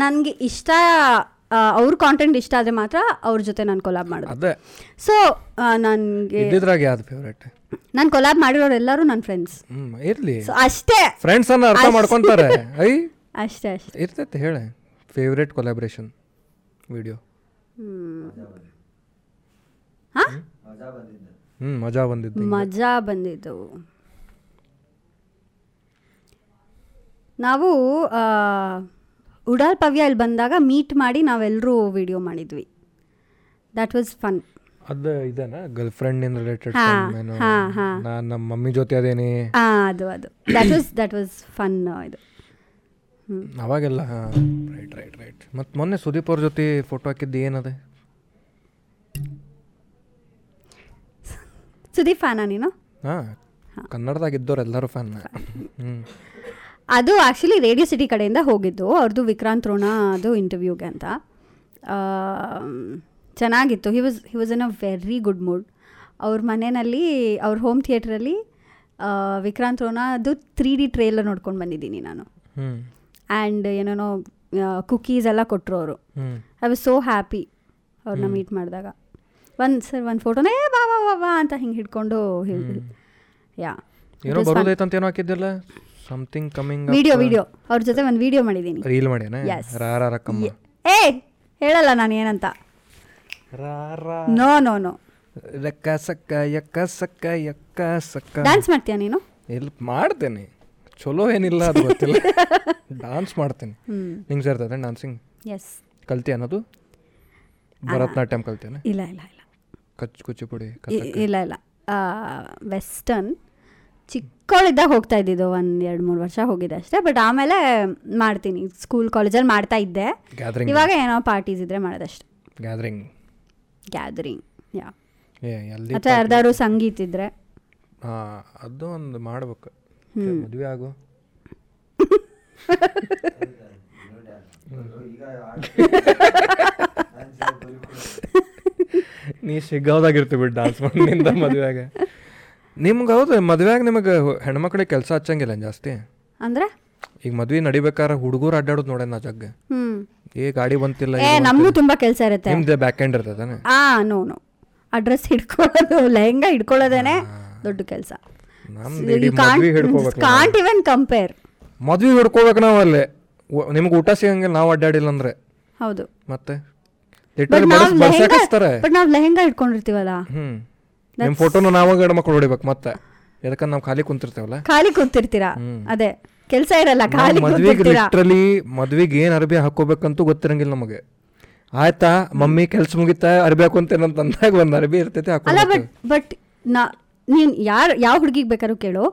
ನನಗೆ ಇಷ್ಟ ಅವ್ರ ಕಾಂಟೆಂಟ್ ಇಷ್ಟ ಆದರೆ ಮಾತ್ರ ಅವ್ರ ಜೊತೆ ನಾನು ಕೊಲಾಬ್ ಮಾಡೋದು ಅದೇ ಸೊ ನನಗೆ ಇದ್ದಿದ್ರಾಗ ಯಾವ್ದು ಫೇವ್ರೇಟ್ ನಾನು ಕೊಲಾಬ್ ಮಾಡಿರೋರೆಲ್ಲರೂ ನನ್ನ ಫ್ರೆಂಡ್ಸ್ ಹ್ಮ್ ಇರ್ಲಿ ಸೊ ಅಷ್ಟೇ ಫ್ರೆಂಡ್ಸ್ ಅನ್ನ ಅರ್ಥ ಅಷ್ಟ್- ಮಾಡ್ಕೊಂತಾರೆ ಐ ಅಷ್ಟೇ ಅಷ್ಟೇ ಇರ್ತೈತೆ ಹೇಳ ಫೇವ್ರೇಟ್ ಕೊಲಾಬ್ರೇಷನ್ ವಿಡಿಯೋ ಹ್ಮ್ ಮಜಾ ಬಂದಿದ್ದು ಮಜಾ ಬಂದಿದ್ದು ನಾವು ಆ, ಉಡಾಲ್ ಪವ್ಯ ಇಲ್ಲಿ ಬಂದಾಗ ಮೀಟ್ ಮಾಡಿ ನಾವೆಲ್ಲರೂ ವಿಡಿಯೋ ಮಾಡಿದ್ವಿ ದ್ಯಾಟ್ ವಾಸ್ ಫನ್ ಅದು ಇದೇನಾ ಗರ್ಲ್ ಫ್ರೆಂಡ್ ಇನ್ ರಿಲೇಟೆಡ್ ಹಾ, ನಾನು ಹಾ, ಹಾ. ನಾನ್ ನಮ್ಮ ಮಮ್ಮಿ ಜೊತೆ ಅದೇನಿ ಅದು ಅದು that was that was fun ಇದು ಅವಾಗೆಲ್ಲ ರೈಟ್ ರೈಟ್ ರೈಟ್ ಮತ್ತು ಮೊನ್ನೆ ಸುದೀಪ್ ಅವ್ರ ಜೊತೆ ಫೋಟೋ ಹಾಕಿದ್ದು ಏನದೆ ಸುದೀಪ್ ಫ್ಯಾನ ನೀನು ಹಾ ಕನ್ನಡದಾಗ ಇದ್ದವ್ರು ಎಲ್ಲರೂ ಫ್ಯಾನ್ ಹ್ಮ್ ಅದು ಆ್ಯಕ್ಚುಲಿ ರೇಡಿಯೋ ಸಿಟಿ ಕಡೆಯಿಂದ ಹೋಗಿದ್ದು ಅವ್ರದ್ದು ವಿಕ್ರಾಂತ್ ರೋಣ ಅದು ಇಂಟರ್ವ್ಯೂಗೆ ಅಂತ ಆ, ಚೆನ್ನಾಗಿತ್ತು he was he was in a very good mood ಅವ್ರ ಮನೆಯಲ್ಲಿ ಅವ್ರ ಹೋಮ್ ಥಿಯೇಟ್ರಲ್ಲಿ ವಿಕ್ರಾಂತ್ ರೋಣ ಅದು ತ್ರೀ ಡಿ ಟ್ರೇಲರ್ ನೋಡ್ಕೊಂಡು ಬಂದಿದ್ದೀನಿ ನಾನು ಹ್ಮ್ ಆ್ಯಂಡ್ ಏನೇನೋ ಕುಕೀಸ್ ಎಲ್ಲ ಕೊಟ್ಟರು ಅವರು ಹ್ಮ್ ಐ ವಾಸ್ ಸೋ ಹ್ಯಾಪಿ ಅವ್ರನ್ನ ಮೀಟ್ ಮಾಡಿದಾಗ ಒಂದು ಸರ್ ಒಂದು ಫೋಟೋನೇ ಬಾ ಬಾ ಬಾ ಬಾ ಅಂತ ಹಿಂಗೆ ಹಿಡ್ಕೊಂಡು ಯಾ ಏನೋ ಬರೋದೈತಂತ ಏನೋ ಹಾಕಿದ್ದಿಲ್ಲ ಸಮಥಿಂಗ್ ಕಮಿಂಗ್ ವಿಡಿಯೋ ವಿಡಿಯೋ ಅವ್ರ ಜೊತೆ ಒಂದು ವಿಡಿಯೋ ಮಾಡಿದ್ದೀನಿ ರೀಲ್ ಮಾಡ್ಯಾನ Yes. ರಾರ ರಕ್ಕಮ್ಮ ಏ ಹೇಳಲ್ಲ ನಾನು ಏನಂತ ರಾರ ನೋ ನೋ ನೋ ರಕ್ಕ ಸಕ್ಕ ಯಕ್ಕ ಸಕ್ಕ ಯಕ್ಕ ಸಕ್ಕ ಡ್ಯಾನ್ಸ್ ಮಾಡ್ತೀಯಾ ನೀನು ಎಲ್ ಮಾಡ್ತೇನೆ ಚಲೋ ಏನಿಲ್ಲ ಅದು ಗೊತ್ತಿಲ್ಲ ಡಾನ್ಸ್ ಮಾಡ್ತೇನೆ ನಿಂಗೆ ಸೇರ್ತದೆ ಡಾನ್ಸಿಂಗ್ ಎಸ್ ಕಲ್ತಿ ಅನ್ನೋದು ಭರತನಾಟ್ಯಂ ಕಲ್ತೇನೆ ಇಲ್ಲ ಇಲ್ಲ ಇಲ್ಲ ಕಚ್ ಕುಚಿಪುಡಿ ಇ- ಇಲ್ಲ ಇಲ್ಲ ವೆಸ್ಟರ್ನ್ ಚಿಕ್ಕವಳಿದ್ದಾಗ ಹೋಗ್ತಾ ಇದ್ದಿದ್ದು ಒಂದು ಎರಡು ಮೂರು ವರ್ಷ ಹೋಗಿದ್ದೆ ಅಷ್ಟೇ ಬಟ್ ಆಮೇಲೆ ಮಾಡ್ತೀನಿ ಸ್ಕೂಲ್ ಕಾಲೇಜಲ್ಲಿ ಮಾಡ್ತಾ ಇದ್ದೆ ಗ್ಯಾದರಿಂಗ್ ಇವಾಗ ಏನೋ ಪಾರ್ಟೀಸ್ ಇದ್ರೆ ಮಾಡೋದಷ್ಟೇ ಗ್ಯಾದರಿಂಗ್ ಗ್ಯಾದರಿಂಗ್ ಯಾ ಏ ಅಲ್ಲಿ ಅಥವಾ ಯಾರ್ದಾದ್ರು ಸಂಗೀತ ಇದ್ರೆ ಹಾಂ ಅದು ಒಂದು ಮಾಡ್ಬೇಕು ಮದುವೆ ಆಗು ನೀ ಸಿಗೋದಾಗಿರ್ತಿ ಬಿಟ್ಟು ಡಾನ್ಸ್ ಮಾಡಿಂದ ಮದುವೆಯಾಗ ನಿಮ್ಗೆ ಹೌದು ಮದುವೆಯಾಗ ನಿಮಗೆ ಹೆಣ್ಮಕ್ಳಿಗೆ ಕೆಲಸ ಹಚ್ಚಂಗಿಲ್ಲ ಏನ್ ಜಾಸ್ತಿ ಅಂದ್ರೆ ಈಗ ಮದ್ವೆ ನಡಿಬೇಕಾದ್ರೆ ಹುಡುಗರು ಅಡ್ಡಾಡೋದು ನೋಡೇನ ನಾ ಜಗ್ಗ ಹ್ಮ್ ಏ ಗಾಡಿ ಬಂತಿಲ್ಲ ಏ ನಮಗೂ ತುಂಬಾ ಕೆಲಸ ಇರುತ್ತೆ ನಿಮ್ದು ಬ್ಯಾಕ್ ಎಂಡ್ ಇರ್ತದಾನೆ ಆ ನೋ ನೋ ಅಡ್ರೆಸ್ ಹಿಡ್ಕೊಳ್ಳೋದು ಲೆಹಂಗಾ ಹಿಡ್ಕೊಳ್ಳೋದೇನೆ ದೊಡ್ಡ ಕೆಲಸ ನಮ್ದು ಇಡೀ ಮದ್ವೆ ಹಿಡ್ಕೋಬೇಕು ಕಾಂಟ್ ಇವನ್ ಕಂಪೇರ್ ಮದ್ವೆ ಹಿಡ್ಕೋಬೇಕು ನಾವು ಅಲ್ಲೇ ನಿಮ್ಗೆ ಊಟ ಸಿಗಂಗಿಲ್ಲ ನಾವು ಅಡ್ಡಾಡಿಲ್ಲ ಅಂದ್ರೆ ಹೌದು ಮತ್ತೆ ಬಟ್ ಲಿಟರಲಿ ನಾವ್ ಲೆಹಂಗಾ ಬರ್ಸಕ್ಕಿಸ್ತಾರೆ ಬಟ್ ನಾವ್ ಲೆಹಂಗಾ ಹಿಡ್ಕೊಂಡಿರ್ತೀವಲ್ಲ ಹ್ಮ್ ನಿಮ್ಮ ಫೋಟೋನು ನಾವ ಗಂಡ ಮಕ್ಳು ಹೊಡಿಬೇಕು ಮತ್ತೆ ಯಾಕಂದ್ರೆ ನಾವು ಖಾಲಿ ಕುಂತಿರ್ತೇವಲ್ಲ ಖಾಲಿ ಕೂತಿರ್ತೀರಾ ಅದೇ ಕೆಲಸ ಇರಲ್ಲ ಖಾಲಿ ಮದ್ವೆಗೆ ಕೂತಿರ್ತೀರಾ ಲಿಟ್ರಲಿ ಮದ್ವೆಗೆ ಏನ್ ಅರ್ಬಿ ಹಾಕೋಬೇಕಂತೂ ಗೊತ್ತಿರಂಗಿಲ್ಲ ನಮಗೆ ಆಯ್ತಾ ಮಮ್ಮಿ ಕೆಲ್ಸ ಮುಗಿತಾ ಅರ್ಬಿ ಹಾಕೊಂತೇನಂತ ಅಂದಾಗ ಒಂದ್ ಅರ್ಬಿ ಇರ್ತೈತಿ ಅಲ್ಲ ಹಾಕೋಬೇಕು ಬಟ್ ಬಟ್ ನಾ ನೀನ್ ಯಾರು ಯಾವ ಹುಡುಗಿಗೆ ಬೇಕಾದ್ರೂ ಕೇಳು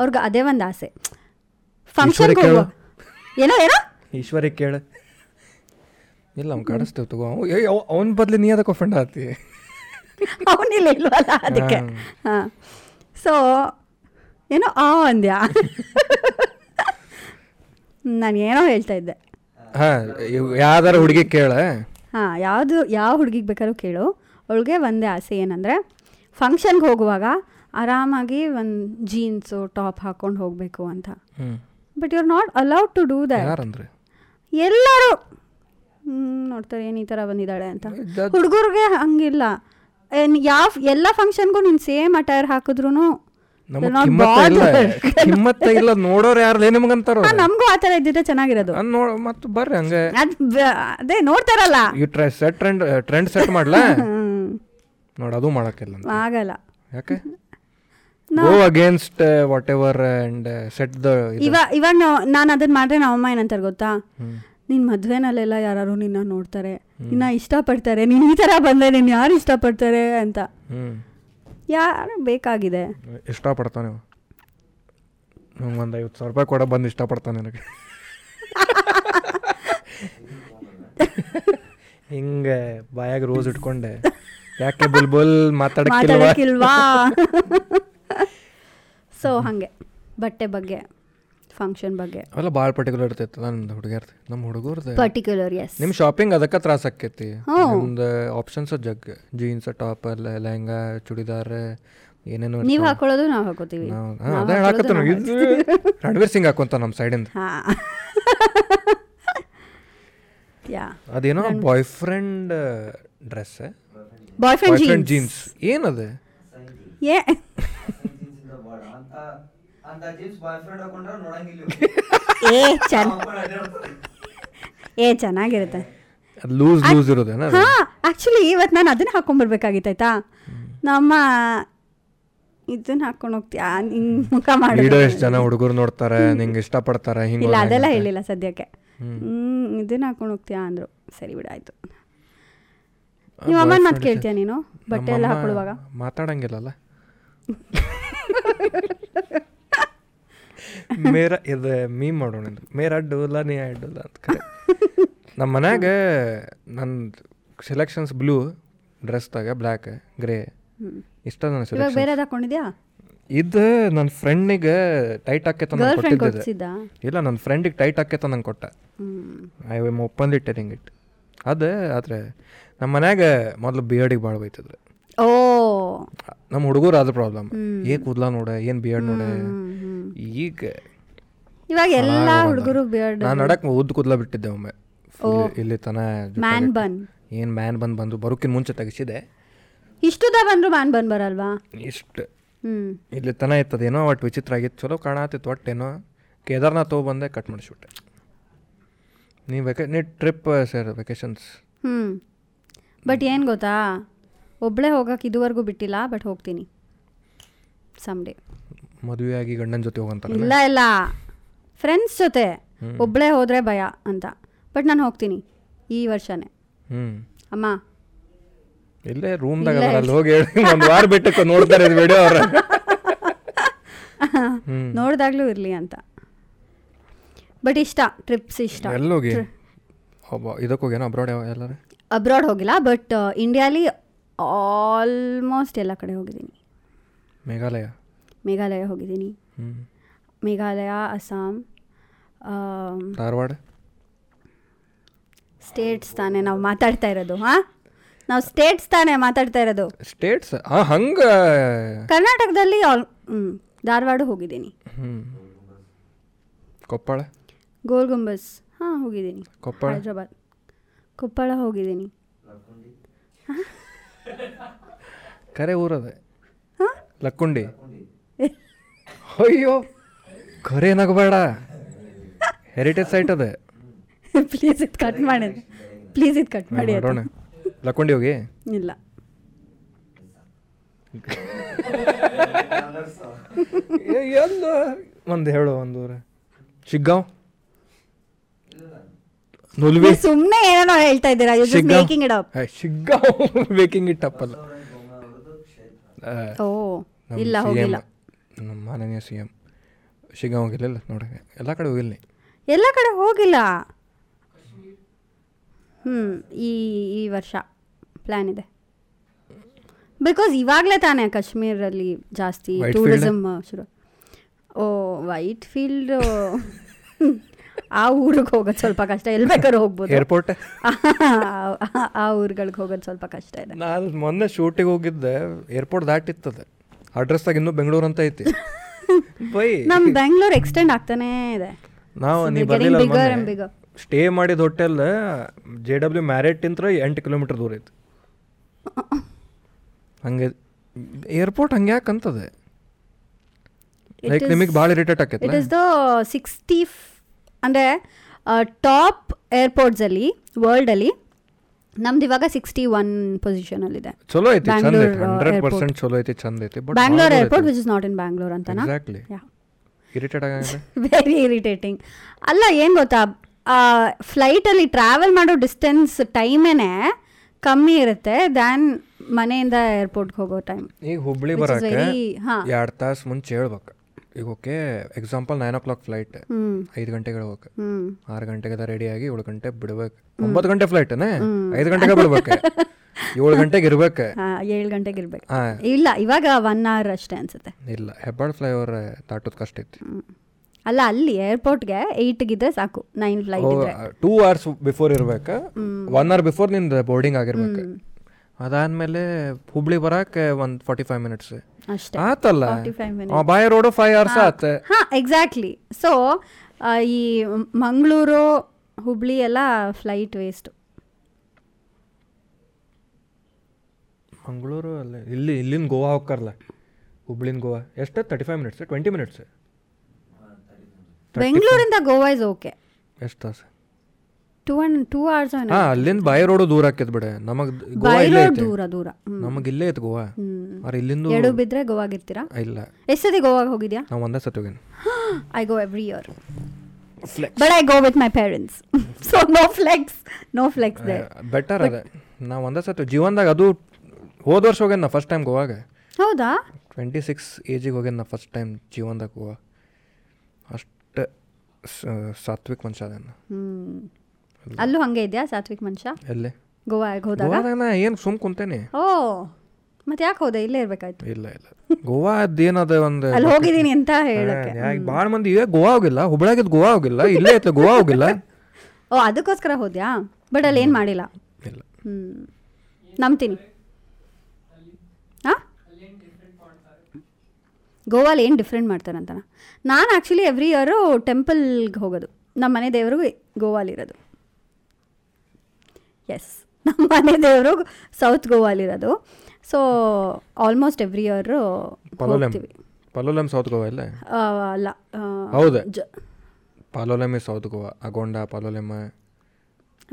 ಅವ್ರಿಗೆ ಅದೇ ಒಂದು ಆಸೆ ಫಂಕ್ಷನ್ ಈಶ್ವರಿ ಕೇಳು. ಏನೋ ಏನೋ ಈಶ್ವರಿ ಕೇಳ ಇಲ್ಲ ಅವ್ನು ಕಾಡಿಸ್ತೇವೆ ತಗೋ ಅವನ ಬದ್ಲಿ ನೀ ಅದಕ್ಕೆ ಒಫೆಂಡ್ ಆತಿ ಅವನಿಲ್ಲ ಇಲ್ವಲ್ಲ ಅದಕ್ಕೆ ಹಾಂ ಸೊ ಏನೋ ಆ ಅಂದ್ಯಾ ನಾನು ಏನೋ ಹೇಳ್ತಾ ಇದ್ದೆ ಹಾ ಇವ್ ಯಾವ್ದಾರ ಹುಡುಗಿ ಕೇಳ ಹಾಂ ಯಾವುದು ಯಾವ ಹುಡುಗಿಗೆ ಬೇಕಾದ್ರೂ ಕೇಳು ಅವಳಿಗೆ ಒಂದೇ ಆಸೆ ಏನಂದರೆ ಫಂಕ್ಷನ್ಗೆ ಹೋಗುವಾಗ ಆರಾಮಾಗಿ ಒಂದು ಜೀನ್ಸು ಟಾಪ್ ಹಾಕ್ಕೊಂಡು ಹೋಗಬೇಕು ಅಂತ ಹ್ಮ್ but you are not allowed to do that ಯಾರಂದ್ರೆ ಎಲ್ಲರೂ ಹ್ಮ್, ನೋಡ್ತಾರೆ ಏನು ಈ ಥರ ಬಂದಿದ್ದಾಳೆ ಅಂತ That- ಹುಡುಗರಿಗೆ ಹಂಗಿಲ್ಲ ಏನ್ ಯಾವ ಎಲ್ಲ ಫಂಕ್ಷನ್ಗೂ ನೀನು ಸೇಮ್ ಅಟೈರ್ ಹಾಕಿದ್ರು ನಮಗ್ ಕಿಮ್ಮತ್ತ ಇಲ್ಲ ಕಿಮ್ಮತ್ತ ಇಲ್ಲ ನೋಡೋರು ಯಾರಲ್ಲೇ ನಿಮ್ಗಂತಾರ ನಮಗೂ ಆ ಥರ ಇದ್ದಿದ್ರೆ ಚೆನ್ನಾಗಿರೋದು ನೋಡ ಮತ್ತೆ ಬರ್ರಿ ಹಂಗೆ ಅದ್ ಬ- ಅದೇ ನೋಡ್ತಾರಲ್ಲ you try set trend trend set ಮಾಡ್ಲಾ ಹ್ಮ್, ನೋಡ ಅದು ಮಾಡಕ್ಕಿಲ್ಲ ಅಂತ ಆಗಲ್ಲ ಯಾಕೆ go against whatever and set the ಇವಾಗ ಇವಾಗ ನಾವು ನಾನು ಅದನ್ನ ಮಾಡ್ರೆ ನಮ್ಮ ಅಮ್ಮ ಏನಂತಾರೆ ಗೊತ್ತಾ ನಿನ್ನ ಮದುವೆನಲ್ಲೆಲ್ಲ ಯಾರು ನಿನ್ನ ನೋಡ್ತಾರೆ ನಿನ್ನ ಇಷ್ಟಪಡ್ತಾರೆ ನೀನು ಈ ಥರ ಬಂದೆ ನೀನು ಯಾರು ಇಷ್ಟಪಡ್ತಾರೆ ಅಂತ ಹ್ಮ್ ಯಾರು ಬೇಕಾಗಿದೆ ಇಷ್ಟಪಡ್ತಾನೆ ನೀವು ನಂಗೆ ಒಂದು ಐವತ್ತು ಸಾವಿರ ರೂಪಾಯಿ ಕೊಡ ಬಂದು ಇಷ್ಟಪಡ್ತಾನೆ ನನಗೆ ಹಿಂಗೆ ಬಾಯಾಗ ರೋಸ್ ಇಟ್ಕೊಂಡೆ ಯಾಕೆ ಬುಲ್ಬುಲ್ ಮಾತಾಡಕ್ಕಿಲ್ವಾ ಮಾತಾಡಕ್ಕಿಲ್ವಾ ಸೊ ಹಂಗೆ ಬಟ್ಟೆ ಬಗ್ಗೆ ಫಂಕ್ಷನ್ ಬಗ್ಗೆ ಅವೆಲ್ಲ ಭಾಳ ಪರ್ಟಿಕ್ಯುಲರ್ ಇರ್ತೈತೆ ನಮ್ದು ಹುಡುಗರ್ದು ನಮ್ಮ ಹುಡುಗರ್ದು ಪರ್ಟಿಕ್ಯುಲರ್ ಎಸ್ ನಿಮ್ಮ ಶಾಪಿಂಗ್ ಅದಕ್ಕೆ ತ್ರಾಸ ಆಕೈತಿ ನಿಮ್ದು ಆಪ್ಷನ್ಸ್ ಜಗ್ ಜೀನ್ಸ್ ಟಾಪ್ ಎಲ್ಲ ಲೆಹಂಗಾ ಚೂಡಿದಾರ್ ಏನೇನೋ ನೀವು ಹಾಕೊಳ್ಳೋದು ನಾವು ಹಾಕೋತೀವಿ ಅದೇ ಹೇಳಕತ್ತಾನ ಇದು ರಣವೀರ್ ಸಿಂಗ್ ಹಾಕೊಂತ ನಮ್ಮ ಸೈಡಿಂದ ಹಾ ಯಾ ಅದೇನೋ boyfriend dress boy boyfriend friend jeans jeans ಏನದ ಏ ಅಂತ ಜೀನ್ಸ್ ಬಾಯ್ ಫ್ರೆಂಡ್ ಹಾಕೊಂಡ್ರೆ ನೋಡಂಗಿಲ್ಲ ಏ ಚೆನ್ನ ಏ ಚೆನ್ನಾಗಿರುತ್ತೆ ಲೂಸ್ ಲೂಸ್ ಇರೋದೇನ ಅದು? ಹಾ ಆಕ್ಚುಲಿ ಇವತ್ತು ನಾನು ಅದನ್ನ ಹಾಕೊಂಡ್ಬರ್ಬೇಕಾಗಿತ್ತಾಯ್ತಾ ನಮ್ಮ ಇದನ್ನ ಹಾಕೊಂಡು ಹೋಗ್ತೀಯಾ ಹಿಂಗ್ ಮುಖ ಮಾಡಿ ಇಡೋ ಎಷ್ಟು ಜನ ಹುಡುಗರು ನೋಡ್ತಾರೆ ನಿಂಗೆ ಇಷ್ಟಪಡ್ತಾರೆ ಹಿಂಗೆ ಇಲ್ಲ ಅದೆಲ್ಲ ಹೇಳಿಲ್ಲ ಸದ್ಯಕ್ಕೆ ಹ್ಮ್ ಇದನ್ನ ಹಾಕೊಂಡು ಹೋಗ್ತೀಯಾ ಅಂದ್ರು ಸರಿ ಬಿಡ ಆಯ್ತು ನಿಮ್ಮ ಅಮ್ಮನ ಮಾತು ಕೇಳ್ತೀಯ ನೀನು ಬಟ್ಟೆ ಎಲ್ಲ ಹಾಕೊಳ್ಳುವಾಗ ಮಾತಾಡಂಗಿಲ್ಲಲ್ಲ ಮೇರ ಇದು ಮೀಮ್ ಮಾಡೋಣ ಇದು. ಮೇರ ಅಡ್ಡಲ್ಲ ನೀ ಅಡ್ಡಲ್ಲ ಅಂತ ಕರೆ ನಮ್ಮ ಮನ್ಯಾಗ ನಂದು ಸೆಲೆಕ್ಷನ್ಸ್ ಬ್ಲೂ ಡ್ರೆಸ್ದಾಗ ಬ್ಲ್ಯಾಕ್ ಗ್ರೇ ಇಷ್ಟ ನನ್ನ ಇವಾಗ ಸೆಲೆಕ್ಷನ್ ಬೇರೆ ಹಾಕೊಂಡಿದ್ಯಾ ಇದು ನನ್ನ ಫ್ರೆಂಡಿಗೆ ಟೈಟ್ ಹಾಕೈತ ನಂಗೆ ಗರ್ಲ್ ಫ್ರೆಂಡ್ ಕೊಟ್ಟಿದ್ದೆ ಕೊಡ್ಸಿದ್ದ ಇಲ್ಲ ನನ್ನ ಫ್ರೆಂಡಿಗೆ ಟೈಟ್ ಹಾಕೈತ ನಂಗೆ ಕೊಟ್ಟ ಐ ವಿಮ್ ಓಪನ್ಲಿ ಟೆಲಿಂಗ್ ಇಟ್ ಅದು ಆದರೆ ನಮ್ಮ ಮನ್ಯಾಗ ಮೊದಲು ಬಿಯರ್ಡಿಗೆ ಭಾಳ ಬೈತಿದ್ರು ಓ ನಮ್ಮ ಹುಡುಗರು ಅದು ಪ್ರಾಬ್ಲಮ್ ಏ ಕೂದ್ಲ ನೋಡ ಏನ್ ಬಿಯರ್ಡ್ ನೋಡ ಈಗ ಇವಾಗ ಎಲ್ಲಾ ಹುಡುಗರು ಬಿಯರ್ಡ್ ನಾನು ನಡಕ್ ಉದ್ದ ಕೂದ್ಲ ಬಿಟ್ಟಿದ್ದೆ ಒಮ್ಮೆ Full ಇಲ್ಲಿ ತನ ಮ್ಯಾನ್ ಬನ್ ಏನು ಮ್ಯಾನ್ ಬಂದು ಬಂದು ಬರೋಕ್ಕಿಂತ ಮುಂಚೆ ತೆಗಿಸಿದೆ ಇಷ್ಟುದ ಬಂದ್ರು ಮ್ಯಾನ್ ಬನ್ ಬರಲ್ವಾ ಇಷ್ಟು ಹ್ಮ್ ಇಲ್ಲಿ ತನ ಇತ್ತದೇನೋ ಒಟ್ಟು ವಿಚಿತ್ರ ಆಗಿತ್ತು ಚಲೋ ಕಾಣತಿತ್ತು ಒಟ್ಟೇನೋ ಕೇದಾರ್ನಾಥ್ ಹೋಗಿ ಬಂದೆ ಕಟ್ ಮಾಡಿಸ್ಬಿಟ್ಟೆ ನೀವು ವೆಕೇ ನೀ trip sir vacations hmm but ಏನ್ ಗೊತ್ತಾ ಒಬ್ಳೆ ಹೋಗಕ್ ಇದುವರೆಗೂ ಬಿಟ್ಟಿಲ್ಲ ಬಟ್ ಹೋಗ್ತೀನಿ ಸಮ್ಡೇ ಮದುವೆಯಾಗಿ ಗಂಡನ ಜೊತೆ ಹೋಗಂತಾರಲ್ಲ ಇಲ್ಲ ಇಲ್ಲ ಫ್ರೆಂಡ್ಸ್ ಜೊತೆ ಒಬ್ಳೆ ಹೋದ್ರೆ ಭಯ ಅಂತ ಬಟ್ ನಾನು ಹೋಗ್ತೀನಿ ಈ ವರ್ಷನೇ ಹ್ಞೂ ಅಮ್ಮ ಇಲ್ಲೇ ರೂಮ್ದಾಗ ಇಲ್ಲೇ ಅಲ್ಲಿ ಹೋಗಿ ಹೇಳಿ ಒಂದು ವಾರ ಬಿಟ್ಟಕ್ಕೆ ನೋಡ್ತಾರೆ ಇದು ವಿಡಿಯೋ ಅವ್ರ ನೋಡಿದಾಗ್ಲೂ ಇರಲಿ ಅಂತ ಬಟ್ ಇಷ್ಟ ಟ್ರಿಪ್ಸ್ ಇಷ್ಟ ಎಲ್ಲೋಗಿ ಒಬ್ಬ ಇದಕ್ಕೆ ಹೋಗ್ಯಾನ ಅಬ್ರಾಡ್ ಯಾವ ಎಲ್ಲಾರ ಅಬ್ರಾಡ್ ಹೋಗಿಲ್ಲ ಬಟ್ ಇಂಡಿಯಾಲಿ ಆಲ್ಮೋಸ್ಟ್ ಎಲ್ಲ ಕಡೆ ಹೋಗಿದ್ದೀನಿ ಮೇಘಾಲಯ ಮೇಘಾಲಯ ಹೋಗಿದ್ದೀನಿ ಹ್ಞೂ ಮೇಘಾಲಯ ಅಸ್ಸಾಂ um, ಧಾರವಾಡ ಸ್ಟೇಟ್ಸ್ ತಾನೇ ನಾವು ಮಾತಾಡ್ತಾ ಇರೋದು ಹಾಂ ನಾವು ಸ್ಟೇಟ್ಸ್ ತಾನೇ ಮಾತಾಡ್ತಾ ಇರೋದು ಸ್ಟೇಟ್ಸ್ ಹಾಂ ಹಂಗ ಕರ್ನಾಟಕದಲ್ಲಿ ಆಲ್ ಹ್ಞೂ ಧಾರವಾಡ ಹೋಗಿದ್ದೀನಿ ಹ್ಞೂ ಕೊಪ್ಪಳ ಗೋಲ್ ಗುಂಬಸ್ ಹಾಂ ಹೋಗಿದ್ದೀನಿ ಕೊಪ್ಪಳ ಹೈದ್ರಾಬಾದ್ ಕೊಪ್ಪಳ ಹೋಗಿದ್ದೀನಿ ಕರೆ ಊರದ ಹಾಂ ಲಕ್ಕುಂಡಿ ಅಯ್ಯೋ ಕರೆ ನಗಬೇಡ ಹೆರಿಟೇಜ್ ಸೈಟ್ ಅದ ಪ್ಲೀಸ್ ಇದು ಕಟ್ ಮಾಡಿ ಪ್ಲೀಸ್ ಇದು ಕಟ್ ಮಾಡಿ ಆಯ್ತಾ? ಮಾಡೋಣ ಲಕ್ಕುಂಡಿ ಹೋಗಿ ಇಲ್ಲ ಎಲ್ಲ ಒಂದು ಹೇಳು ಒಂದು ಊರ ಶಿಗ್ಗಾಂವ್ ನುಲ್ವಿ ಸುಮ್ಮನೆ ಏನೋ ಹೇಳ್ತಾ ಇದ್ದೀರಾ you just Shiggaon making it up ಏ, ಶಿಗ್ಗಾಂವ್ ಬೇಕಿಂಗ್ ಇಟ್ ಅಪ್ ಅಲ್ಲ ಆ, ಓ ನಮ್ಮ ಇಲ್ಲ CM, ಹೋಗಿಲ್ಲ ನಮ್ಮ ಮಾನನೀಯ ಸಿ ಎಂ ಶಿಗ್ಗಾಂವ್ ಹೋಗಿಲ್ಲ ನೋಡ ಎಲ್ಲ ಕಡೆ ಹೋಗಿಲ್ಲ ನೀ. ಎಲ್ಲ ಕಡೆ ಹೋಗಿಲ್ಲ ಹ್ಞೂ ಈ ಈ ವರ್ಷ ಪ್ಲ್ಯಾನ್ ಇದೆ ಬಿಕಾಸ್ ಇವಾಗಲೇ ತಾನೇ ಕಾಶ್ಮೀರಲ್ಲಿ ಜಾಸ್ತಿ Whitefield? ಟೂರಿಸಮ್ ಶುರು ಓ ವೈಟ್ ಫೀಲ್ಡ್ ಆ ಊರಿಗೆ ಹೋಗೋದು ಸ್ವಲ್ಪ ಕಷ್ಟ ಎಲ್ಲಿ ಬೇಕಾದ್ರೂ ಹೋಗ್ಬೋದು ಏರ್ಪೋರ್ಟ್ ಆ- ಆ- ಆ ಊರುಗಳಿಗೆ ಹೋಗೋದು ಸ್ವಲ್ಪ ಕಷ್ಟ ಇದೆ ನಾನು ಮೊನ್ನೆ ಶೂಟಿಗೆ ಹೋಗಿದ್ದೆ ಏರ್ಪೋರ್ಟ್ ದಾಟಿತ್ತದ ಅಡ್ರೆಸ್ದಾಗ ಇನ್ನೂ ಬೆಂಗಳೂರು ಅಂತ ಐತಿ ಬೈ ನಮ್ ಬೆಂಗಳೂರು ಎಕ್ಸ್ಟೆಂಡ್ ಆಗ್ತಾನೇ ಇದೆ ನಾವು So ನೀ they're getting bigger and ಬರಲಿಲ್ಲ bigger. ಸ್ಟೇ ಮಾಡಿದ ಹೋಟೆಲ್ ಜೆ ಡಬ್ಲ್ಯು ಮ್ಯಾರೆಟ್ಟಿಂತ್ರ ಎಂಟು ಕಿಲೋಮೀಟರ್ ದೂರ ಐತಿ ಹಂಗೆ ಏರ್ಪೋರ್ಟ್ ಹಂಗೆ ಯಾಕೆ ಅಂತದೆ ಲೈಕ್ ನಿಮಗೆ ಭಾಳ ಇರಿಟೇಟ್ ಆಕೈತಿ ಇಟ್ ಇಸ್ ದ ಸಿಕ್ಸ್ಟಿ ಅಂದರೆ ಟಾಪ್ ಏರ್ಪೋರ್ಟ್ಸಲ್ಲಿ ವರ್ಲ್ಡಲ್ಲಿ ನಮ್ದು ಇವಾಗ ಸಿಕ್ಸ್ಟಿ ಒನ್ ಪೊಸಿಷನಲ್ಲಿದೆ ಚಲೋ ಐತಿ ಚಂದ ಐತಿ ಬ್ಯಾಂಗ್ಳೂರ್ ಹಂಡ್ರೆಡ್ ಪರ್ಸೆಂಟ್ ಏರ್ಪೋರ್ಟ್ ಚಲೋ ಐತಿ ಚಂದ ಐತಿ but Bangalore airport which is not in Bangalore ಅಂತನಾ ಎಕ್ಸಾಕ್ಟ್ಲಿ ಯಾ ಇರಿಟೇಟ್ ಆಗಂದ್ರೆ ವೆರಿ ಇರಿಟೇಟಿಂಗ್ ಅಲ್ಲ ಏನು ಗೊತ್ತಾ ಫ್ಲೈಟಲ್ಲಿ ಟ್ರಾವೆಲ್ ಮಾಡೋ ಡಿಸ್ಟೆನ್ಸ್ ಟೈಮೇನೆ ಕಮ್ಮಿ ಇರುತ್ತೆ ದ್ಯಾನ್ ಮನೆಯಿಂದ ಏರ್ಪೋರ್ಟ್ಗೆ ಹೋಗೋ ಟೈಮ್ ಈಗ ಹುಬ್ಳಿ Which is ಬರಕ್ಕೆ very- ಹಾ. ಎರಡು ತಾಸು ಮುಂಚೆ ಹೇಳ್ಬೇಕು ಈಗ okay example nine o'clock flight ಐದು ಗಂಟೆಗೆ ಹೇಳ್ಬೇಕು ಹ್ಞೂ ಆರು ಗಂಟೆಗೆಲ್ಲ ರೆಡಿಯಾಗಿ ಏಳು ಗಂಟೆ ಬಿಡ್ಬೇಕು ಒಂಬತ್ತು ಗಂಟೆ ಫ್ಲೈಟ್ನೇ ಐದು ಗಂಟೆಗೆ ಬಿಡ್ಬೇಕು ಏಳು ಗಂಟೆಗೆ ಇರ್ಬೇಕು ಏಳು ಗಂಟೆಗೆ ಇರ್ಬೇಕು ಹಾ. ಇಲ್ಲ ಇವಾಗ ಒನ್ ಅವರ್ ಅಷ್ಟೇ ಅನ್ಸುತ್ತೆ ಇಲ್ಲ ಹೆಬ್ಬಾಳ್ ಫ್ಲೈಓವರ್ ದಾಟೋದು ಕಷ್ಟ ಐತಿ ಹ್ಮ್. ಅಲ್ಲ ಅಲ್ಲಿ ಏರ್ಪೋರ್ಟ್ಗೆ ಏಯ್ಟ್ಗಿದ್ರೆ ಸಾಕು ನೈನ್ ಫ್ಲೈಟ್ ಇದ್ರೆ ಟೂ ಅವರ್ಸ್ ಬಿಫೋರ್ ಇರ್ಬೇಕು ಒನ್ ಅವರ್ ಬಿಫೋರ್ ನಿಂದ ಬೋರ್ಡಿಂಗ್ ಆಗಿರ್ಬೇಕು ಅದಾದ್ಮೇಲೆ ಹುಬ್ಳಿ ಬರಕ್ಕೆ ಒಂದು ಫಾರ್ಟಿ ಫೈವ್ ಮಿನಿಟ್ಸ್ ಅಷ್ಟೇ ಆತಲ್ಲ 45 minutes. By road five hours ಆತ ಹಾಂ ಎಕ್ಸಾಕ್ಟ್ಲಿ ಸೊ ಈ ಮಂಗಳೂರು ಹುಬ್ಳಿ ಎಲ್ಲ ಫ್ಲೈಟ್ ವೇಸ್ಟು ಮಂಗಳೂರು ಅಲ್ಲ ಇಲ್ಲಿ ಇಲ್ಲಿಂದ ಗೋವಾ ಹೋಗ್ಕಾರಲ್ಲ ಹುಬ್ಳಿಂದ ಗೋವಾ ಎಷ್ಟು thirty five minutes twenty minutes ಬೆಂಗಳೂರಿಂದ ಗೋವಾ ಇಸ್ ಓಕೆ ಎಷ್ಟು ತಾಸು ಟೂ ಅಂಡ್ ಟೂ ಅವರ್ಸ್ ಹಾ ಅಲ್ಲಿಂದ ಬಾಯ್ ರೋಡು ದೂರ ಆಕೈತ್ ಬಿಡ ನಮಗ್ ದ್- ಗೋವಾ ಬೈ ಇಲ್ಲೇ ರೋಡ್ ಐತೆ ದೂರ ದೂರ ಹ್ಮ್. ನಮಗ್ ಇಲ್ಲೇ ಐತೆ ಗೋವಾ ಹ್ಮ್. ಆದ್ರೆ ಇಲ್ಲಿಂದ ಎಡು ಬಿದ್ದರೆ ಗೋವಾಗಿರ್ತೀರಾ ಇಲ್ಲ ಎಷ್ಟು ಸತಿ ಗೋವಾಗ ಹೋಗಿದ್ಯಾ ನಾವು ಒಂದೇ ಸತಿ ಹೋಗ್ಯಾನ I go every year but I go with my parents so no flex no flex they better ಅದ ನಾವು ಒಂದೇ ಸತಿ ಜೀವನದಾಗ ಅದು ಹೋದ ವರ್ಷ ಹೋಗ್ಯಾನ ನಾ ಫಸ್ಟ್ ಟೈಮ್ ಗೋವಾಗ ಹೌದಾ ಟ್ವೆಂಟಿ ಸಿಕ್ಸ್ ಏಜಿಗೆ ಹೋಗ್ಯಾನ ನಾ ಫಸ್ಟ್ ಟೈಮ್ ಜೀವನದಾಗ ಗೋವಾ ಅಷ್ಟು ಸಾತ್ವಿಕ್ ಮನುಷ್ಯ ಅದ ನಾ. ಹ್ಮ್ ಅಲ್ಲೂ ಹಂಗೆ ಇದೆಯಾ ಸಾತ್ವಿಕ್ ಮನುಷ್ಯ ಎಲ್ಲಿ ಗೋವಾಗೆ ಹೋದಾಗ ಗೋವಾದಾಗ ನಾ ಏನು ಸುಮ್ ಕುಂತೇನೆ ಓ ಮತ್ತೆ ಯಾಕೆ ಹೋದೆ ಇಲ್ಲೇ ಇರ್ಬೇಕಾಯ್ತು ಇಲ್ಲ ಇಲ್ಲ ಗೋವಾ ಏನದ ಒಂದು ಅಲ್ಲಿ ಹೋಗಿದ್ದೀನಿ ಅಂತ ಹೇಳಕ್ಕೆ ಭಾಳ ಮಂದಿ ಈಗ ಗೋವಾ ಹೋಗಿಲ್ಲ ಹುಬ್ಳಾಗಿದ್ದು ಗೋವಾ ಹೋಗಿಲ್ಲ ಇಲ್ಲೇ ಐತೆ ಗೋವಾ ಹೋಗಿಲ್ಲ ಓ ಅದಕ್ಕೋಸ್ಕರ ಹೋದ್ಯಾ ಬಟ್ ಅಲ್ಲಿ ಏನು ಮಾಡಿಲ್ಲ ಇಲ್ಲ ಹ್ಞೂ ನಂಬ್ತೀನಿ ಹಾಂ ಗೋವಾಲಿ ಏನು ಡಿಫ್ರೆಂಟ್ ಮಾಡ್ತಾರಂತನ ನಾನು ಆ್ಯಕ್ಚುಲಿ ಎವ್ರಿ ಇಯರು ಟೆಂಪಲ್ಗೆ ಹೋಗೋದು ನಮ್ಮ ಮನೆ ದೇವರು ಗೋವಾಲಿರೋದು ಎಸ್ ನಮ್ಮ ಮನೆ ದೇವರು ಸೌತ್ ಗೋವಾಲಿರೋದು so almost every year Palolem ಹೋಗ್ತೀವಿ ಪಲೋಲೆಮ್ ಸೌತ್ ಗೋವಾ ಇಲ್ಲ ಆ, ಅಲ್ಲ ಆ, ಹೌದು ಜ- Palolem is south Goa Agonda Palolem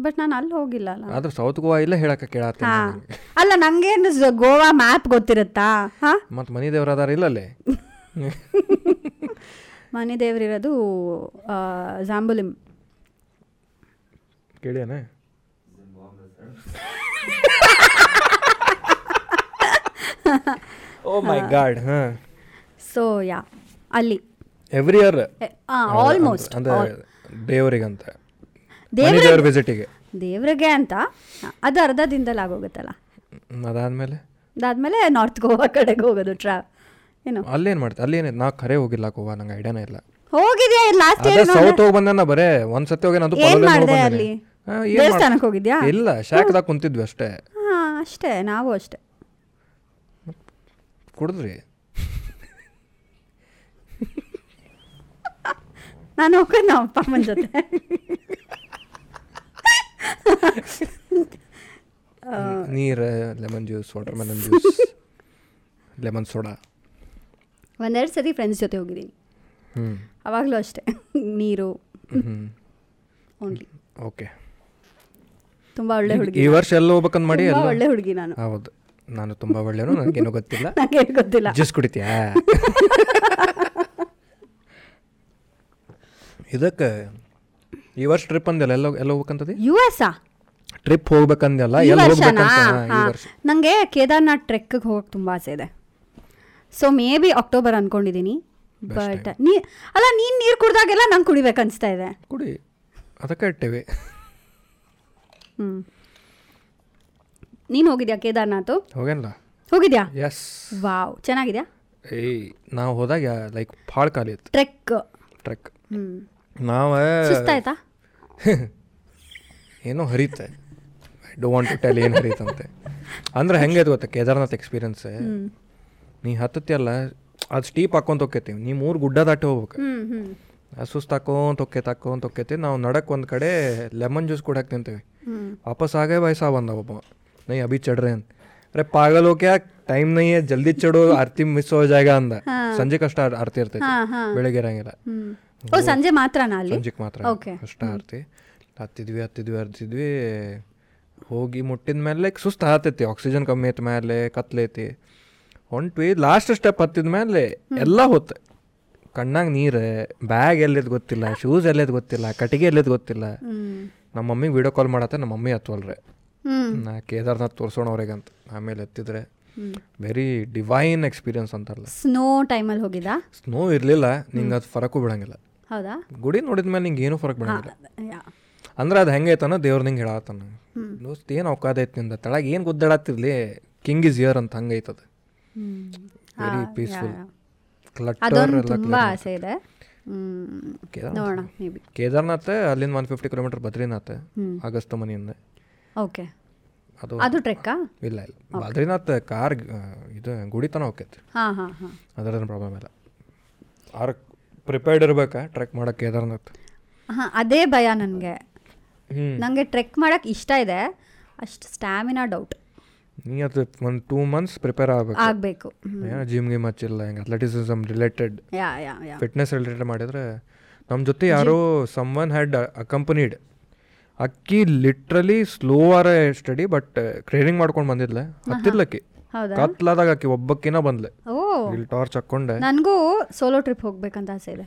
but ನಾನು ಅಲ್ಲಿ ಹೋಗಿಲ್ಲ ಅಲ್ಲ ಆದ್ರೆ ಸೌತ್ ಗೋವಾ ಇಲ್ಲ ಹೇಳಕ್ಕೆ ಕೇಳತ್ತೆ ಹಾ ಅಲ್ಲ ನಂಗೇನು ಸ- ಗೋವಾ ಮ್ಯಾಪ್ ಗೊತ್ತಿರುತ್ತಾ ಹಾ ಮತ್ತು ಮನಿ ದೇವ್ರ ಅದಾರ ಇಲ್ಲ ಅಲ್ಲಿ ಮನೆ ದೇವರಿರೋದು ಜಾಂಬುಲಿಮ್ ಕೇಳ್ಯಾನ ಓ ಮೈ ಗಾಡ್ ಹಾಂ ಸೊ ಯಾ ಅಲ್ಲಿ ಎವ್ರಿ ಇಯರ್ ಆಲ್ಮೋಸ್ಟ್ ಅಂದ್ರೆ ದೇವರಿಗಂತ ಮನೆ ದೇವ್ರಿಗೆ- ದೇವ್ರ ವಿಸಿಟಿಗೆ ದೇವ್ರಿಗೆ ಅಂತ ಅದು ಅರ್ಧ ದಿನದಲ್ಲಿ ಆಗೋಗುತ್ತಲ್ಲ ಅದಾದ್ಮೇಲೆ ಅದಾದ್ಮೇಲೆ ನಾರ್ತ್ ಗೋವಾ ಕಡೆಗೆ ಹೋಗೋದು ಟ್ರಾ ಏನು ಅಲ್ಲೇನ್ ಮಾಡ್ತಾರೆ ಅಲ್ಲೇನಿದೆ ನಾ ಖರೆ ಹೋಗಿಲ್ಲ ಗೋವಾ ನಂಗೆ ಐಡಿಯಾನೇ ಇಲ್ಲ ಹೋಗಿದ್ಯಾ ಲಾಸ್ಟ್ ಅದೇ ಇಯರ್ ಸೌತ್ ಹೋಗಿ ಬಂದೆ ನಾ ಬರೇ ಒಂದ್ ಸತಿ ಹೋಗಿ ನಂದು ಏನ್ ಪಲೋಲೆ ಮಾಡ್ದೆ ನೋಡ್ಕೊಂಡ್ ಅಲ್ಲಿ? ಬಂದೀನಿ. ಹಾ, ಏನ್ ದೇವಸ್ಥಾನಕ್ ಮಾಡ್- ಹೋಗಿದ್ಯಾ? ಇಲ್ಲ ಶಾಖದಾಗ ಕುಂತಿದ್ವಿ ಅಷ್ಟೇ ಹಾಂ ಅಷ್ಟೇ ನಾವು ಅಷ್ಟೇ ಕುಡಿದ್ರಿ ನಾನು ಹೋಗೋದು ನಮ್ಮ ಅಪ್ಪ ಅಮ್ಮನ ಜೊತೆ ನೀರ್ lemon juice watermelon juice lemon soda ಒಂದೆರಡು ಸತಿ ಫ್ರೆಂಡ್ಸ್ ಜೊತೆ ಹೋಗಿದ್ದೀನಿ ಹ್ಮ್ ಅವಾಗಲೂ ಅಷ್ಟೇ ನೀರು ಹ್ಮ್ ಓನ್ಲಿ ಓಕೆ ತುಂಬ ಒಳ್ಳೆ ಹುಡುಗಿ ಈ ವರ್ಷ ಎಲ್ಲ ಹೋಗ್ಬೇಕಂತ ಮಾಡಿ ತುಂಬಾ ಎಲ್ಲ ಒಳ್ಳೆ ಹುಡುಗಿ ನಾನು ಹೌದು ನಾನು ತುಂಬಾ ಒಳ್ಳೆನು ನನಗೇನು ಗೊತ್ತಿಲ್ಲ ನಂಗೆ ಏನ್ ಗೊತ್ತಿಲ್ಲ ಜ್ಯೂಸ್ ಕುಡಿತೀಯ ಇದಕ್ಕೆ ಈ ವರ್ಷ ಟ್ರಿಪ್ ಅಂದಲ್ಲ ಎಲ್ಲ ಎಲ್ಲ ಹೋಗ್ಬೇಕಂತದಿ ಯು ಎಸ್ ಟ್ರಿಪ್ ಹೋಗ್ಬೇಕಂದಲ್ಲ ಈ ಎಲ್ಲ ವರ್ಷನಾ ಹೋಗ್ಬೇಕಂತ ಹಾ, ಈ ಹಾಂ ವರ್ಷ ನನಗೆ ಕೇದಾರ್ನಾಥ್ ಟ್ರೆಕ್ಕಿಗೆ ಹೋಗಕ್ಕೆ ತುಂಬ ಆಸೆ ಇದೆ ಸೊ ಮೇ ಬಿ ಅಕ್ಟೋಬರ್ ಅಂದ್ಕೊಂಡಿದ್ದೀನಿ ಬಟ್ ನೀ ಅಲ್ಲ ನೀನು ನೀರು ಕುಡ್ದಾಗೆಲ್ಲ ನಂಗೆ ಕುಡಿಬೇಕು ಅನಿಸ್ತಾ ಇದೆ ಕುಡಿ ಅದಕ್ಕೆ ಇಟ್ಟೇವಿ ಹ್ಞೂ ನೀನು ಹೋಗಿದ್ಯಾ ಕೇದಾರ್ನಾಥು ಹೋಗೇನಲ್ಲ ಹೋಗಿದ್ಯಾ ಎಸ್ ವಾವ್ ಚೆನ್ನಾಗಿದ್ಯಾ ಏಯ್ ನಾವು ಹೋದಾಗ ಲೈಕ್ ಭಾಳ ಖಾಲಿ ಇತ್ತು ಟ್ರೆಕ್ ಟ್ರಕ್ ಹ್ಞೂ Uh, ನಾವ ಸುಸ್ತಾಯ್ತಾ ಏನೋ ಹರಿತೆ I do want to tell ಏನು ಹರಿತಂತೆ ಅಂದ್ರೆ ಹೆಂಗೈತೆ ಗೊತ್ತಾ ಕೇದಾರ್ನಾಥ್ ಎಕ್ಸ್ಪೀರಿಯನ್ಸ್ ನೀ ಹತ್ತತಿಯಲ್ಲ ಅದು ಸ್ಟೀಪ್ ಹಾಕೊಂತ ಹೋಗ್ಕೈತಿ ನೀ ಮೂರು ಗುಡ್ಡ ದಾಟಿ ಹೋಗ್ಬೇಕು ಹ್ಞೂ ಹ್ಞೂ ಆ ಸುಸ್ತು ಹಾಕೊಂತ ಹೋಗ್ಕೈತೆ ಹಾಕೊಂತ ಹೋಗ್ಕೈತಿ ನಾವು ನಡಕ್ ಒಂದು ಕಡೆ ಲೆಮನ್ ಜ್ಯೂಸ್ ಕೂಡ ತಿಂತೀವಿ ವಾಪಸ್ ಆಗ ವಯಸ್ಸಾ ಬಂದ ಒಬ್ಬ ನೈ ಅಭಿ ಚಡ್ರೆ ಅಂತ ಅರೆ ಪಾಗಲ್ ಹೋಗ್ಯ ಟೈಮ್ ನೈ ಹೈ, ಜಲ್ದಿ ಚಡು ಆರ್ತಿ ಮಿಸ್ ಹೋ ಜಾಗ ಅಂದ ಸಂಜೆ ಕಷ್ಟ ಆರ್ತಿ ಇರ್ತೈತಿ ಬೆಳಿಗ್ಗೆ ಇರಂಗಿಲ್ಲ ಹ್ಞೂ ಓ ಸಂಜೆ ಮಾತ್ರನಾ ಅಲ್ಲಿ ಸಂಜೆಗೆ ಮಾತ್ರ Okay. ಕಷ್ಟ ಆರ್ತಿ ಹತ್ತಿದ್ವಿ ಹತ್ತಿದ್ವಿ ಹತ್ತಿದ್ವಿ ಹೋಗಿ ಮುಟ್ಟಿದ ಮೇಲೆ ಸುಸ್ತು ಹಾತೈತಿ ಆಕ್ಸಿಜನ್ ಕಮ್ಮಿ ಐತಿ ಮೇಲೆ ಕತ್ಲೈತಿ ಹೊಂಟ್ವಿ ಲಾಸ್ಟ್ ಸ್ಟೆಪ್ ಹತ್ತಿದ ಮೇಲೆ ಎಲ್ಲ ಹೋತ್ ಕಣ್ಣಾಗ ನೀರು ಬ್ಯಾಗ್ ಎಲ್ಲಿದ್ ಗೊತ್ತಿಲ್ಲ ಶೂಸ್ ಎಲ್ಲಿದ್ ಗೊತ್ತಿಲ್ಲ ಕಟ್ಟಿಗೆ ಎಲ್ಲಿದ್ ಗೊತ್ತಿಲ್ಲ ನಮ್ಮ ಮಮ್ಮಿಗೆ ವಿಡಿಯೋ ಕಾಲ್ ಮಾಡತ್ತೆ ನಮ್ಮ ಮಮ್ಮಿ ಹತ್ತವಲ್ರೆ ಹ್ಞೂ ನಾ ಕೇದಾರ್ನಾಥ್ ತೋರ್ಸೋಣ ಅವ್ರಿಗಂತ ಆಮೇಲೆ ಎತ್ತಿದ್ರೆ ವೆರಿ ಡಿವೈನ್ ಎಕ್ಸ್ಪೀರಿಯನ್ಸ್ ಅಂತಾರಲ್ಲ ಸ್ನೋ ಟೈಮಲ್ಲಿ ಹೋಗಿದ್ದಾ ಸ್ನೋ ಇರಲಿಲ್ಲ ನಿಂಗೆ ಅದು ಫರಕ್ಕೂ ಬಿಡಂಗಿಲ್ಲ ಹೌದಾ ಗುಡಿ ನೋಡಿದ ಮೇಲೆ ನಿಂಗೆ ಏನೂ ಫರಕ್ ಬಿಡಂಗಿಲ್ಲ ಯಾ ಅಂದ್ರೆ ಅದು ಹೆಂಗೈತನ ದೇವ್ರ ನಿಂಗೆ ಹೇಳತ್ತಾನ ದೋಸ್ತ್ ಏನು ಅವಕಾದ ಐತಿ ನಿಂದ ತಳಗ ಏನು ಗುದ್ದಾಡತ್ತಿರ್ಲಿ ಕಿಂಗ್ ಇಸ್ ಇಯರ್ ಅಂತ ಹಂಗೈತದ ವೆರಿ ಪೀಸ್ಫುಲ್ ಕ್ಲಟರ್ ಅದೊಂದು ಎಲ್ಲ ತುಂಬ ಆಸೆ ಇದೆ ಹ್ಮ್. ಕೇದಾರ್ನಾಥ. ನೋಡೋಣ ಮೇ ಬಿ ಕೇದಾರ್ನಾಥ್ ಅಲ್ಲಿಂದ one fifty kilometre Badrinath August ಮನೆಯಿಂದ ಓಕೆ ಅದು ಅದು ಟ್ರೆಕ್ಕಾ ಇಲ್ಲ ಇಲ್ಲ ಬದ್ರಿನಾಥ್ ಕಾರ್ ಇದು ಗುಡಿ ತನ ಹೋಗ್ತೈತಿ ಹಾಂ ಹಾಂ ಹಾಂ ಅದ್ರದೇನು ಪ್ರಾಬ್ಲಮ್ ಇಲ್ಲ ಆರ್ ಪ್ರಿಪೇರ್ಡ್ ಇರ್ಬೇಕಾ ಟ್ರೆಕ್ ಮಾಡಕ್ಕೆ ಕೇದಾರ್ನಾಥ್ ಹಾಂ ಅದೇ ಭಯ ನನಗೆ ಹ್ಞೂ ನನಗೆ ಟ್ರೆಕ್ ಮಾಡೋಕ್ಕೆ ಇಷ್ಟ ಇದೆ ಅಷ್ಟು ಸ್ಟ್ಯಾಮಿನಾ ಡೌಟ್ ನೀ ಅದು ಒಂದು ಟೂ ಮಂತ್ಸ್ ಪ್ರಿಪೇರ್ ಆಗ್ಬೇಕು ಆಗಬೇಕು ಏನೋ ಜಿಮ್ ಗಿಮ್ ಹಚ್ಚಿಲ್ಲ ಹಿಂಗೆ athleticism related yeah yeah yeah fitness related ಮಾಡಿದ್ರೆ ನಮ್ಮ ಜೊತೆ ಯಾರೋ ಸಮ್ವನ್ ಹ್ಯಾಡ್ ಅಕಂಪನಿಡ್ ಅಕ್ಕಿ ಲಿಟ್ರಲಿ ಸ್ಲೋ ಆರ ಸ್ಟಡಿ ಬಟ್ ಟ್ರೈನಿಂಗ್ ಮಾಡ್ಕೊಂಡು ಬಂದಿದ್ಲೆ ಹತ್ತಿದ್ಲಕ್ಕಿ ಹೌದಾ ಕತ್ಲಾದಾಗ ಆಕಿ ಒಬ್ಬಕ್ಕಿನ ಬಂದ್ಲೆ ಓ ಇಲ್ಲಿ ಟಾರ್ಚ್ ಹಾಕ್ಕೊಂಡೆ ನನಗೂ ಸೋಲೋ ಟ್ರಿಪ್ ಹೋಗ್ಬೇಕಂತ ಆಸೆ ಇದೆ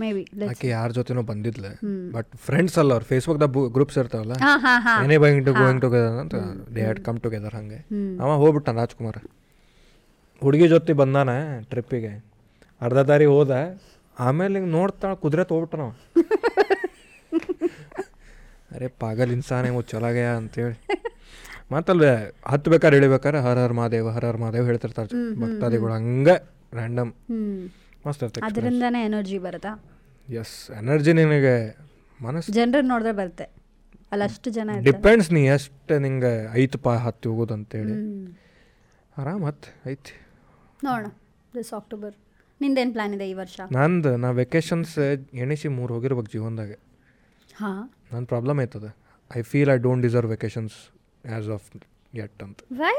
ಮೇ ಬಿ ಆಕಿ ಯಾರ ಜೊತೆನೋ ಬಂದಿದ್ಲೆ ಬಟ್ ಫ್ರೆಂಡ್ಸ್ ಅಲ್ಲ ಅವ್ರು ಫೇಸ್ಬುಕ್ದಾಗ ಗ್ರೂಪ್ಸ್ ಇರ್ತಾವಲ್ಲ ಹಾಂ ಹಾಂ ಹಾಂ ಏನೇ ಬೈಂಗ್ ಟು ಗೋಯಿಂಗ್ ಟುಗೆದರ್ ಅಂತ ದೇ ಹ್ಯಾಡ್ ಕಮ್ ಟುಗೆದರ್ ಹಂಗೆ ಅವ ಹೋಗ್ಬಿಟ್ಟ ರಾಜ್ಕುಮಾರ್ ಹುಡುಗಿ ಜೊತೆ ಬಂದಾನ ಟ್ರಿಪ್ಪಿಗೆ ಅರ್ಧ ದಾರಿ ಹೋದ ಆಮೇಲೆ ಹಿಂಗೆ ನೋಡ್ತಾಳ ಕುದುರೆ ತೊಗೊಬಿಟ್ಟನ ಅರೆ ಪಾಗಲ್ ಇನ್ಸಾನ್ ಏ ಚಲಾಗ್ಯ ಅಂತೇಳಿ ಮತ್ತಲ್ಲ ಹತ್ಬೇಕಾರೆ ಇಳಿಬೇಕಾರೆ ಹರ ಹರ್ ಮಹಾದೇವ್ ಹರ ಹರ್ ಮಹಾದೇವ್ ಹೇಳ್ತಿರ್ತಾರೆ ಜ- ಭಕ್ತಾದಿಗಳು ಹಂಗೆ ರ್ಯಾಂಡಮ್ ಹ್ಮ್ ಮಸ್ತ್ ಇರ್ತೈತೆ ಅದರಿಂದನೇ ಎನರ್ಜಿ ಬರುತ್ತಾ ಎಸ್ ಎನರ್ಜಿ ನಿನಗೆ ಮನಸ್ಸು ಜನರನ್ನ ನೋಡಿದ್ರೆ ಬರುತ್ತೆ ಅಲ್ಲ ಅಷ್ಟು ಜನ ಇರ್ತಾರೆ ಡಿಪೆಂಡ್ಸ್ ನೀ ಎಷ್ಟು ನಿಂಗೆ ಐತಪ್ಪ ಹತ್ತಿ ಹೋಗೋದು ಅಂತೇಳಿ ಆರಾಮ್ ಹತ್ತು ಐತಿ ನೋಡೋಣ ದಿಸ್ ಅಕ್ಟೋಬರ್ ನಿಂದೇನು ಪ್ಲಾನ್ ಇದೆ ಈ ವರ್ಷ ನಂದು ನಾ ವೆಕೇಶನ್ಸ್ ಎಣಿಸಿ ಮೂರು ಹೋಗಿರ್ಬೇಕು ಜೀವನದಾಗ ಹಾಂ ನನ್ನ ಪ್ರಾಬ್ಲಮ್ ಆಯ್ತದ I feel I don't deserve vacations as of get ಅಂತ ವೈ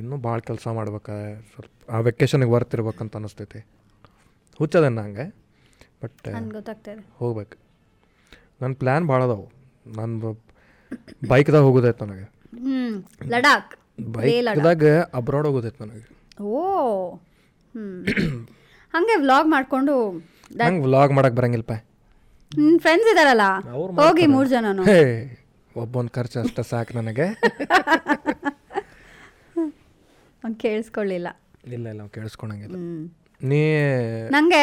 ಇನ್ನೂ ಭಾಳ ಕೆಲಸ ಮಾಡ್ಬೇಕಾ ಸ್ವಲ್ಪ ಆ ವೆಕೇಶನಿಗೆ ವರ್ತ್ ಇರ್ಬೇಕಂತ ಅನಿಸ್ತೈತಿ ಹುಚ್ಚದ ನಂಗೆ ಬಟ್ ನನ್ಗೆ ಗೊತ್ತಾಗ್ತಾ ಇದೆ ಹೋಗ್ಬೇಕು ನನ್ನ ಪ್ಲ್ಯಾನ್ ಭಾಳ ಅದಾವು ನಾನು ಬೈಕ್ದಾಗ ಹೋಗೋದೈತೆ ನನಗೆ ಹ್ಞೂ ಲಡಾಖ್ ಲೇ ಲಡಾಖ್ ಬೈಕ್ದಾಗ ಅಬ್ರಾಡ್ ಹೋಗೋದೈತೆ ನನಗೆ ಓ ಹ್ಞೂ ಹಾಗೆ ವ್ಲಾಗ್ ಮಾಡಿಕೊಂಡು ನಂಗೆ ವ್ಲಾಗ್ ಮಾಡಕ್ಕೆ ಬರಂಗಿಲ್ಲಪ್ಪ ನಿನ್ನ ಫ್ರೆಂಡ್ಸ್ ಇದ್ದಾರಲ್ಲ ಹೋಗಿ ಮೂರು ಜನನು ಹೇ ಒಬ್ಬೊಂದು ಖರ್ಚು ಅಷ್ಟೇ ಸಾಕು ನನಗೆ ಅವ್ನು ಕೇಳಿಸ್ಕೊಳ್ಳಿಲ್ಲ ಇಲ್ಲ ಇಲ್ಲ ಕೇಳಿಸ್ಕೊಳಂಗಿಲ್ಲ ಹ್ಮ್. ನೀ ನಂಗೆ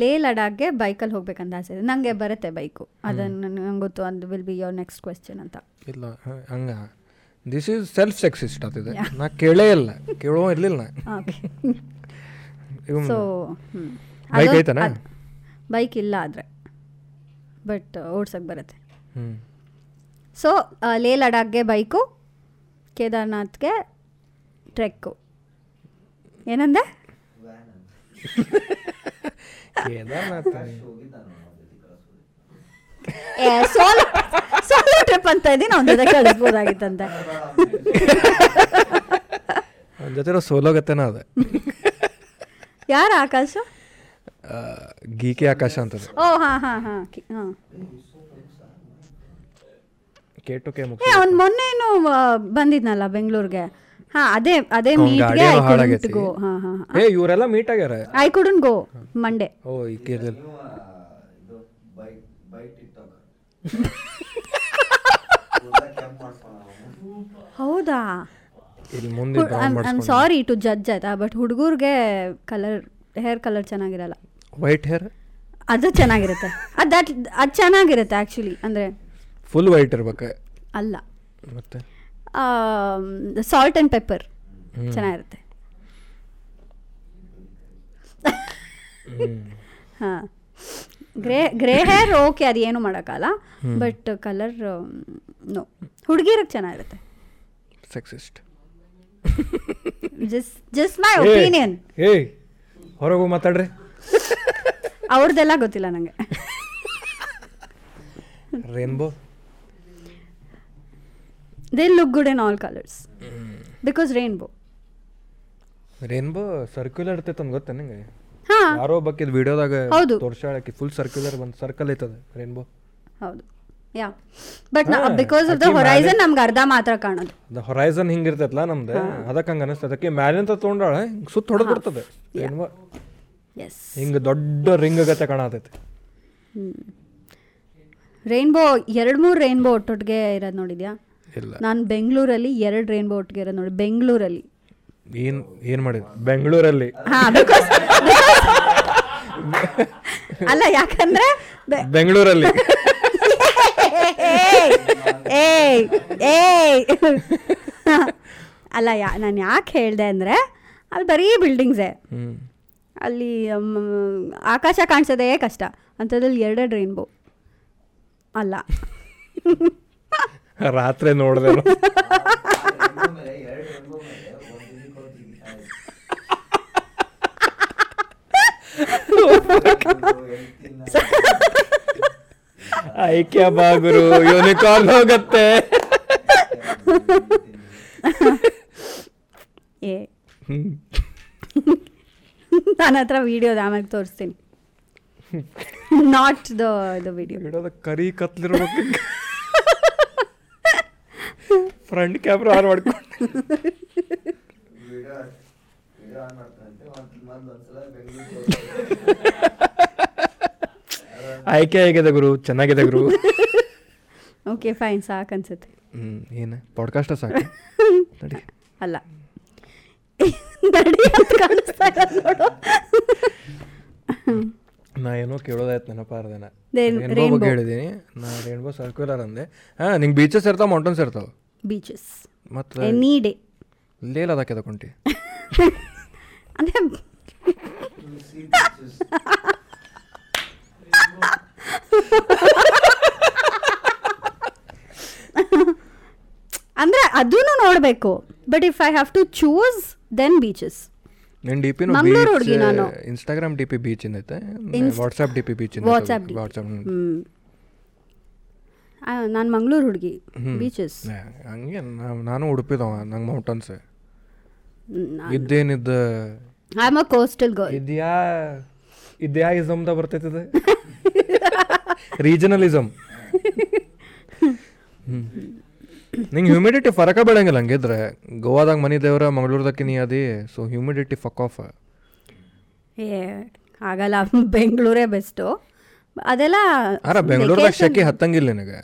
ಲೇ ಲಡಾಖ್ಗೆ ಬೈಕಲ್ಲಿ ಹೋಗ್ಬೇಕಂತ ಆಸೆ ಇದೆ ನಂಗೆ ಬರುತ್ತೆ ಬೈಕು ಅದನ್ನು ನಂಗೆ ಗೊತ್ತು ಅದು will be your next question ಅಂತ ಇಲ್ಲ ಹ- ಹಂಗ ದಿಸ್ ಈಸ್ ಸೆಲ್ಫ್ ಸೆಕ್ಸಿಸ್ಟ್ ಆತಿದೆ ನಾ ಕೇಳೇ ಇಲ್ಲ ಕೇಳೋ ಇರ್ಲಿಲ್ಲ ನಾ ಓಕೆ ಇವ್ನ್- ಸೊ Bike ಐತನಾ? ಬೈಕ್ ಇಲ್ಲ uh, ಆದರೆ ಬಟ್ ಓಡ್ಸಕ್ಕೆ ಬರುತ್ತೆ ಹ್ಮ್ ಸೊ ಲೇ ಲಡಾಖ್ಗೆ ಬೈಕು ಕೇದಾರ್ನಾಥ್ಗೆ ಟ್ರೆಕ್ಕು ಏನಂದೆ ಕೇದಾರ್ನಾಥ ಏ, ಸೋಲೋ ಸೋಲೋ ಟ್ರಿಪ್ ಅಂತ ಇದೀನಿ ಅವ್ನ ಜೊತೆ ಕಳಿಸ್ಬೋದಾಗಿತ್ತಂತೆ ಅವ್ನ್ ಜೊತೆ ಇರೋ ಸೋಲೋಗತ್ತೇನ ಅದ ಯಾರು ಆಕಾಶ ಗೀಕೆ ಆಕಾಶ ಅಂತದ ಓ ಹಾಂ ಹಾಂ ಹಾಂ ಹಾಂ ಕೆ ಟು ಕೆ ಮುಖ ಏ ಅವ್ನು ಮೊನ್ನೆ ಏನು ಆ, ಬಂದಿದ್ನಲ್ಲ ಬೆಂಗಳೂರಿಗೆ ಹಾ ಅದೇ ಅದೇ ಅವ್ನ್ ಮೀಟ್ಗೆ ಗಾಡಿನೂ ಐ ಹಾಳಾಗೈತಿ ಕುಡಂಟ್ ಗೋ ಹಾ ಹಾ ಏ ಇವರೆಲ್ಲ ಮೀಟ್ ಆಗ್ಯಾರ ಐ ಕುಡಂಟ್ ಗೋ ಮಂಡೆ ಓ ಈಕೆ ಇರ್ಲಿಲ್ಲ. ನೀವು ಆ, ಇದು bike bike TikTok camp ಮಾಡ್ಸ್ಕೊಳ್ಳೋಣ ಹೌದಾ ಇಲ್ಲಿ ಮುಂದೆ ಬ್ರೌನ್ ಐ ಆಮ್ ಮಾಡಿಸ್ಕೊಂಡು ಸಾರಿ ಟು ಜಡ್ಜ್ ಆಯ್ತಾ ಬಟ್ ಹುಡುಗರಿಗೆ ಕಲರ್ ಹೇರ್ ಕಲರ್ ಚೆನ್ನಾಗಿರಲ್ಲ ವೈಟ್ ಹೇರ್ ಅದು ಚೆನ್ನಾಗಿರುತ್ತೆ ಅದು ದಟ್ ಅದು ಚೆನ್ನಾಗಿರುತ್ತೆ ಆ್ಯಕ್ಚುಲಿ ಅಂದರೆ ಫುಲ್ ವೈಟ್ ಇರ್ಬೇಕು ಅಲ್ಲ ಮತ್ತೆ ಸಾಲ್ಟ್ ಆ್ಯಂಡ್ ಪೆಪ್ಪರ್ ಚೆನ್ನಾಗಿರುತ್ತೆ ಹಾಂ ಗ್ರೇ ಗ್ರೇ ಹೇರ್ ಓಕೆ ಅದು ಏನು ಮಾಡೋಕ್ಕಲ್ಲ ಬಟ್ ಕಲರ್ ನೋ ಹುಡುಗಿರಿಗೆ um, ಚೆನ್ನಾಗಿರುತ್ತೆ sexist just just my opinion ಏಯ್ ಹೊರಗು ಮಾತಾಡ್ರಿ ಅವ್ರದ್ದೆಲ್ಲ ಗೊತ್ತಿಲ್ಲ ನನಗೆ rainbow they look good in all colours because rainbow rainbow circular ಇರ್ತೈತೆ ಅಂತ ಗೊತ್ತ ನಿಂಗೆ ಹಾಂ ಯಾರೋ ಬಕ್ಕಿದ್ ವಿಡಿಯೋದಾಗ ಹೌದು. ತೋರ್ಸಾಳಕ್ಕೆ ಫುಲ್ ಸರ್ಕ್ಯುಲರ್ ಒಂದು ಸರ್ಕಲ್ ಐತದ ರೇನ್ಬೋ ಹೌದು ಯಾ ಬಟ್ ಹಾ, ಬಿಕಾಸ್ ಆಫ್ ದ ಅಕ್ಕಿ ಹೊರೈಸನ್ ನಮ್ಗೆ ಅರ್ಧ ಮಾತ್ರ ಕಾಣೋದು ಅದ ಹೊರೈಸನ್ ಹಿಂಗೆ ಇರ್ತೈತಲ್ಲ ನಮ್ದು ಅದಕ್ಕೆ ಹಂಗೆ ಅನಿಸ್ತದೆ ಅದಕ್ಕೆ ಮ್ಯಾಲಿಂದ ತೊಗೊಂಡಾಳ ಹಿಂಗೆ ಸುತ್ತ ಹೊಡೆದು ಬಿಡ್ತದೆ ರೇನ್ಬೋ ಎಸ್ ಹಿಂಗೆ ದೊಡ್ಡ ರಿಂಗ್ ಗತೆ ಕಾಣತೈತಿ ರೈನ್ಬೋ ಎರಡು ಮೂರು ರೈನ್ಬೋ ಒಟ್ಟೊಟ್ಟಿಗೆ ಇರೋದು ನೋಡಿದ್ಯಾ ಇಲ್ಲ ನಾನು ಬೆಂಗಳೂರಲ್ಲಿ ಎರಡು ರೈನ್ಬೋ ಒಟ್ಟಿಗೆ ಇರೋದು ನೋಡಿ ಬೆಂಗಳೂರಲ್ಲಿ ಏನು ಏನು ಮಾಡಿದ್ರು ಬೆಂಗಳೂರಲ್ಲಿ ಹಾ ಬಿಕಾಸ್ ಅಲ್ಲ ಯಾಕಂದ್ರೆ ಬೆ- ಬೆಂಗಳೂರಲ್ಲಿ ಏಯ್, ಏಯ್, ಏಯ್. ಅಲ್ಲ ಯಾ ನಾನು ಯಾಕೆ ಹೇಳಿದೆ ಅಂದರೆ ಅಲ್ಲಿ ಬರೀ ಬಿಲ್ಡಿಂಗ್ಸೇ ಹ್ಞೂ ಅಲ್ಲಿ ಮ್, ಆಕಾಶ ಕಾಣಿಸೋದೇ ಕಷ್ಟ ಅಂಥದ್ರಲ್ಲಿ ಎರಡೆರಡು ರೈನ್ಬೋ ಅಲ್ಲ ರಾತ್ರಿ ನೋಡಿದೆ ಮೇಲೆ ಎರಡು ರಂಗು ಮೇಲೆ ಒಂದು ಇದಕ್ಕೆ ಒಂದು ಇದಕ್ಕೆ ಆಯ್ತು. ಒಂದು ಹೆಣ್ತಿನ ಐಕ್ಯ ಬಾಗುರು ಯೂನಿಕಾರ್ನ್ ಹೋಗತ್ತೆ ಏ ನನ್ನ ಹತ್ರ ವಿಡಿಯೋದ ಆಮೇಲೆ ತೋರಿಸ್ತೀನಿ ನಾಟ್ ದ ದ ವಿಡಿಯೋ ಇಡೋದ ಕರಿ ಕತ್ಲಿರ್ಬೇಕು ಫ್ರಂಟ್ ಕ್ಯಾಮ್ರಾ ಆನ್ ಮಾಡ್ಕೊಂಡು ವಿಡಿಯೋ ವಿಡಿಯೋ ಆನ್ ಮಾಡ್ತಾನಂತೆ ಒಂದು ಮೊದ್ಲು ಒಂದ್ಸಲ ಬೆಂಗಳೂರು ಆಯ್ಕೆ ಆಗಿದೆ ಗುರು ಚೆನ್ನಾಗಿದೆ ಗುರು ಓಕೆ ಫೈನ್ ಸಾಕು ಅನ್ಸುತ್ತೆ ಹ್ಞೂ ಏನು ಪಾಡ್ಕಾಸ್ಟ ಸಾಕು ನಡಿ ಅಲ್ಲ ನಡಿ ಅಂತ ಕಾಣಿಸ್ತಾ ಇರೋದ್ ನೋಡು ನಾ ಏನೋ ಕೇಳೋದಾಯ್ತು ನೆನಪಾರ್ದೇನ Then ರೇನ್ಬೋ ಬಗ್ಗೆ rainbow. ಹೇಳಿದ್ದೀನಿ ನಾ ರೇನ್ಬೋ ಸರ್ಕ್ಯುಲರ್ ಅಂದೆ ಹಾಂ ನಿಂಗೆ ಬೀಚಸ್ ಇರ್ತಾವೆ ಮೌಂಟನ್ಸ್ ಇರ್ತಾವೆ ಬೀಚಸ್ ಮತ್ತು ಎನಿ ಡೇ ಲೇಲ್ ಅದಕ್ಕೆ ತಗೊಂಡು ಅಂದರೆ ಅಂದರೆ ಅದೂ ನೋಡಬೇಕು but if I have to choose then beaches ನಿನ್ನ ಡಿ ಪಿನೂ ಮಂಗ್ಳೂರ್ ಹುಡ್ಗಿ ನಾನು. Beach Instagram D P beach ಇಂದೈತೆ Inst- WhatsApp D P beach WhatsApp WhatsApp ಹ್ಞೂ ನಾನು ಮಂಗಳೂರು ಹುಡುಗಿ ಬೀಚಸ್ ಹಂಗೆ ನಾ- ನಾನು ಉಡುಪಿದವ ನಂಗೆ ಮೌಂಟನ್ಸ್ ಇದ್ದೇನಿದ್ದ I am a coastal girl ಇದ್ಯಾ ಇದ್ಯಾ ಇಸಮ್ದ ಬರ್ತೈತದ ರೀಜನಲಿಸಮ್ ನಿಂಗೆ ಹ್ಯೂಮಿಡಿಟಿ ಫರಕ ಬೇಡಂಗಿಲ್ಲ ಹಂಗಿದ್ರೆ ಗೋವಾದಾಗ ಮನಿ ದೇವ್ರ ಮಂಗಳೂರ್ದಕ್ಕೆ ನೀ ಅದಿ ಸೊ ಹ್ಯೂಮಿಡಿಟಿ ಫಕ್ ಆಫ್ ಏ ಆಗಲ್ಲ ಬೆಂಗಳೂರೇ ಬೆಸ್ಟು ಅದೆಲ್ಲ ಅರ ಬೆಂಗಳೂರ್ದಾಗ vacation- ಶೆಕೆ ಹತ್ತಂಗಿಲ್ಲ ನಿನಗೆ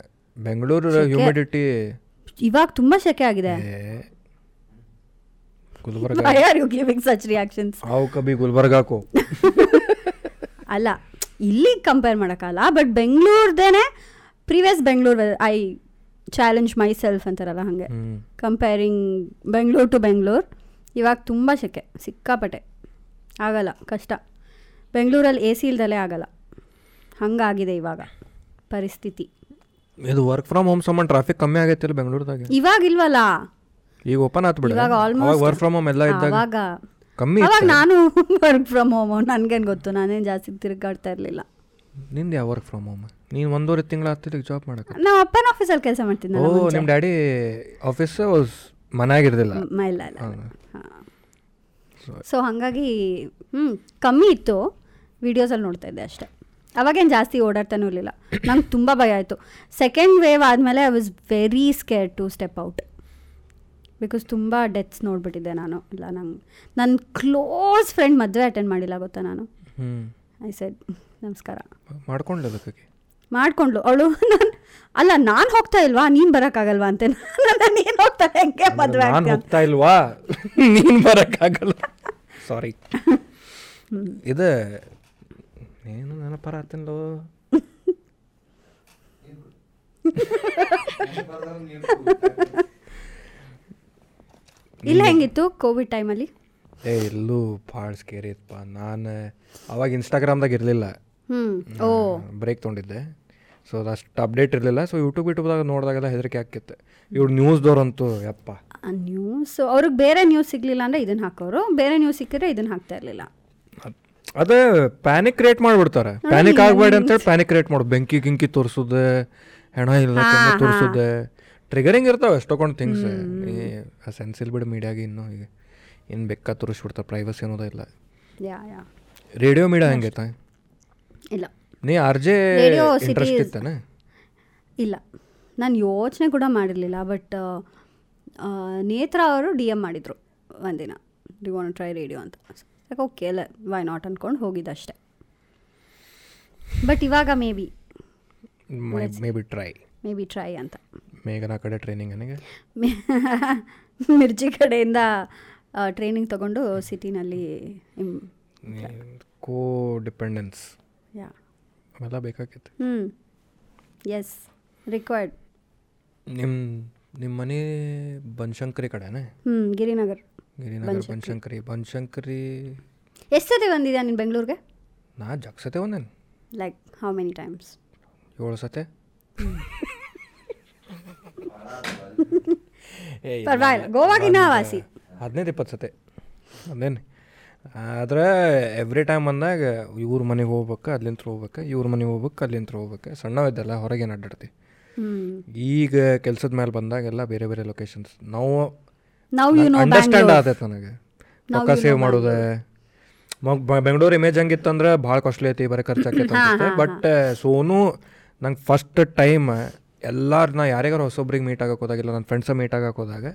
ಬೆಂಗಳೂರು ಹ್ಯೂಮಿಡಿಟಿ ಇವಾಗ ತುಂಬ ಸೆಕೆ ಆಗಿದೆ Gulbarga why are you giving such reactions ಹಾವು ಕಬಿ ಗುಲ್ಬರ್ಗಾಕು ಅಲ್ಲ ಇಲ್ಲಿ ಕಂಪೇರ್ ಮಾಡೋಕ್ಕಲ್ಲ ಬಟ್ ಬೆಂಗಳೂರ್ದೇನೆ previous Bengaluru I challenge myself ಅಂತಾರಲ್ಲ ಹಾಗೆ ಹ್ಮ್. ಕಂಪೇರಿಂಗ್ ಬೆಂಗಳೂರು ಟು ಬೆಂಗಳೂರು ಇವಾಗ ತುಂಬ ಶೆಕೆ ಸಿಕ್ಕಾಪಟ್ಟೆ ಆಗಲ್ಲ ಕಷ್ಟ ಬೆಂಗಳೂರಲ್ಲಿ ಎ ಸಿ ಇಲ್ದಲೇ ಆಗಲ್ಲ ಹಂಗಾಗಿದೆ ಇವಾಗ ಪರಿಸ್ಥಿತಿ ಇದು ವರ್ಕ್ ಫ್ರಮ್ ಹೋಮ್ ಸಂಬಂಧ ಟ್ರಾಫಿಕ್ ಕಮ್ಮಿ ಆಗೈತಿಲ್ಲ ಬೆಂಗಳೂರದಾಗ ಇವಾಗ ಇಲ್ವಲ್ಲ ಈಗ ಓಪನ್ ಆತ್ ಬಿಡ ಇವಾಗ ಆಲ್ಮೋಸ್ಟ್ ವರ್ಕ್ ಫ್ರಮ್ ಹೋಮ್ ಎಲ್ಲ ಇದ್ದಾಗ ಅವಾಗ ಕಮ್ಮಿ ಅವಾಗ ನಾನು ವರ್ಕ್ ಫ್ರಮ್ ಹೋಮ್ ನನ್ಗೇನು ಗೊತ್ತು ನಾನೇನು ಜಾಸ್ತಿ ತಿರುಗಾಡ್ತಾ ಇರಲಿಲ್ಲ ನಿಂದ ಯಾವ ವರ್ಕ್ ಫ್ರಮ್ ಹೋಮ್ ನೀನು ಒಂದೂವರೆ ತಿಂಗಳ ಆಗ್ತಿಲ್ಲ ಜಾಬ್ ಮಾಡಕ್ಕೆ ನಮ್ಮ ಅಪ್ಪನ ಆಫೀಸಲ್ಲಿ ಕೆಲಸ ಮಾಡ್ತೀನಿ ಓ ನಿಮ್ಮ ಡ್ಯಾಡಿ ಆಫೀಸ್ ಮನ್ಯಾಗಿರ್ದಿಲ್ಲ ಇಲ್ಲ ಇಲ್ಲ ಸೊ ಹಾಗಾಗಿ ಹ್ಞೂ ಕಮ್ಮಿ ಇತ್ತು ವೀಡಿಯೋಸಲ್ಲಿ ನೋಡ್ತಾ ಇದ್ದೆ ಅಷ್ಟೇ ಅವಾಗೇನು ಜಾಸ್ತಿ ಓಡಾಡ್ತಾನೂ ಇರಲಿಲ್ಲ ನಂಗೆ ತುಂಬ ಭಯ ಆಯಿತು ಸೆಕೆಂಡ್ ವೇವ್ ಆದಮೇಲೆ I was very scare to step out because ತುಂಬ ಡೆತ್ಸ್ ನೋಡ್ಬಿಟ್ಟಿದ್ದೆ ನಾನು ಇಲ್ಲ ನಂಗೆ ನನ್ನ ಕ್ಲೋಸ್ ಫ್ರೆಂಡ್ ಮದುವೆ ಅಟೆಂಡ್ ಮಾಡಿಲ್ಲ ಗೊತ್ತಾ ನಾನು ಹ್ಞೂ ಐ ಸೆಡ್ ನಮಸ್ಕಾರ ಮಾಡ್ಕೊಂಡ್ಲ ಅದಕ್ಕೆ ಮಾಡ್ಕೊಂಡ್ಳು ಅವಳು ನಾನು ಅಲ್ಲ ನಾನು ಹೋಗ್ತಾ ಇಲ್ವಾ ನೀನು ಬರೋಕ್ಕಾಗಲ್ವಾ ಅಂತ ನೀನು ಹೋಗ್ತಾನೆ ಹೆಂಗೆ ಮದುವೆ ನಾನು ಆಗ್ತೀಯ ಹೋಗ್ತಾ ಇಲ್ವಾ ನೀನು ಬರೋಕ್ಕಾಗಲ್ಲ ಸಾರಿ ಇದು ಏನು ನೆನಪರ ಆತನ್ಲೋ ಇಲ್ಲ ಹೆಂಗಿತ್ತು ಕೋವಿಡ್ ಟೈಮಲ್ಲಿ ಏ ಎಲ್ಲೂ ಭಾಳ ಸ್ಕೇರಿ ಇತ್ತಪ್ಪ ನಾನು ಅವಾಗ ಇನ್ಸ್ಟಾಗ್ರಾಮ್ದಾಗ ಇರಲಿಲ್ಲ ಹ್ಞೂ ಓ ಬ್ರೇಕ್ ತೊಗೊಂಡಿದ್ದೆ ಸೊ ಅಷ್ಟು ಅಪ್ಡೇಟ್ ಇರಲಿಲ್ಲ ಸೊ ಯೂಟ್ಯೂಬ್ ಯೂಟ್ಯೂಬ್ದಾಗ ನೋಡಿದಾಗೆಲ್ಲ ಹೆದರಿಕೆ ಆಕಿತ್ತು ಇವ್ರು ನ್ಯೂಸ್ದವ್ರು ಅಂತೂ ಯಪ್ಪ ನ್ಯೂಸ್ ಅವ್ರಿಗೆ ಬೇರೆ ನ್ಯೂಸ್ ಸಿಗ್ಲಿಲ್ಲ ಅಂದರೆ ಇದನ್ನ ಹಾಕೋರು ಬೇರೆ ನ್ಯೂಸ್ ಸಿಕ್ಕಿದ್ರೆ ಇದನ್ನ ಹಾಕ್ತಾ ಇರಲಿಲ್ಲ ಅದ್- ಅದೇ ಪ್ಯಾನಿಕ್ ಕ್ರಿಯೇಟ್ ಮಾಡಿಬಿಡ್ತಾರೆ ಪ್ಯಾನಿಕ್ ಆಗಬೇಡಿ ಅಂತೇಳಿ ಪ್ಯಾನಿಕ್ ಕ್ರಿಯೇಟ್ ಮಾಡೋದು ಬೆಂಕಿ ಗಿಂಕಿ ತೋರಿಸೋದೆ ಹೆಣ ಇಲ್ಲ ತೋರಿಸೋದೆ ಟ್ರಿಗರಿಂಗ್ ಇರ್ತಾವೆ ಎಷ್ಟೊಕೊಂಡು ಥಿಂಗ್ಸ್ ಆ ಸೆನ್ಸ್ ಬಿಡು ಮೀಡಿಯಾಗೆ ಇನ್ನೂ ಈಗ ಏನು ಬೆಕ್ಕ ತೋರಿಸ್ಬಿಡ್ತಾರೆ ಪ್ರೈವಸಿ ಅನ್ನೋದೇ ಇಲ್ಲ ಯಾ ಯಾ ರೇಡಿಯೋ ಮೀಡಿಯಾ ಹೆಂಗೈತ ಇಲ್ಲ ನೀ R J Radio city interest is- ಇತ್ತಾನೆ ಇಲ್ಲ ನಾನು ಯೋಚನೆ ಕೂಡ ಮಾಡಿರಲಿಲ್ಲ ಬಟ್ ನೇತ್ರ ಅವರು ಡಿ ಎಮ್ ಮಾಡಿದರು ಒಂದಿನ ಡಿ ವಾನ್ ಟ್ರೈ ರೇಡಿಯೋ ಅಂತ ಯಾಕೆ ಓಕೆ ಅಲ್ಲ ವೈ ನಾಟ್ ಅಂದ್ಕೊಂಡು ಹೋಗಿದ್ದಷ್ಟೇ ಬಟ್ ಇವಾಗ maybe maybe try maybe try ಅಂತ ಮೇಘನಾ ಕಡೆ ಟ್ರೈನಿಂಗ್ ನನಗೆ ಮಿ- ಮಿರ್ಚಿ ಕಡೆಯಿಂದ ಟ್ರೈನಿಂಗ್ ತಗೊಂಡು ಸಿಟಿನಲ್ಲಿ ಕೋ ಡಿಪೆಂಡೆನ್ಸ್ ಯಾ ಅವೆಲ್ಲ ಬೇಕಾಕೈತಿ ಹ್ಞೂ ಎಸ್ ರಿಕ್ವೈರ್ಡ್ ನಿಮ್ಮ ನಿಮ್ಮ ಮನೆ ಬನಶಂಕರಿ ಕಡೆನೇ ಹ್ಞೂ ಗಿರಿನಗರ್ ಗಿರಿನಗರ ಬನಶಂಕರಿ ಬನಶಂಕರಿ ಎಷ್ಟು ಸತಿ ಬಂದಿದ್ಯಾ ನೀನು ಬೆಂಗಳೂರಿಗೆ ನಾ ಜಗ್ಸತೆ ಒಂದೇನು ಲೈಕ್ ಹೌ ಮೆನಿ ಟೈಮ್ಸ್ ಏಳು ಸತೆ ಪರವಾಗಿಲ್ಲ ಗೋವಾಗಿನ ವಾಸಿ ಹದಿನೈದು ಇಪ್ಪತ್ತು ಸತೆ ಅದೇನು ಆದ್ರೆ ಎವ್ರಿ ಟೈಮ್ ಅಂದಾಗ ಇವ್ರ ಮನೆಗೆ ಹೋಗ್ಬೇಕು ಅಲ್ಲಿಂದ ಹೋಗ್ಬೇಕು ಇವ್ರ ಮನೆಗೆ ಹೋಗ್ಬೇಕು ಅಲ್ಲಿಂದ ಹೋಗ್ಬೇಕು ಸಣ್ಣವಿದ್ದೆಲ್ಲ ಹೊರಗೇನು ಅಡ್ಡಾಡ್ತಿ ಹ್ಞೂ ಈಗ ಕೆಲಸದ ಮೇಲೆ ಬಂದಾಗೆಲ್ಲ ಬೇರೆ ಬೇರೆ ಲೊಕೇಶನ್ಸ್ ನಾವು ನಾವು ಯು ನೋ ಅಂಡರ್ಸ್ಟ್ಯಾಂಡ್ ಬ್ಯಾಂಗ್ಳೂರ್ ಆದೈತೆ ನನಗೆ ರೊಕ್ಕ ಸೇವ್ ಮಾಡೋದೆ ಬೆಂಗಳೂರು ಇಮೇಜ್ ಹಂಗಿತ್ತಂದ್ರೆ ಭಾಳ ಕಾಸ್ಟ್ಲಿ ಐತಿ ಬರೀ ಖರ್ಚು ಆಕೈತೆ ಬಟ್ ಸೋನು ನಂಗೆ ಫಸ್ಟ್ ಟೈಮ್ ಎಲ್ಲಾರು ನಾ ಯಾರಿಗಾರು ಹೊಸೊಬ್ರಿಗೆ ಮೀಟ್ ಆಗಕ್ಕೆ ಹೋದಾಗಿಲ್ಲ ನನ್ನ ಫ್ರೆಂಡ್ಸ ಮೀಟ್ ಆಗಕ್ಕೆ ಹೋದಾಗ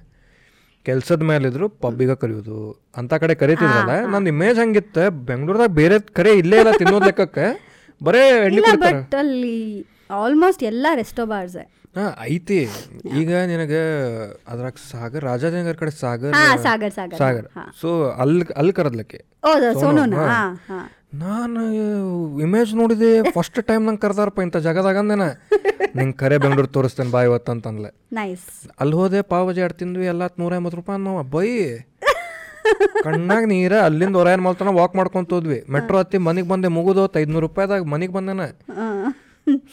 ಕೆಲಸದ ಮೇಲಿದ್ರು ಪಬ್ಬಿಗೆ ಕರೆಯೋದು ಅಂಥ ಕಡೆ ಕರಿತಿದ್ರಲ್ಲ ನನ್ನ ಇಮೇಜ್ ಹಂಗಿತ್ತು ಬೆಂಗಳೂರ್ದಾಗ ಬೇರೆ ಕರೆ ಇಲ್ಲೇ ಇಲ್ಲ ತಿನ್ನೋದ್ ಲೆಕ್ಕಕ್ಕೆ ಬರೀ ಎಣ್ಣೆ ಇಲ್ಲ ಕೊಡ್ತಾರೆ ಬಟ್ ಅಲ್ಲಿ ಆಲ್ಮೋಸ್ಟ್ ಎಲ್ಲ ರೆಸ್ಟೋ ಬಾರ್ಸೆ ಹಾ ಐತಿ ಈಗ ನಿನಗೆ ಅದ್ರಾಗ ಸಾಗರ್ ರಾಜಾಜನಗರ್ ಕಡೆ ಸಾಗರ್ ಹಾ, ಸಾಗರ್, ಸಾಗರ್. ಸಾಗರ್ ಸೊ ಅಲ್ಲಿ ಅಲ್ಲಿ ಕರದ್ಲಕ್ಕೆ ಓ ಸೋನುನ ಹಾಂ ಹಾಂ ನಾನು ಇಮೇಜ್ ನೋಡಿದೆ ಫಸ್ಟ್ ಟೈಮ್ ನಂಗೆ ಕರ್ದಾರಪ್ಪ ಇಂಥ ಜಾಗದಾಗ ಅಂದೇನ ನಿಂಗೆ ಕರೆ ಬೆಂಗಳೂರು ತೋರಿಸ್ತೇನೆ ಬಾ ಇವತ್ತು ಅಂತ ಅನ್ಲೆ ನೈಸ್ ಅಲ್ಲಿ ಹೋದೆ ಪಾವ್ ಬಜಿ ಆಡ್ ತಿಂದ್ವಿ ಎಲ್ಲ ನೂರ ಎಂಬತ್ತು ರೂಪಾಯಿ ಅನ್ನೋ ಬೈ ಕಣ್ಣಾಗ ನೀರ ಅಲ್ಲಿಂದ ಹೊರಯನ್ ಮಲ್ತನ ವಾಕ್ ಮಾಡ್ಕೊಂತ ಹೋದ್ವಿ ಮೆಟ್ರೋ ಹತ್ತಿ ಮನೆಗೆ ಬಂದೆ ಮುಗಿದೋತ್ ಐದ್ನೂರು ರೂಪಾಯಿದಾಗ ಮನೆಗೆ ಬಂದೇನ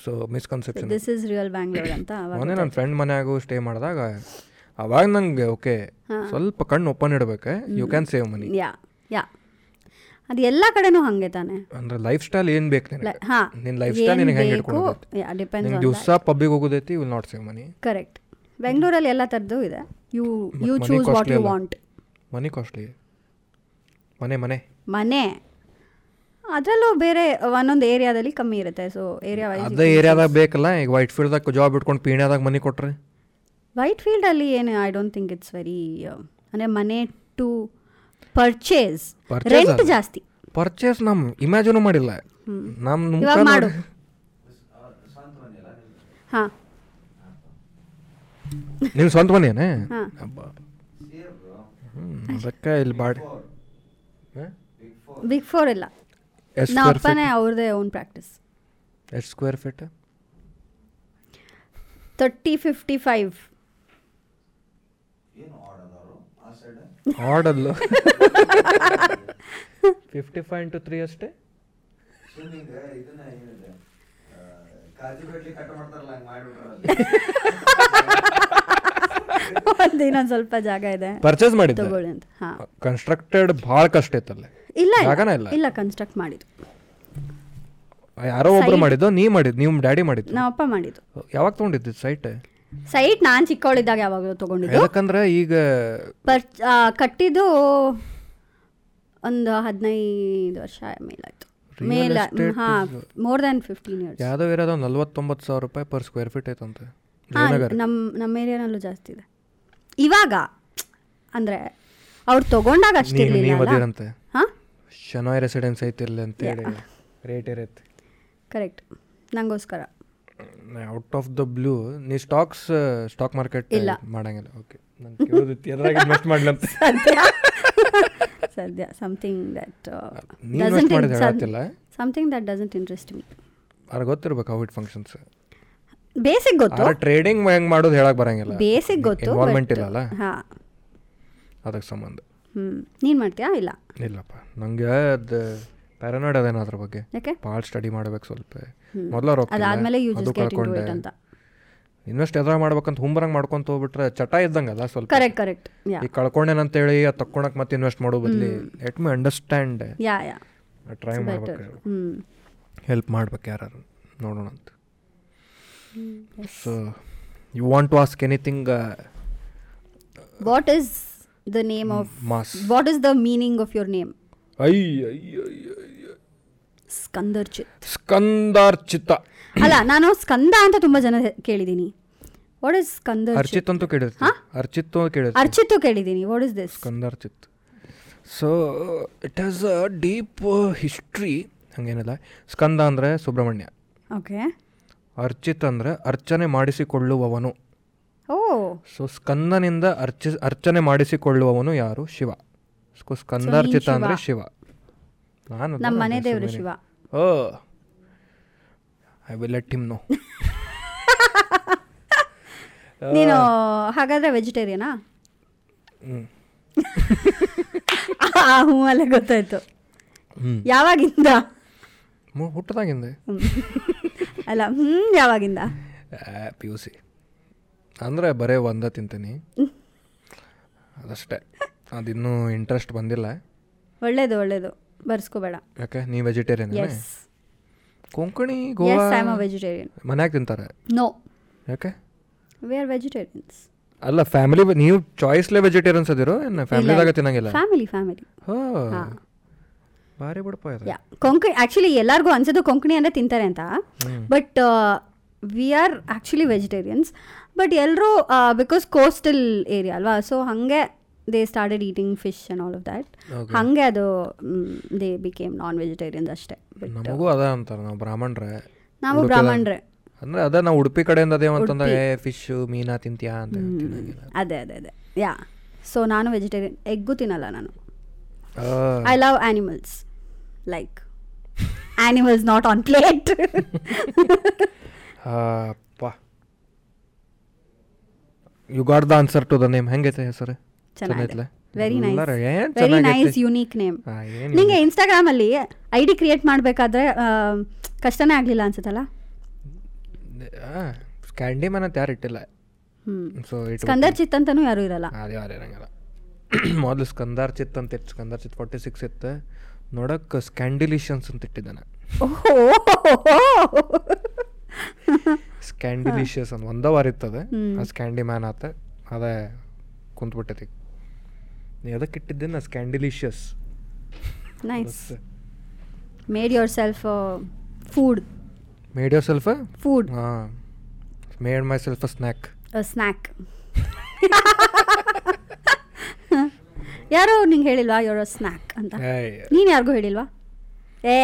so misconception this is real Bangalore ಅಂತ ಅವಾಗ ಮೊನ್ನೆ ನನ್ನ ಫ್ರೆಂಡ್ ಮನ್ಯಾಗೂ ಸ್ಟೇ ಮಾಡಿದಾಗ ಅವಾಗ ನಂಗೆ ಓಕೆ ಸ್ವಲ್ಪ ಕಣ್ಣು ಓಪನ್ ಇಡ್ಬೇಕು you can save money yeah yeah ಅದು ಎಲ್ಲ ಕಡೆನೂ ಹಂಗೆ ತಾನೆ ಅಂದ್ರೆ ಲೈಫ್ ಸ್ಟೈಲ್ ಏನು ಬೇಕು ನಿನಗೆ ಹಾ ನಿನ್ನ ಲೈಫ್ ಸ್ಟೈಲ್ ನಿನಗೆ ಹೆಂಗೆ ಬೇಕು ಇಟ್ಕೊಂಡು ಯಾ ಡಿಪೆಂಡ್ಸ್ ನಿಂಗೆ ದಿವಸ ಪಬ್ಬಿಗೆ ಹೋಗೋದೈತಿ will not save money correct ಬೆಂಗಳೂರಲ್ಲಿ ಎಲ್ಲ ಥರದ್ದು ಇದೆ you you choose what you want money costly ಮನೆ ಮನೆ ಮನೆ ಅದರಲ್ಲೂ ಬೇರೆ ಒಂದೊಂದು ಏರಿಯಾದಲ್ಲಿ ಕಮ್ಮಿ ಇರುತ್ತೆ ಸೊ ಏರಿಯಾ ವೈಸ್ ಅದೇ ಏರಿಯಾದಾಗ ಬೇಕಲ್ಲ ಈಗ ವೈಟ್ ಫೀಲ್ಡ್ದಾಗ ಜಾಬ್ ಇಟ್ಕೊಂಡು ಪೀಣ್ಯಾದಾಗ ಮನಿ ಕೊಟ್ರೆ ವೈಟ್ ಫೀಲ್ಡಲ್ಲಿ ಏನು I don't think it's very ಅಂದರೆ uh, ಮನೆ ಟು ಪರ್ಚೇಸ್ Purchase ರೆಂಟ್ ಅಲ್ಲ. ಜಾಸ್ತಿ ಪರ್ಚೇಸ್ ನಮ್ಮ ಇಮ್ಯಾಜಿನೂ ಮಾಡಿಲ್ಲ ನಮ್ಮ ಇವಾಗ ಮಾಡು ಹಾಂ ನಿಮ್ಮ ಸ್ವಂತ ಮನೆಯೇ ಹಾಂ ಸೇರ್ ಬ್ರೋ ಹ್ಮ್, ಅದಕ್ಕೆ ಇಲ್ಲಿ ಬಾಡಿ ಬಿಗ್ ಫೋರ್ ಇಲ್ಲ ಎಷ್ಟು ನಮ್ಮ ಸ್ಕ್ವೇರ್ ಫೀಟ್ ಅಪ್ಪನೇ ಅವ್ರದೇ ಓನ್ ಪ್ರಾಕ್ಟೀಸ್ ಎಷ್ಟು square feet thirty fifty five ಆಡಲ್ಲ ಫಿಫ್ಟಿ ಫೈವ್ ಇಂಟು ತ್ರೀ ಅಷ್ಟೇ ಸ್ವಿಮ್ಮಿಂಗ್ uh, ಇದನ್ನ ಏನಿದೆ ಆ, ಕಾಜು ಕಡ್ಲಿ ಕಟ್ ಮಾಡ್ತಾರಲ್ಲ ಹಂಗ್ ಮಾಡ್ಬಿಟ್ರಲ್ಲ ಇನ್ನೊಂದು ಸ್ವಲ್ಪ ಜಾಗ ಇದೆ ಪರ್ಚೇಸ್ ಮಾಡಿದ್ದೆ ತಗೊಳ್ಳಿ ಅಂತ ಹಾ ಕನ್ಸ್ಟ್ರಕ್ಟೆಡ್ ಭಾಳ ಕಷ್ಟ ಇತ್ತಲ್ಲೇ ಇಲ್ಲ ಜಾಗನೇ ಇಲ್ಲ ಇಲ್ಲ. ಇಲ್ಲ ಕನ್ಸ್ಟ್ರಕ್ಟ್ ಮಾಡಿದ್ದು ಯಾರೋ ಒಬ್ರು Site- ಮಾಡಿದ್ದು ನೀ ಮಾಡಿದ್ದು ನಿಮ್ಮ ಡ್ಯಾಡಿ ಮಾಡಿದ್ದು ನಮ್ಮ ಅಪ್ಪ ಮಾಡಿದ್ದು ಯಾವಾಗ ತೊಗೊಂಡಿದ್ದು ಸೈಟ್ ಸೈಟ್ ನಾನು ಚಿಕ್ಕವಳಿದ್ದಾಗ ಯಾವಾಗಲೂ ತಗೊಂಡಿದ್ದು ಯಾಕಂದ್ರೆ ಈಗ ಪರ್ ಆ, ಕಟ್ಟಿದ್ದು ಒಂದು ಹದಿನೈದು ವರ್ಷ ಮೇಲಾಯ್ತು Real ಮೇಲ estate ಹಾಂ is- more than fifteen years ಯಾವ್ದೋ ಇರೋದು ನಲ್ವತ್ತೊಂಬತ್ತು ಸಾವಿರ ರೂಪಾಯಿ ಪರ್ ಸ್ಕ್ವೇರ್ ಫೀಟ್ ಐತಂತೆ ಹಾಂ ಜಯನಗರ ನಮ್ಮ ನಮ್ಮ ಏರಿಯಾನಲ್ಲೂ ಜಾಸ್ತಿ ಇದೆ ಇವಾಗ ಅಂದರೆ ಅವ್ರು ತಗೊಂಡಾಗ ನೀವ್- ನೀವ್ ಅಷ್ಟಿರಲಿಲ್ಲ ಅದಿರಂತೆ. ಹಾಂ ಶನಾಯ್ ರೆಸಿಡೆನ್ಸ್ ಐತಿಲ್ಲ ಅಂತೇಳಿ ರೇಟ್ ಇರತ್ತೆ ಕರೆಕ್ಟ್ ನನಗೋಸ್ಕರ ಔಟ್ ಆಫ್ ದ ಬ್ಲೂ ನೀ ಸ್ಟಾಕ್ಸ್ ಸ್ಟಾಕ್ ಮಾರ್ಕೆಟ್ ಇಲ್ಲ. ಮಾಡಂಗಿಲ್ಲ ಓಕೆ ನಾನು ಕೇಳಿದಿತ್ತು ಎದ್ರಾಗ ಇನ್ವೆಸ್ಟ್ ಮಾಡ್ಲಂತ ಸದ್ಯ ಸದ್ಯ uh, ಸಮಥಿಂಗ್ ದಟ್ ನೀನ್ invest ಮಾಡಿದ್ ಹೇಳತ್ತಿಲ್ಲ? Something that doesn't interest me ಅವ್ರ ಗೊತ್ತಿರ್ಬೇಕು ಹೌ ಇಟ್ ಫಂಕ್ಷನ್ಸ್ ಬೇಸಿಕ್ ಗೊತ್ತು ಅವ್ರ ಟ್ರೇಡಿಂಗ್ ಹೆಂಗ್ ಮಾಡೋದು ಹೇಳಕ್ ಬರಂಗಿಲ್ಲ ಬೇಸಿಕ್ ಗೊತ್ತು ಇನ್ವಾಲ್ವ್ಮೆಂಟ್ ಇಲ್ಲಲ್ಲ ಹಾಂ ಅದಕ್ಕೆ ಸಂಬಂಧ ಹ್ಞೂ ನೀನು ಮಾಡ್ತೀಯಾ ಇಲ್ಲ ಇಲ್ಲಪ್ಪ ನಂಗೆ ಅದು ಪ್ಯಾರನಾಯ್ಡ್ ಅದೇನೋ ಅದ್ರ ಬಗ್ಗೆ ಯಾಕೆ ಭಾಳ ಸ್ಟಡಿ ಮಾಡ್ಬೇಕು ಸ್ವಲ್ಪ ಮೊದಲ ರೊಕ್ಕ ಅದಾದ್ಮೇಲೆ you just get into it ಅಂತ ಇನ್ವೆಸ್ಟ್ ಎದ್ರ ಮಾಡ್ಬೇಕಂತ ಹುಂಬರಂಗ್ ಮಾಡ್ಕೊಂತ ಹೋಗ್ಬಿಟ್ರೆ ಚಟ ಇದ್ದಂಗೆ ಅದ ಸ್ವಲ್ಪ ಕರೆಕ್ಟ್ ಕರೆಕ್ಟ್ ಯಾ ಈಗ ಕಳ್ಕೊಂಡೇನಂತೇಳಿ ಅದು ತಕ್ಕೊಳಕ್ ಮತ್ತೆ ಇನ್ವೆಸ್ಟ್ ಮಾಡೋ ಬದಲಿ let me understand yeah yeah try better ಮಾಡ್ಬೇಕು ಹ್ಞೂ ಹೆಲ್ಪ್ ಮಾಡ್ಬೇಕು ಯಾರು ನೋಡೋಣ ಅಂತ so you want to ask anything what is the name of mass what is the meaning of your name ಅಯ್ಯ ಅಯ್ಯ ಅಯ್ಯ ಸ್ಕಂದರ್ಚಿತ್ ಸ್ಕಂದಾರ್ಚಿತ ಅಲ್ಲ ನಾನು ಸ್ಕಂದ ಅಂತ ತುಂಬ ಜನ ಕೇಳಿದ್ದೀನಿ ವಾಟ್ ಇಸ್ ಸ್ಕಂದರ್ಚಿತ್ ಅರ್ಚಿತ್ ಅಂತೂ ಕೇಳಿರ್ತೀನಿ ಅರ್ಚಿತ್ ಕೇಳಿರ್ತೀನಿ ಅರ್ಚಿತ್ತು ಕೇಳಿದ್ದೀನಿ what is this Skandarchit so it has a deep history uh, ಹಂಗೇನಿಲ್ಲ ಸ್ಕಂದ ಅಂದರೆ ಸುಬ್ರಹ್ಮಣ್ಯ ಓಕೆ ಅರ್ಚಿತ್ ಅಂದರೆ ಅರ್ಚನೆ ಮಾಡಿಸಿಕೊಳ್ಳುವವನು ಓ ಸೊ ಸ್ಕಂದನಿಂದ ಅರ್ಚಿ ಅರ್ಚನೆ ಮಾಡಿಸಿಕೊಳ್ಳುವವನು ಯಾರು ಶಿವ ಸೊ ಸ್ಕಂದಾರ್ಚಿತ ಶಿವ. ಅಂದರೆ ಶಿವ ನಾನು ನಮ್ಮ ಮನೆ ದೇವರು Shiva oh I will let him no ನೀನು ಹಾಗಾದ್ರೆ ವೆಜಿಟೇರಿಯನಾ ಆ ಹೂ ಅಲ್ಲೇ ಗೊತ್ತಾಯ್ತು ಹ್ಮ್. ಯಾವಾಗಿಂದ ಹುಟ್ಟದಾಗಿಂದೆ ಹ್ಮ್. ಅಲ್ಲ ಹ್ಞೂ ಯಾವಾಗಿಂದ ಪಿ ಯು ಸಿ ಅಂದರೆ ಬರೀ ಒಂದ ತಿಂತೀನಿ ಅದಷ್ಟೇ ಅದಿನ್ನೂ ಇಂಟ್ರೆಸ್ಟ್ ಬಂದಿಲ್ಲ ಒಳ್ಳೇದು ಒಳ್ಳೇದು ಬರ್ಸ್ಕೋಬೇಡ ಯಾಕೆ ನೀ vegetarian S Konkani S I Goa am a vegetarian ಮನ್ಯಾಗ ತಿಂತಾರೆ ನೋ ಯಾಕೆ ವಿ ಆರ್ ವೆಜಿಟೇರಿಯನ್ಸ್ ಅಲ್ಲ ಫ್ಯಾಮಿಲಿ ನೀವು ಚಾಯ್ಸ್ಲೆ ವೆಜಿಟೇರಿಯನ್ಸ್ ಅದಿರೋ ಏನು ಫ್ಯಾಮಿಲಿದಾಗ ತಿನ್ನಂಗಿಲ್ಲ ಫ್ಯಾಮಿಲಿ ಫ್ಯಾಮಿಲಿ ಹೋ ಹಾ. ಭಾರಿ ಬಿಡಪ್ಪ ಇದು ಯಾ ಕೊಂಕಣಿ ಆ್ಯಕ್ಚುಲಿ ಎಲ್ಲರಿಗೂ ಅನ್ಸೋದು ಕೊಂಕಣಿ ಅಂದರೆ ತಿಂತಾರೆ ಅಂತ uh, but we are actually vegetarians but ಎಲ್ಲರೂ ಬಿಕಾಸ್ ಕೋಸ್ಟಲ್ ಏರಿಯಾ ಅಲ್ವಾ ಸೊ ಹಾಗೆ they started eating fish and all of that Okay. ಹಾಗೆ ಅದು mm, they became non vegetarians ಅಷ್ಟೇ But ನಮಗೂ ಅದ ಅಂತಾರೆ ನಾವು ಬ್ರಾಹ್ಮಣರೇ ನಾವು ಉಡುಪಿದಾಗ- ಬ್ರಾಹ್ಮಣರೇ ಅಂದ್ರೆ ಅದ ನಾವು ಉಡುಪಿ ಕಡೆಯಿಂದ ಅದೇವ ಅಂತಂದಾಗ ಏ ಫಿಶ್ ಮೀನಾ ತಿಂತೀಯಾ ಅಂತ ತಿನ್ನಂಗಿಲ್ಲ. uh, ಅದೇ ಅದೇ ಅದೇ ಯಾ ಸೊ ನಾನು ವೆಜಿಟೇರಿಯನ್ ಎಗ್ಗು ತಿನ್ನಲ್ಲ ನಾನು ಆ, I love animals like animals not on plate ಆ, ಅಪ್ಪ you got the answer to the name ಹೆಂಗೈತೆ ಹೆಸರು ಚೆನ್ನಾಗಿದೆ ಚೆನ್ನಾಗಿತ್ಲೆ? ವೆರಿ ನೈಸ್ ಎಲ್ಲರೂ ಏನ್ ವೆರಿ ಚೆನ್ನಾಗೈತಿ. ನೈಸ್ ಯುನೀಕ್ ನೇಮ್ ಆ, ಏನ್ ನಿಂಗೆ ಇನ್ಸ್ಟಾಗ್ರಾಮ್ ಅಲ್ಲಿ ಐ ಡಿ ಕ್ರಿಯೇಟ್ ಮಾಡಬೇಕಾದ್ರೆ ಕಷ್ಟನೇ ಆಗಲಿಲ್ಲ ಅನ್ಸುತ್ತಲ್ಲ ಕ್ಯಾಂಡಿ ಮನ್ ಅಂತ ಯಾರು ಇಟ್ಟಿಲ್ಲ ಹ್ಮ್ ಸೊ ಇಟ್ ಸ್ಕಂದರ್ ಚಿತ್ ಅಂತಾನೂ ಯಾರು ಇರಲ್ಲ ಅದೇ ಯಾರು ಇರಂಗಿಲ್ಲ ಮೊದಲು ಸ್ಕಂದಾರ್ ಚಿತ್ ಅಂತ ಇತ್ತು ಸ್ಕಂದಾರ್ ಚಿತ್ ಫಾರ್ಟಿ ಸಿಕ್ಸ್ ಇತ್ತು ನೋಡಕ್ಕೆ ಸ್ಕ್ಯಾಂಡಿಲಿಷನ್ಸ್ ಅಂತ ಇಟ್ಟಿದ್ದೆ ನಾನು ಓಹೋ ಸ್ಕ್ಯಾಂಡಿಲಿಷಿಯಸ್ ಅಂತ ಒಂದ ವಾರ ಇತ್ತದ ಹ್ಮ್. ಆ ಸ್ಕ್ಯಾಂಡಿ ಮ್ಯಾನ್ ಆತ ಅದೇ ಕುಂತ್ಬಿಟ್ಟೈತಿ ನೀ ಅದಕ್ಕೆ ಇಟ್ಟಿದ್ದೆ ನಾ ಸ್ಕ್ಯಾಂಡಿಲಿಷಿಯಸ್ nice made yourself food made yourself food ಹಾಂ made myself a snack snack ಯಾರೋ ನಿಂಗೆ ಹೇಳಿಲ್ವಾ ಯೋರ್ ಸ್ನ್ಯಾಕ್ ಅಂತ ನೀನು ಯಾರಿಗೂ ಹೇಳಿಲ್ವಾ ಏ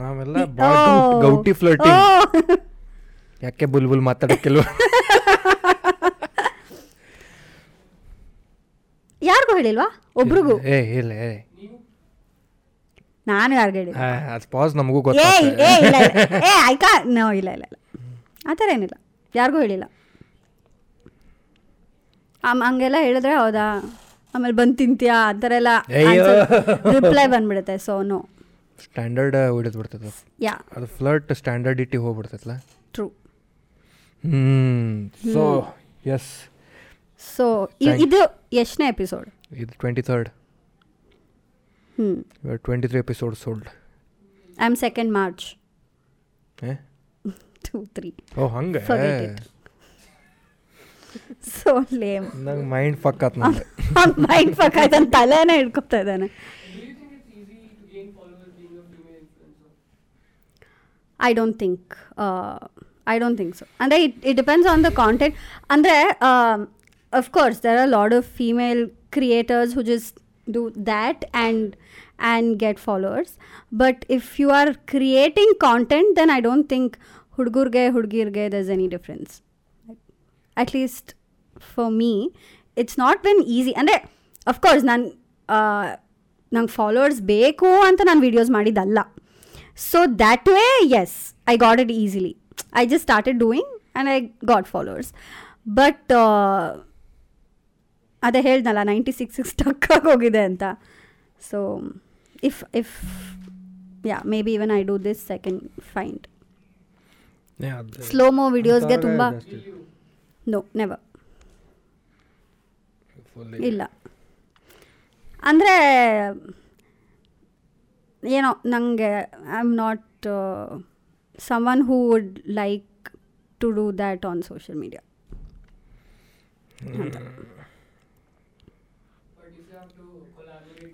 ನಾವೆಲ್ಲ ಓ. ಬಾಳ ಗೌ- ಗೌಟಿ ಫ್ಲರ್ಟಿಂಗ್ ಓ. ಯಾಕೆ ಬುಲ್ಬುಲ್ ಮಾತಾಡಕ್ಕಿಲ್ವ ಯಾರಿಗೂ ಹೇಳಿಲ್ವಾ ಒಬ್ರಿಗೂ ಏ ಇಲ್ಲ ಏ ನಾನು ಯಾರಿಗೆ ಹೇಳಿಲ್ಲ ಅದು ಪಾಸ್ ನಮಗೂ ಏ ಗೊತ್ತಾಗ್ತದೆ ಏ ಇಲ್ಲ ಇಲ್ಲ. ಏ ಆಯ್ತಾ ನೋ ಇಲ್ಲ ಇಲ್ಲ ಇಲ್ಲ ಆ ಥರ ಏನಿಲ್ಲ ಯಾರಿಗೂ ಹೇಳಿಲ್ಲ ಆಮ್ ಹಂಗೆಲ್ಲ ಹೇಳಿದ್ರೆ ಹೌದಾ ಆಮೇಲೆ ಬಂದು ತಿಂತೀಯಾ ಆ ಥರ ಎಲ್ಲ ಅಯ್ಯೋ. ರಿಪ್ಲೈ ಬಂದ್ಬಿಡುತ್ತೆ ಸೊ ನೋ ಸ್ಟ್ಯಾಂಡರ್ಡ್ ಹಿಡಿದು uh, ಬಿಡ್ತದೆ ಯಾ ಅದು ಫ್ಲರ್ಟ್ ಸ್ಟ್ಯಾಂಡರ್ಡ್ ಇಟ್ಟಿ ಹೋಗ್ಬಿಡ್ತೈತಲ್ಲ true hmm so yes so ಇದು ಎಷ್ಟನೇ ಎಪಿಸೋಡ್ ಇದು ಟ್ವೆಂಟಿ ಥರ್ಡ್ ಹ್ಞೂ twenty three episode sold I am second March a two three oh ಹಂಗೆ Forget it. ಸೊ ಲೇಮ್ ನಂಗೆ ಮೈಂಡ್ ಫಕ್ ಆತ್ ನಂಗೆ ಮೈಂಡ್ ಫಕ್ ಆಯ್ತು ತಲೆನೇ ಹಿಡ್ಕೊತಾ ಇದ್ದಾನೆ I don't think uh, I don't think so ಅಂದರೆ it it depends on the content ಅಂದರೆ um, of course there are lot of female creators who just do that and and get followers but if you are creating content then I don't think ಹುಡುಗರಿಗೆ ಹುಡುಗಿರಿಗೆ does any difference at least for me it's not when easy ಅಂದರೆ of course ನಾನು ನಂಗೆ followers ಬೇಕು ಅಂತ ನಾನು videos ಮಾಡಿದ್ದಲ್ಲ so that way S I got it easily I just started doing and I got followers but uh, ಅದೇ ಹೇಳ್ದಲ್ಲ ninety six six ಟಕ್ಕಾಗಿ ಹೋಗಿದೆ ಅಂತ so if if yeah maybe even I do this second find slomo ವಿಡಿಯೋಸ್ಗೆ ತುಂಬ no never ಇಲ್ಲ ಅಂದರೆ ಏನೋ ನನಗೆ I am not someone who would like to do that on social media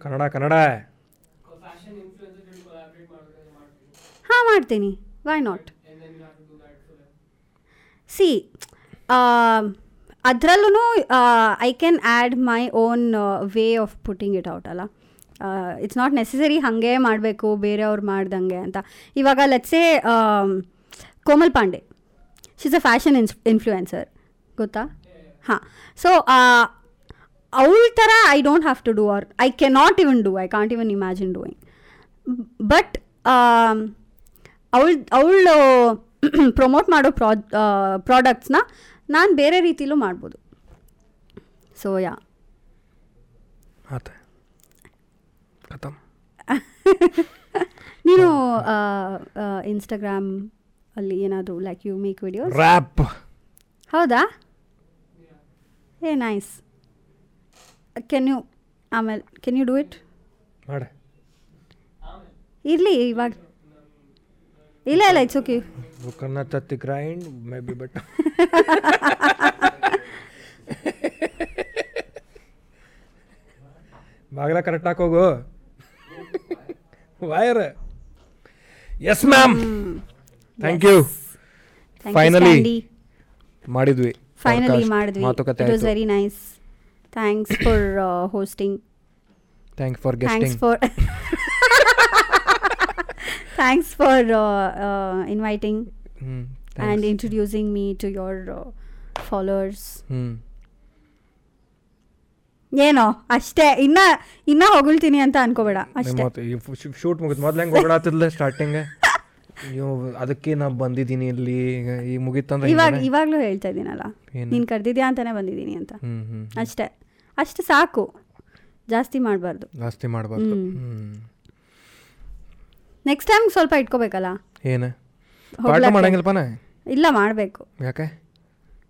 Kannada Kannada ಹಾಂ ಮಾಡ್ತೀನಿ ವೈ ನಾಟ್ ಸಿ um, ಅದರಲ್ಲೂ I can add my own way of putting it out ಅಲ್ಲ ಇಟ್ಸ್ ನಾಟ್ ನೆಸೆಸರಿ ಹಾಗೆ ಮಾಡಬೇಕು ಬೇರೆಯವ್ರು ಮಾಡ್ದಂಗೆ ಅಂತ ಇವಾಗ let's say um, Komal Pandey she's a fashion ins influencer ಗೊತ್ತಾ ಹಾಂ ಸೊ uh, ಅವಳ ಥರ I don't have to do or I can not even do I can't even imagine doing but ಅವಳ um, ಅವಳು ಪ್ರಮೋಟ್ ಮಾಡೋ ಪ್ರಾ ಪ್ರಾಡಕ್ಟ್ಸ್ನ ನಾನು ಬೇರೆ ರೀತಿಲೂ ಮಾಡ್ಬೋದು ಸೊ ಯಾ ಆತ ಖತಮ್ ನೀನು ಇನ್ಸ್ಟಾಗ್ರಾಮ್ ಅಲ್ಲಿ ಏನಾದರೂ like you make videos rap ಹೌದಾ ಏ ನೈಸ್ ಕೆನ್ ಯು ಆಮೇಲೆ ಕೆನ್ ಯು ಡೂ ಇಟ್ ಮಾಡೆ ಇರಲಿ ಇವಾಗ ಇಲ್ಲ ಇಲ್ಲ ಇಟ್ಸ್ ಓಕೆ ಕನ್ನ ತತ್ತಿ ಗ್ರೈಂಡ್ ಮೇ ಬಿ ಬಟ್ ಬಾಗಿಲ ಕರೆಕ್ಟ್ ಹಾಕೋಗು ವೈರ್ yes ma'am thank you Finally. ಮಾಡಿದ್ವಿ ಫೈನಲಿ Podcast. ಮಾಡಿದ್ವಿ ಮಾತುಕತೆ ಇಟ್ ವಾಸ್ ಆಯ್ತು very nice thanks for hosting thanks for thanks guesting for thanks for uh, inviting ಹ್ಞೂ and introducing me to your followers ಹ್ಞೂ ಏನೋ ಅಷ್ಟೇ ಇನ್ನ ಇನ್ನ ಹೊಗಳ್ತೀನಿ ಅಂತ ಅನ್ಕೋಬೇಡ ಅಷ್ಟೇ ಶೂಟ್ ಮುಗಿದ್ ಮೊದ್ಲು ಹೆಂಗೆ ಓಡಾತಿದ್ಲ ಸ್ಟಾರ್ಟಿಂಗ್ ಅಯ್ಯೋ ಅದಕ್ಕೆ ನಾ ಬಂದಿದ್ದೀನಿ ಇಲ್ಲಿ ಈಗ ಈ ಮುಗೀತಂದ್ರೆ ಇವಾಗ ಹಿಂಗೇನೆ? ಇವಾಗಲೂ ಹೇಳ್ತಾ ಇದ್ದೀನಲ್ಲ ಏನು? ನೀನು ಕರೆದಿದ್ಯಾ ಅಂತಾನೆ ಬಂದಿದ್ದೀನಿ ಅಂತ ಹ್ಮ್ ಹ್ಮ್ ಅಷ್ಟೇ ಅಷ್ಟು ಸಾಕು ಜಾಸ್ತಿ ಮಾಡಬಾರ್ದು ಜಾಸ್ತಿ ಮಾಡಬಾರ್ದು ಹ್ಮ್. ಹ್ಮ್ ನೆಕ್ಸ್ಟ್ ಟೈಮ್ ಸ್ವಲ್ಪ ಇಟ್ಕೋಬೇಕಲ್ಲ ಏನು ಪಾಠ ಹೊಗ್ಳಕ್ಕೆ. ಮಾಡಂಗಿಲ್ಲಪ್ಪನ ಇಲ್ಲ ಮಾಡಬೇಕು ಯಾಕೆ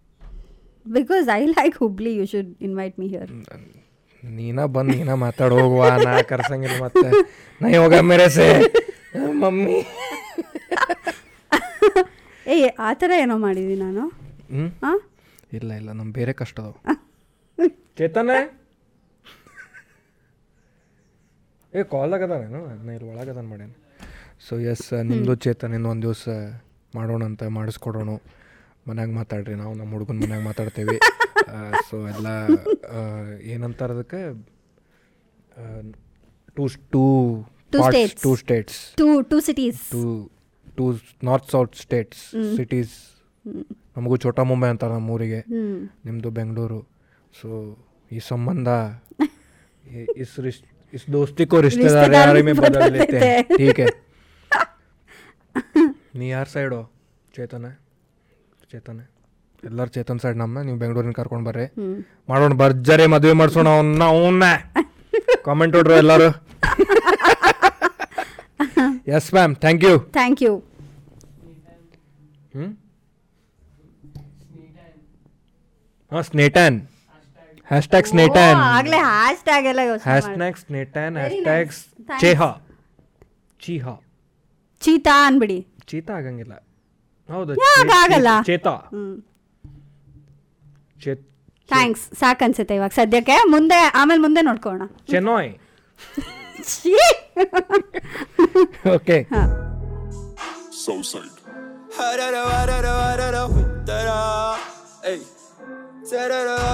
because I like Hubli you should invite me here ನೀನ ಬಂದು ನೀನ ಮಾತಾಡ್ ಹೋಗುವ ನಾ ಕರ್ಸಂಗಿಲ್ಲ ಮತ್ತೆ ನಾ ಹೋಗ ಮೇರೆಸೆ ಮಮ್ಮಿ ಏ ಆ ಥರ ಏನೋ ಮಾಡಿದ್ದೀನಿ ನಾನು ಹ್ಮ್ ಹಾಂ ಇಲ್ಲ ಇಲ್ಲ ನಮ್ ಬೇರೆ ಕಷ್ಟ ಅದಾವ ಚೇತನ ಏ ಕಾಲ್ದಾಗ ಅದಾನೇನು ಅದನ್ನ ಇಲ್ಲಿ ಒಳಗೆ ಅದಾನ ಮಾಡ್ಯಾನ ಸೊ ಎಸ್ ನಿಮ್ಮದು ಚೇತನ ಒಂದು ದಿವಸ ಮಾಡೋಣ ಅಂತ ಮಾಡಿಸ್ಕೊಡೋಣ ಮನ್ಯಾಗ ಮಾತಾಡ್ರಿ ನಾವು ನಮ್ಮ ಹುಡುಗನ ಮನ್ಯಾಗ ಮಾತಾಡ್ತೇವೆ ಸೊ ಎಲ್ಲ ಆ, ಏನಂತಾರ ಅದಕ್ಕೆ two two Two states. Two states two two cities two two north south states cities ನಮಗೂ ಛೋಟಾ ಮುಂಬೈ ಅಂತಾರೆ ನಮ್ಮ ಊರಿಗೆ ಹ್ಞೂ ನಿಮ್ಮದು ಬೆಂಗಳೂರು ಸೊ ಈ ಸಂಬಂಧ ये इस रिश- इस दोस्ती को रिश्तेदारी रिश्तेदारी में बदल लेते हैं ठीक है ನೀವ್ ಸೈಡ್ ಸೈಡು ಚೇತನ ಚೇತನ ಎಲ್ಲರೂ ಚೇತನ್ ಸೈಡ್ ನಮ್ಮ ನೀವು ಬೆಂಗಳೂರಿನ ಕರ್ಕೊಂಡು ಬರ್ರಿ ಮಾಡೋಣ ಭರ್ಜರಿ ಮದುವೆ ಮಾಡ್ಸೋಣ ಅವನ್ನ ಅವನ್ನ ಕಾಮೆಂಟ್ ಹೊಡ್ರು ಎಲ್ಲರೂ yes ma'am thank you thank you ಹ್ಞೂ ಹಾಂ ಸ್ನೇಟನ್ ಹ್ಯಾಶ್ ಟ್ಯಾಗ್ ಸ್ನೇಟನ್ ಆಗ್ಲೇ ಹ್ಯಾಶ್ ಟ್ಯಾಗ್ ಎಲ್ಲ ಹ್ಯಾಶ್ ಯೋಚನೆ ಟ್ಯಾಗ್ ಸ್ನೇಟನ್ Very hash nice. Tag Thanks. ಚೇಹ ಚೀಹ ಚೀತಾ ಅನ್ಬಿಡಿ ಚೀತ ಆಗಂಗಿಲ್ಲ ಹೌದು ಯಾಕ್ ಚೇ- ಚೇ- ಆಗಲ್ಲ? ಚೇತ ಹ್ಮ್ ಚೇ- ಥ್ಯಾಂಕ್ಸ್ ಸಾಕನ್ಸುತ್ತೆ ಇವಾಗ ಸದ್ಯಕ್ಕೆ ಮುಂದೆ ಆಮೇಲೆ ಮುಂದೆ ನೋಡ್ಕೋಣ ಚೆನ್ನೋಯ್ ಛೀ! ಓಕೆ ಹಾ. South side. ಹರರ ವರರ ವರರ ಉತ್ತರ ಏಯ್ ಸರರ